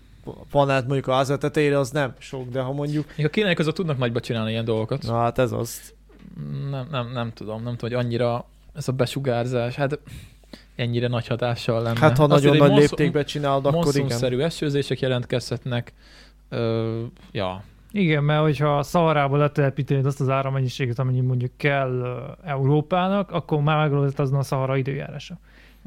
panelt mondjuk a ház tetejére, az nem sok, de ha mondjuk,
Még a kínaiak azok tudnak nagyba csinálni ilyen dolgokat.
na hát ez az.
Nem, nem, nem tudom, nem tudom, hogy annyira ez a besugárzás, hát ennyire nagy hatással lenne.
Hát ha
Azt
nagyon
írja,
nagy
hogy monsz-
léptékben csinálod, akkor igen.
Monszumszerű esőzések jelentkezhetnek. Ö, ja.
Igen, mert hogyha a szaharába letelepítenéd azt az áramennyiséget, amennyi mondjuk kell ö, Európának, akkor már megoldott azon a szahara időjárása.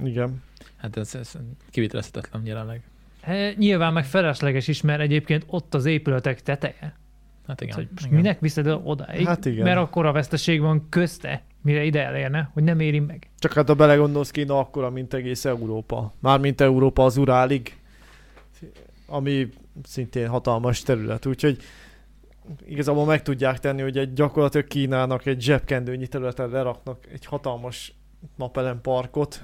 Igen.
Hát ez, ez kivitelezhetetlen jelenleg.
E, Nyilván meg felesleges is, mert egyébként ott az épületek teteje.
Hát igen.
Igen, hogy most
igen.
minek viszed el odáig?
Hát igen.
Mert akkor a veszteség van közte, mire ide elérne, hogy nem éri meg.
Csak hát ha belegondolsz Kína akkora, mint egész Európa. Mármint Európa az Urálig, ami szintén hatalmas terület. Úgyhogy igazából meg tudják tenni, hogy egy gyakorlatilag Kínának egy zsebkendőnyi területen leraknak egy hatalmas napelem parkot.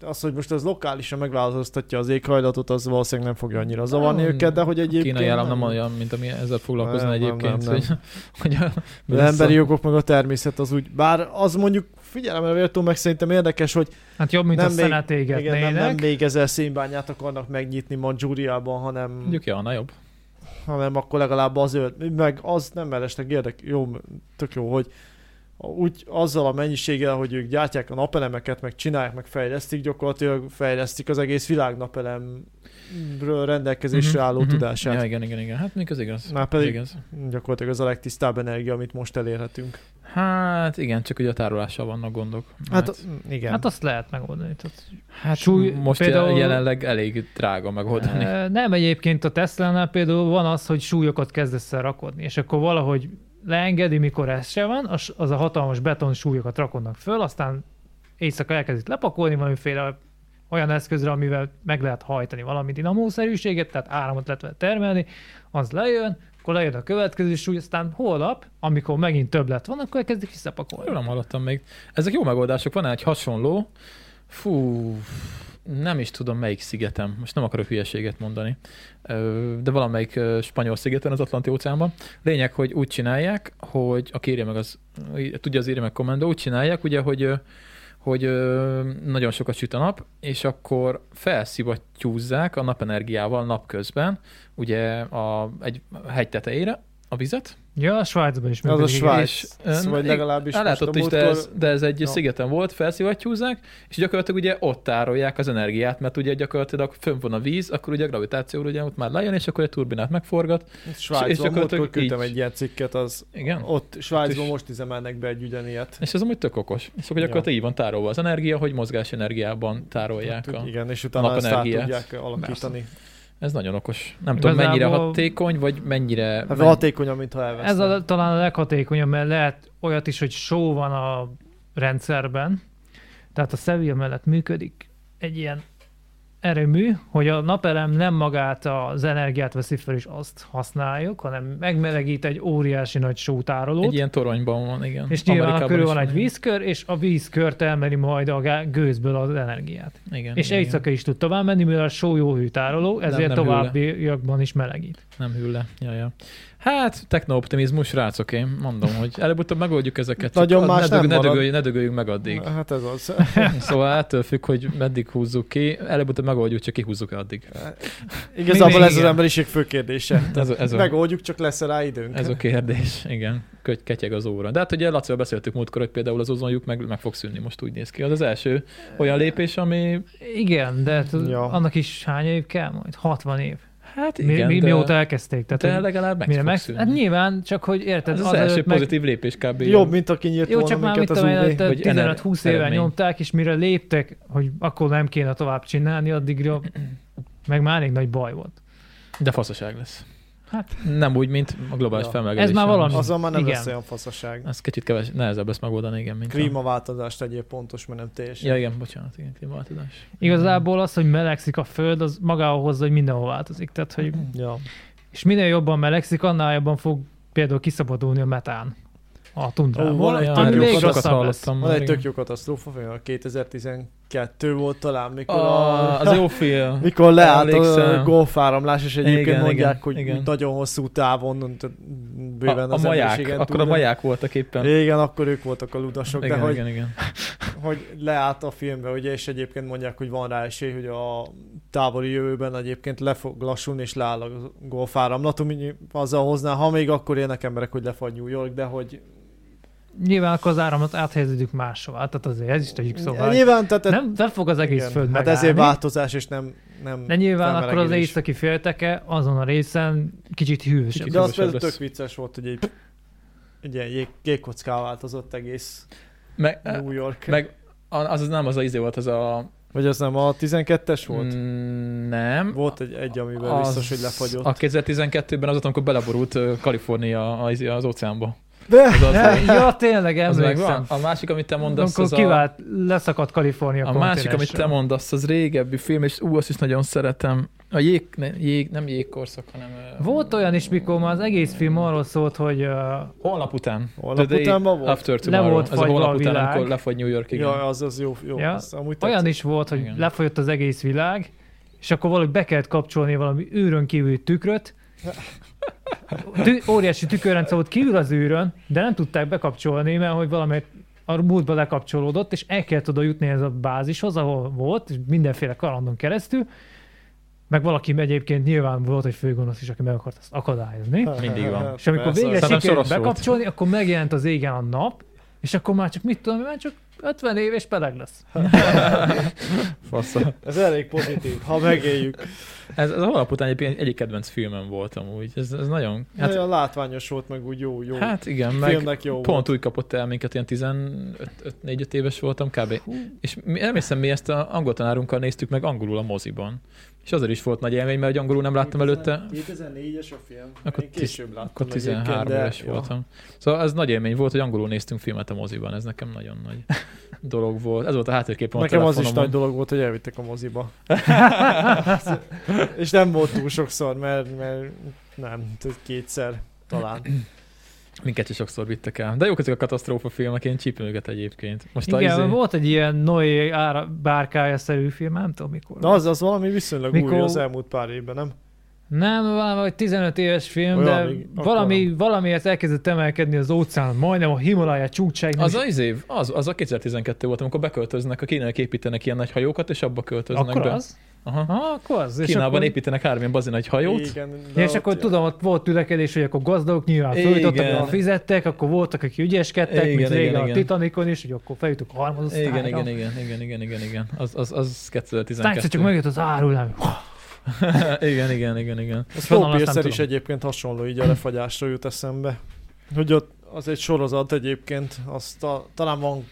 De Az, hogy most ez lokálisan megváltoztatja az éghajlatot, az valószínűleg nem fogja annyira zavarni
Nem,
őket, de hogy
A
egyébként...
kínai állam nem olyan, mint ami ezzel foglalkozna
Nem, nem,
egyébként.
nem, nem.
Hogy, hogy a,
Az emberi jogok meg a természet az úgy... Bár az mondjuk figyelemre véltó meg szerintem érdekes, hogy
Hát jobb, mint
Nem
nem a
még-
szenet
Igen, nem, nem
égetnének.
még ezer szénbányát akarnak megnyitni Mandzsúriában, hanem,
Mondjuk, ja, na jobb.
hanem akkor legalább az ölt. Meg az nem mellesleg érdek, jó, tök jó, hogy úgy azzal a mennyiséggel, hogy ők gyártják a napelemeket, meg csinálják, meg fejlesztik, gyakorlatilag fejlesztik az egész világ napelemről rendelkezésre
Mhm,
álló
mhm.
tudását.
Ja, igen, igen, igen. Hát még az igaz.
Már
Az
pedig
igaz.
gyakorlatilag az a legtisztább energia, amit most elérhetünk.
Hát igen, csak ugye a tárolással vannak gondok.
Hát
Mert-
igen.
Hát azt lehet megoldani. Tehát,
hát
súly-
most
például- Eh.
jelenleg elég drága megoldani.
Ö, nem egyébként a Tesla-nál például van az, hogy súlyokat kezdesz el rakodni, és akkor valahogy leengedi, mikor ez se van, az, az a hatalmas beton súlyokat rakodnak föl, aztán éjszaka elkezdik lepakolni valamiféle olyan eszközre, amivel meg lehet hajtani valami dinamószerűséget, tehát áramot lehet vele termelni, az lejön, akkor lejön a következő súly, aztán holnap, amikor megint többlet van, akkor elkezdik
Erről
visszapakolni.
nem hallottam még. Ezek jó megoldások, van egy hasonló. Fú, nem is tudom melyik szigetem, most nem akarok hülyeséget mondani, Ö, de valamelyik ö, spanyol szigeten az Atlanti óceánban. Lényeg, hogy úgy csinálják, hogy aki írja meg az, tudja az írja meg kommandó, úgy csinálják ugye, hogy ö, hogy ö, nagyon sokat süt a nap, és akkor felszivattyúzzák a napenergiával napközben, ugye a, egy hegy tetejére a vizet,
Ja, a Svájcban is
az a
működik, igen.
Svájc,
és-
vagy Szóval legalábbis
Hát
most a
látott is, de
múltkor-
ez, de ez egy
Ja.
no. szigeten volt, felszivattyúzzák, és gyakorlatilag ugye ott tárolják az energiát, mert ugye gyakorlatilag fönn van a víz, akkor ugye a gravitáció ugye ott már lejön, és akkor egy turbinát megforgat.
Svájcban,
És- és
és,
gyakorlatilag
múltkor küldtem
így.
egy ilyen cikket, az
Igen. Hát
ott Svájcban
is-
most üzemelnek be egy ugyanilyet.
És ez amúgy tök okos. És akkor
Ja.
gyakorlatilag így van tárolva az energia, hogy mozgásenergiában tárolják.
Hát,
A...
igen, és utána ezt át
napenergiát.
tudják alakítani.
Ez nagyon okos. Nem tudom,
Igazából-
mennyire hatékony, vagy mennyire...
Hát hatékonyabb, mint ha elvesznek.
Ez a, talán a leghatékonyabb, mert lehet olyat is, hogy só van a rendszerben. Tehát a Sevilla mellett működik egy ilyen erőmű, hogy a napelem nem magát az energiát veszi fel, és azt használjuk, hanem megmelegít egy óriási nagy sótárolót.
Egy ilyen toronyban van, igen.
És nyilván
Amerikában
körül
is
van egy vízkör, és a vízkört elmeri majd a gá- gőzből az energiát.
Igen,
És
igen,
éjszaka is tud tovább menni, mivel a só jó hőtároló, ezért
nem hűl le.
továbbiakban is melegít.
Nem hűl le. Ja, ja. Hát, technooptimizmus, rácok én, mondom, hogy előbb-utóbb megoldjuk ezeket. csak
Nagyon
ad- ne,
más nem
dög, ne,
marad.
dögöljünk, ne dögöljünk meg addig.
Hát ez az.
Szóval ettől függ, hogy meddig húzzuk ki. Előbb-utóbb megoldjuk, csak kihúzzuk addig.
Igazából
Mindig
ez az
igen.
emberiség fő kérdése.
Ez, a- ez, a,
Megoldjuk, csak lesz rá időnk.
ez a kérdés, igen. Köty, ketyeg az óra. De hát ugye Lacival beszéltük múltkor, hogy például az ozonjuk meg, meg fog szűnni, most úgy néz ki. Az az első olyan lépés, ami
Igen, de tud,
Ja.
annak is hány év kell majd? 60 év.
hát
Mi,
igen,
mi,
de,
mióta elkezdték? Tehát,
de
hogy
legalább meg
mire
fog
meg,
szűnni.
hát nyilván, csak hogy érted,
ez az,
az
első
előtt meg-
pozitív lépés kb.
Jobb, mint aki nyírt
Jó,
volna
csak már mit
minket az
tudom,
UV.
előtte
Vagy ener-
15-20 éve
eredmény.
nyomták, és mire léptek, hogy akkor nem kéne tovább csinálni, addigra meg már elég nagy baj volt.
De faszaság lesz.
Hát,
Nem úgy, mint a globális ja.
Ja.
felmelegedés.
Ez már valami.
Az...
Azzal már nem
Igen.
lesz olyan faszaság.
Ez kicsit keves, nehezebb lesz megoldani, igen, mint a...
Klímaváltozást egyéb pontos, mert nem teljesen.
Ja, igen, bocsánat, igen, klímaváltozás.
igazából az, hogy melegszik a föld, az magához hozza, hogy mindenhol változik. Tehát, hogy,
Ja.
és minél jobban melegszik, annál jobban fog például kiszabadulni a metán a
Ó,
tundrából.
van egy
Oh,
Ja,
tök
ami
jó
még
sokat
rosszabb lesz.
hallottam.
Van
már,
egy
igen.
tök jó katasztrófa, film, a 2012 volt talán, mikor,
Ah,
a,
az jó film.
mikor leállt a
Emlékszem.
golfáramlás, és egyébként
Igen,
mondják,
igen,
hogy
igen.
nagyon hosszú távon t-
A,
bőven
a
az
maják,
emberiségen
akkor a
túl, de-
maják voltak éppen.
Igen, akkor ők voltak a ludasok,
igen,
de hogy,
igen, igen.
hogy leállt a filmbe, ugye, és egyébként mondják, hogy van rá esély, hogy a távoli jövőben egyébként le fog lassulni, és leáll a golfáramlat, ami azzal hozná, ha még akkor élnek emberek, hogy lefagy New York, de hogy
Nyilván akkor az áramot áthelyeződik máshová, tehát azért ez is tegyük szóval. hogy
nyilván, tehát
Nem, nem fog az egész
Igen,
föld
Hát
megállni.
ezért változás, és nem... nem
De nyilván
nem
akkor az
melegedés.
északi félteke azon a részen kicsit hűvösebb.
Kicsit
De az
hűvösebb
például
lesz.
tök vicces volt, hogy egy, egy ilyen jég, jégkocká változott egész
Meg, eh,
New York.
meg az, az nem az a izé volt, az a...
Vagy az nem a 12-es volt? Mm,
Mm, Nem.
volt egy, egy amiben
Az-
biztos, hogy lefagyott.
A 2012-ben az ott, amikor beleborult ö, Kalifornia az, az óceánba.
De
Az az, volt.
Ja, tényleg
az
emlékszem.
megvan. A másik, amit te mondasz,
Akkor
az a...
kivált, leszakadt Kalifornia
A másik, amit te
kontinensről.
mondasz, az régebbi film, és ú, azt is nagyon szeretem. A jég, ne, jég nem jégkorszak, hanem... ö,
Volt olyan is, mikor már az egész film arról szólt, hogy uh,
Holnap után.
Holnap
The day
utánban volt?
After tomorrow.
volt
Ez a
fagyva a
holnap után,
világ.
amikor lefagy New York, igen.
Ja, az, az jó. jó
Ja,
ja, az amúgy
olyan
tetszett.
is volt, hogy
Igen.
lefolyott az egész világ, és akkor valahogy be kellett kapcsolni valami űrön kívüli tükröt. Tü- óriási tükörrendszer volt kívül az űrön, de nem tudták bekapcsolni, mert hogy valamelyik a múltba lekapcsolódott, és el kellett oda jutni ez a bázishoz, ahol volt, és mindenféle kalandon keresztül, meg valaki egyébként nyilván volt egy főgonosz is, aki meg akart ezt akadályozni.
Mindig van.
És
Hát,
amikor
Persze,
végre
az-
Szerintem
sikerült
soros volt.
bekapcsolni, akkor megjelent az égen a nap, és akkor már csak mit tudom, én, már csak 50 év és peleg lesz.
Fasza.
Ez elég pozitív, ha megéljük.
Ez, ez a holnap után egyébként egyik kedvenc filmem volt amúgy. Ez, ez nagyon...
Hát,
Hát,
olyan látványos volt, meg úgy jó, jó.
hát igen,
meg
meg
filmnek jó volt.
pont úgy kapott el minket, ilyen 15-4-5 éves voltam kb. És mi, emlékszem, mi ezt a angol tanárunkkal néztük meg angolul a moziban. És azért is volt nagy élmény, mert hogy angolul nem láttam előtte.
2004-es a film.
Akkor
Én
tíz-
később láttam
Akkor
egyébként,
13
de-
éves
ja.
voltam. Szóval ez nagy élmény volt, hogy angolul néztünk filmet a moziban. Ez nekem nagyon nagy dolog volt. Ez volt a háttérképen a
Nekem az is nagy
telefonomon.
dolog volt, hogy elvittek a moziba. és nem volt túl sokszor, mert, mert nem, tehát kétszer talán.
Minket is sokszor vittek el. De jók ezek a katasztrófa filmek, én csípem őket egyébként. Most
Igen,
a izé...
volt egy ilyen Noé ára, bárkája-szerű film, nem tudom mikor.
Na az, az valami viszonylag Mikor... új
Mikor-
az elmúlt pár évben, nem?
Nem, valami vagy 15 éves film,
Olyan
de
még, akkor
valami,
nem.
valamiért elkezdett emelkedni az óceán, majdnem a Himalája csúcsáig. nem
Az
is-
az év, az, az a 2012 volt, amikor beköltöznek, a kínaiak építenek ilyen nagy hajókat, és abba költöznek
Akkor
be.
az?
Aha.
Ah, akkor az.
Kínában
és akkor,
építenek három ilyen bazi nagy hajót.
Igen,
Ja, és akkor
ott-
tudom, ott volt tülekedés, hogy akkor gazdagok nyilván fölítottak,
Igen.
ahol fizettek, akkor voltak, akik ügyeskedtek, igen, mint
Igen,
régen
igen,
a
igen.
Titanicon is, hogy akkor feljutok a harmadosztályra.
Igen, igen, igen, igen, igen, igen, igen. Az, az, az
Aztán egyszer
2012.
csak megjött az árullám.
igen, igen, igen, igen.
A
És onnan azt nem
Snowpiercer is
tudom.
egyébként hasonló, így a lefagyásra jut eszembe. Hogy ott az egy sorozat egyébként, azt a, talán van,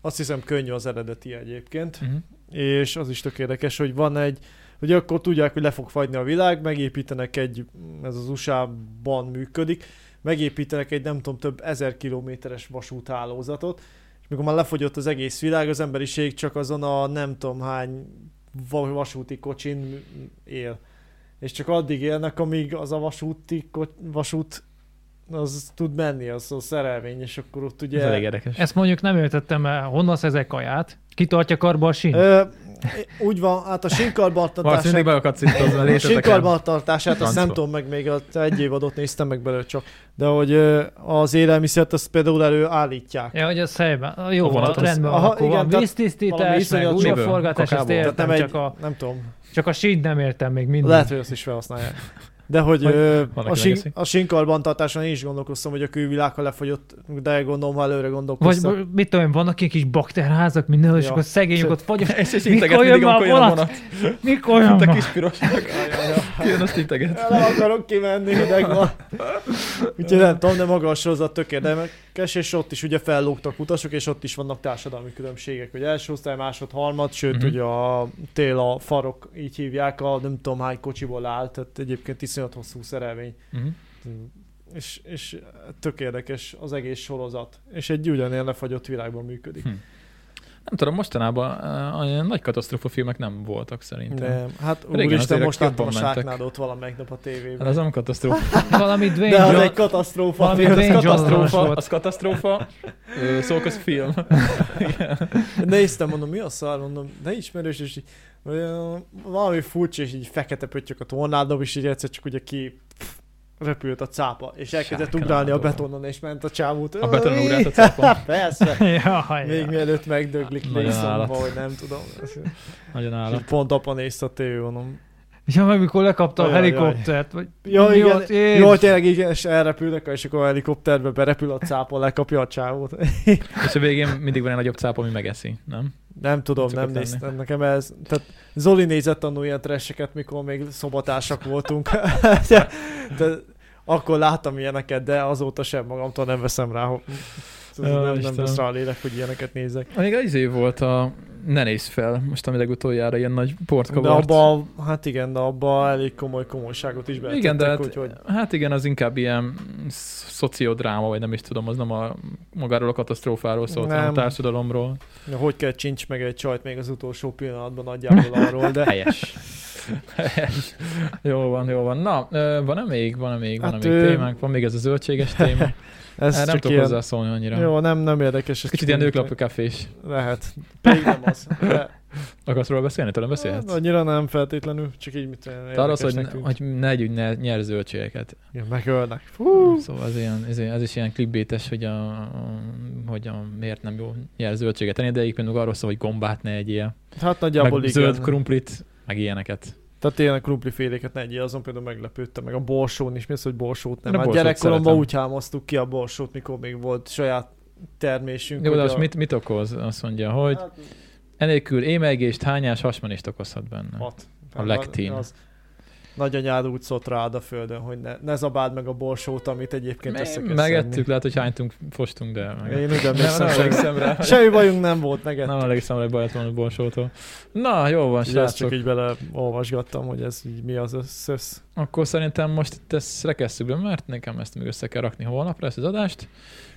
azt hiszem könnyű az eredeti egyébként,
Uh-huh.
és az is tök érdekes, hogy van egy, hogy akkor tudják, hogy le fog fagyni a világ, megépítenek egy, ez az USA-ban működik, megépítenek egy nem tudom több ezer kilométeres vasúthálózatot, és mikor már lefogyott az egész világ, az emberiség csak azon a nem tudom hány va- vasúti kocsin él. És csak addig élnek, amíg az a vasúti ko- vasút az tud menni, az a szerelvény, és akkor ott
Ez elég
ugye...
érdekes.
Ezt mondjuk nem értettem el, honnan szerzek kaját, ki tartja karba a sín?
Ö, úgy van, hát a
Valószínűleg
sinkarbantartás
mindig be akadsz itt az a
A
létezeken.
sinkarbantartását azt nem
Francba.
tudom, meg még ott egy évadot néztem meg belőle csak. De hogy ö, az élelmiszert azt például előállítják.
Ja, hogy az helyben. Jó,
A
van,
vonat az-
rendben van,
Aha,
akkor
igen,
van
tehát valami
víztisztítás, meg
iszonyat
sok-
újraforgatás, ezt
Kakából.
értem,
Tehát nem, egy,
csak, a,
nem tudom,
csak a sínt nem értem még mindig.
Lehet, hogy azt is felhasználják. De hogy ö,
Van,
a,
aki
sin-
legeszi.
a sinkarbantartáson én is gondolkoztam, hogy a külvilág, ha lefogyott, de gondolom, ha előre
Vagy
gondolkoztam.
b- mit tudom, én, vannak ilyen kis bakterházak mindenhol, és
Ja.
akkor szegények ott fagyos.
És, és
Mikor
integet
jön
mindig,
már
amikor jön a
vonat?
vonat.
Mikor olyan
Te
van?
kis pirosnak. Jön, azt integet.
Nem akarok kimenni, hideg van. Úgyhogy nem tudom, de maga a sorozat tök érdekes, és ott is ugye fellógtak utasok, és ott is vannak társadalmi különbségek, hogy első osztály, másod, harmad, sőt
Mhm.
ugye a tél a farok, így hívják, a nem tudom hány kocsiból áll, tehát egyébként iszonyat hosszú szerelvény.
Mhm.
Hm.
És, és tök érdekes az egész sorozat, és egy ugyanilyen lefagyott világban működik.
Hm. Nem tudom, mostanában eh, olyan nagy katasztrófa filmek nem voltak szerintem.
De, hát
Hm. Régen
úristen,
azért
most láttam a
jobban mentek.
sáknádot valamelyik nap a tévében.
Hát az nem katasztrófa.
Valami Dwayne
De az
Johnson.
egy katasztrófa
valami
film.
Az
Dwayne Johnson-os
katasztrófa,
volt.
az katasztrófa, ö, szóköz film.
Néztem, mondom, mi a szar, mondom, de ismerős, és így, ö, valami furcsa, és így fekete pöttyök a tornádom, és így egyszer csak ugye ki pff, repült a cápa, és elkezdett
Sárkánál
ugrálni a
dolga.
betonon, és ment a csámút.
A betonon ugrált a cápa.
Persze.
Jaj,
Még mielőtt megdöglik
Nagyon állat.
lészomba, vagy nem tudom. És
Nagyon állat.
így Pont apa nézte a tévé, mondom.
Ja, meg mikor lekapta a
Jaj, jaj.
helikoptert, vagy
Ja,
Mi
igen,
volt? Jézus.
jó, tényleg igen, és elrepülnek, és akkor a helikopterbe berepül a cápa, lekapja a csávót.
És a végén mindig van egy nagyobb cápa, ami megeszi, nem?
Nem tudom,
Csak
nem
ott lenni.
néztem nekem ez. Tehát Zoli nézett annó ilyen tresseket, mikor még szobatársak voltunk. de, de, akkor láttam ilyeneket, de azóta sem magamtól nem veszem rá, hogy
Ó,
nem, nem
Istenem.
vesz rá a lélek, hogy ilyeneket nézek.
Még az izé volt a Ne nézz fel, most ami legutoljára ilyen nagy port
De
kavart.
abba, hát igen, de abba elég komoly komolyságot is betettek,
Igen, de hát,
úgyhogy
hát igen, az inkább ilyen sz- szociodráma, vagy nem is tudom, az nem a magáról a katasztrófáról szólt, hanem a
Nem.
társadalomról.
na, hogy kell csincs meg egy csajt még az utolsó pillanatban nagyjából arról, de
Helyes. Helyes. Jó van, jó van. Na, ö, van-e még, van-e még, van-e
Hát,
még
ö,
témánk? Van még ez a zöldséges téma?
ez
Ez Hát nem
csak
tudok
ilyen...
hozzászólni annyira. Jó.
Jó, nem, nem érdekes. Ez
Kicsit
csak
ilyen
úgy-
nőklapú kafés.
Lehet. Pedig nem az. De,
Akarsz róla beszélni? Tőlem beszélhetsz?
Hát, Annyira nem feltétlenül, csak így mit tudom,
Te arra szól,
érdekesnek
hogy,
tűnt.
hogy ne együtt ne nyer zöldségeket.
Igen, megölnek. Fú.
Hú. Szóval az, ilyen, ez, ilyen- ez is ilyen clickbaites, hogy, a, hogy a, miért nem jó nyer zöldséget enni, de egyébként meg arról szól, hogy gombát ne egyél.
Hát
Meg
nagyjából igen.
zöld krumplit, meg ilyeneket.
Tehát ilyen krumpliféléket ne egyél, azon például meglepődtem, meg a borsón is, mi az, hogy borsót nem.
Én a
Hát
borsót
gyerekkoromban
szeretem.
úgy hámoztuk ki a borsót, mikor még volt saját termésünk.
Jó, de
hogy
most
a...
mit, mit okoz? Azt mondja, hogy
Hát,
enélkül émelgést, hányás, hasmenést okozhat benne.
hat.
A lektin.
Hát, Az... Nagyanyád úgy szólt rád a földön, hogy ne, ne zabáld meg a borsót, amit egyébként eszek
Me- megettük, lehet, hogy hánytunk, fostunk, de meg...
Én úgy
nem, nem
emlékszem, semmi,
emlékszem rá.
semmi bajunk nem volt, megettük.
Nem emlékszem rá, hogy bajt van a borsótól. Na, jó van,
Úgyhogy ezt csak
srácok.
így beleolvasgattam, hogy ez így mi az összesz.
Akkor szerintem most itt ezt rekesszük be, mert nekem ezt még össze kell rakni holnapra, ezt az adást.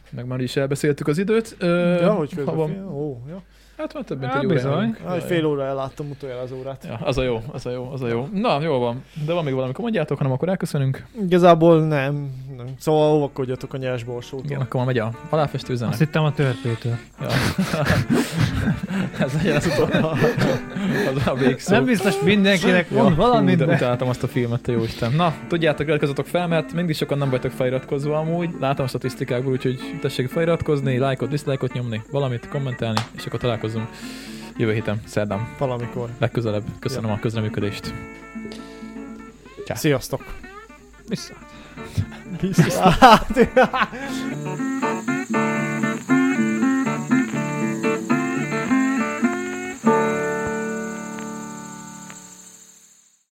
Meg már is elbeszéltük az időt. Ö,
Ja, hogy
ha
közben
van-
fél? Ó, ja.
Hát van több mint
Á,
egy óra.
bizony.
előnk.
Hát,
Ja,
fél
ja.
óra elláttam utoljára az órát.
Ja, az a jó, az a jó, az a jó. Na, jó van. De van még valami, akkor mondjátok, hanem akkor elköszönünk.
Igazából nem. nem. Szóval óvakodjatok a nyers borsótól.
Igen, akkor már megy a aláfestő
Azt
üzenet.
hittem a törpétől.
Ja. Ez legyen az utolsó. Az a végszó.
Nem biztos mindenkinek
Ja,
mond valamit,
hú, de
de...
utáltam azt a filmet, te jó Isten. Na, tudjátok, iratkozzatok fel, mert mindig sokan nem vagytok feliratkozva amúgy. Látom a statisztikákból, úgyhogy tessék feliratkozni, lájkot, diszlájkot nyomni, valamit kommentálni, és akkor találkozunk jövő héten, szerdán,
Valamikor.
legközelebb. Köszönöm a közreműködést. Ja.
Sziasztok!
Vissza.
Hát, Viszlát.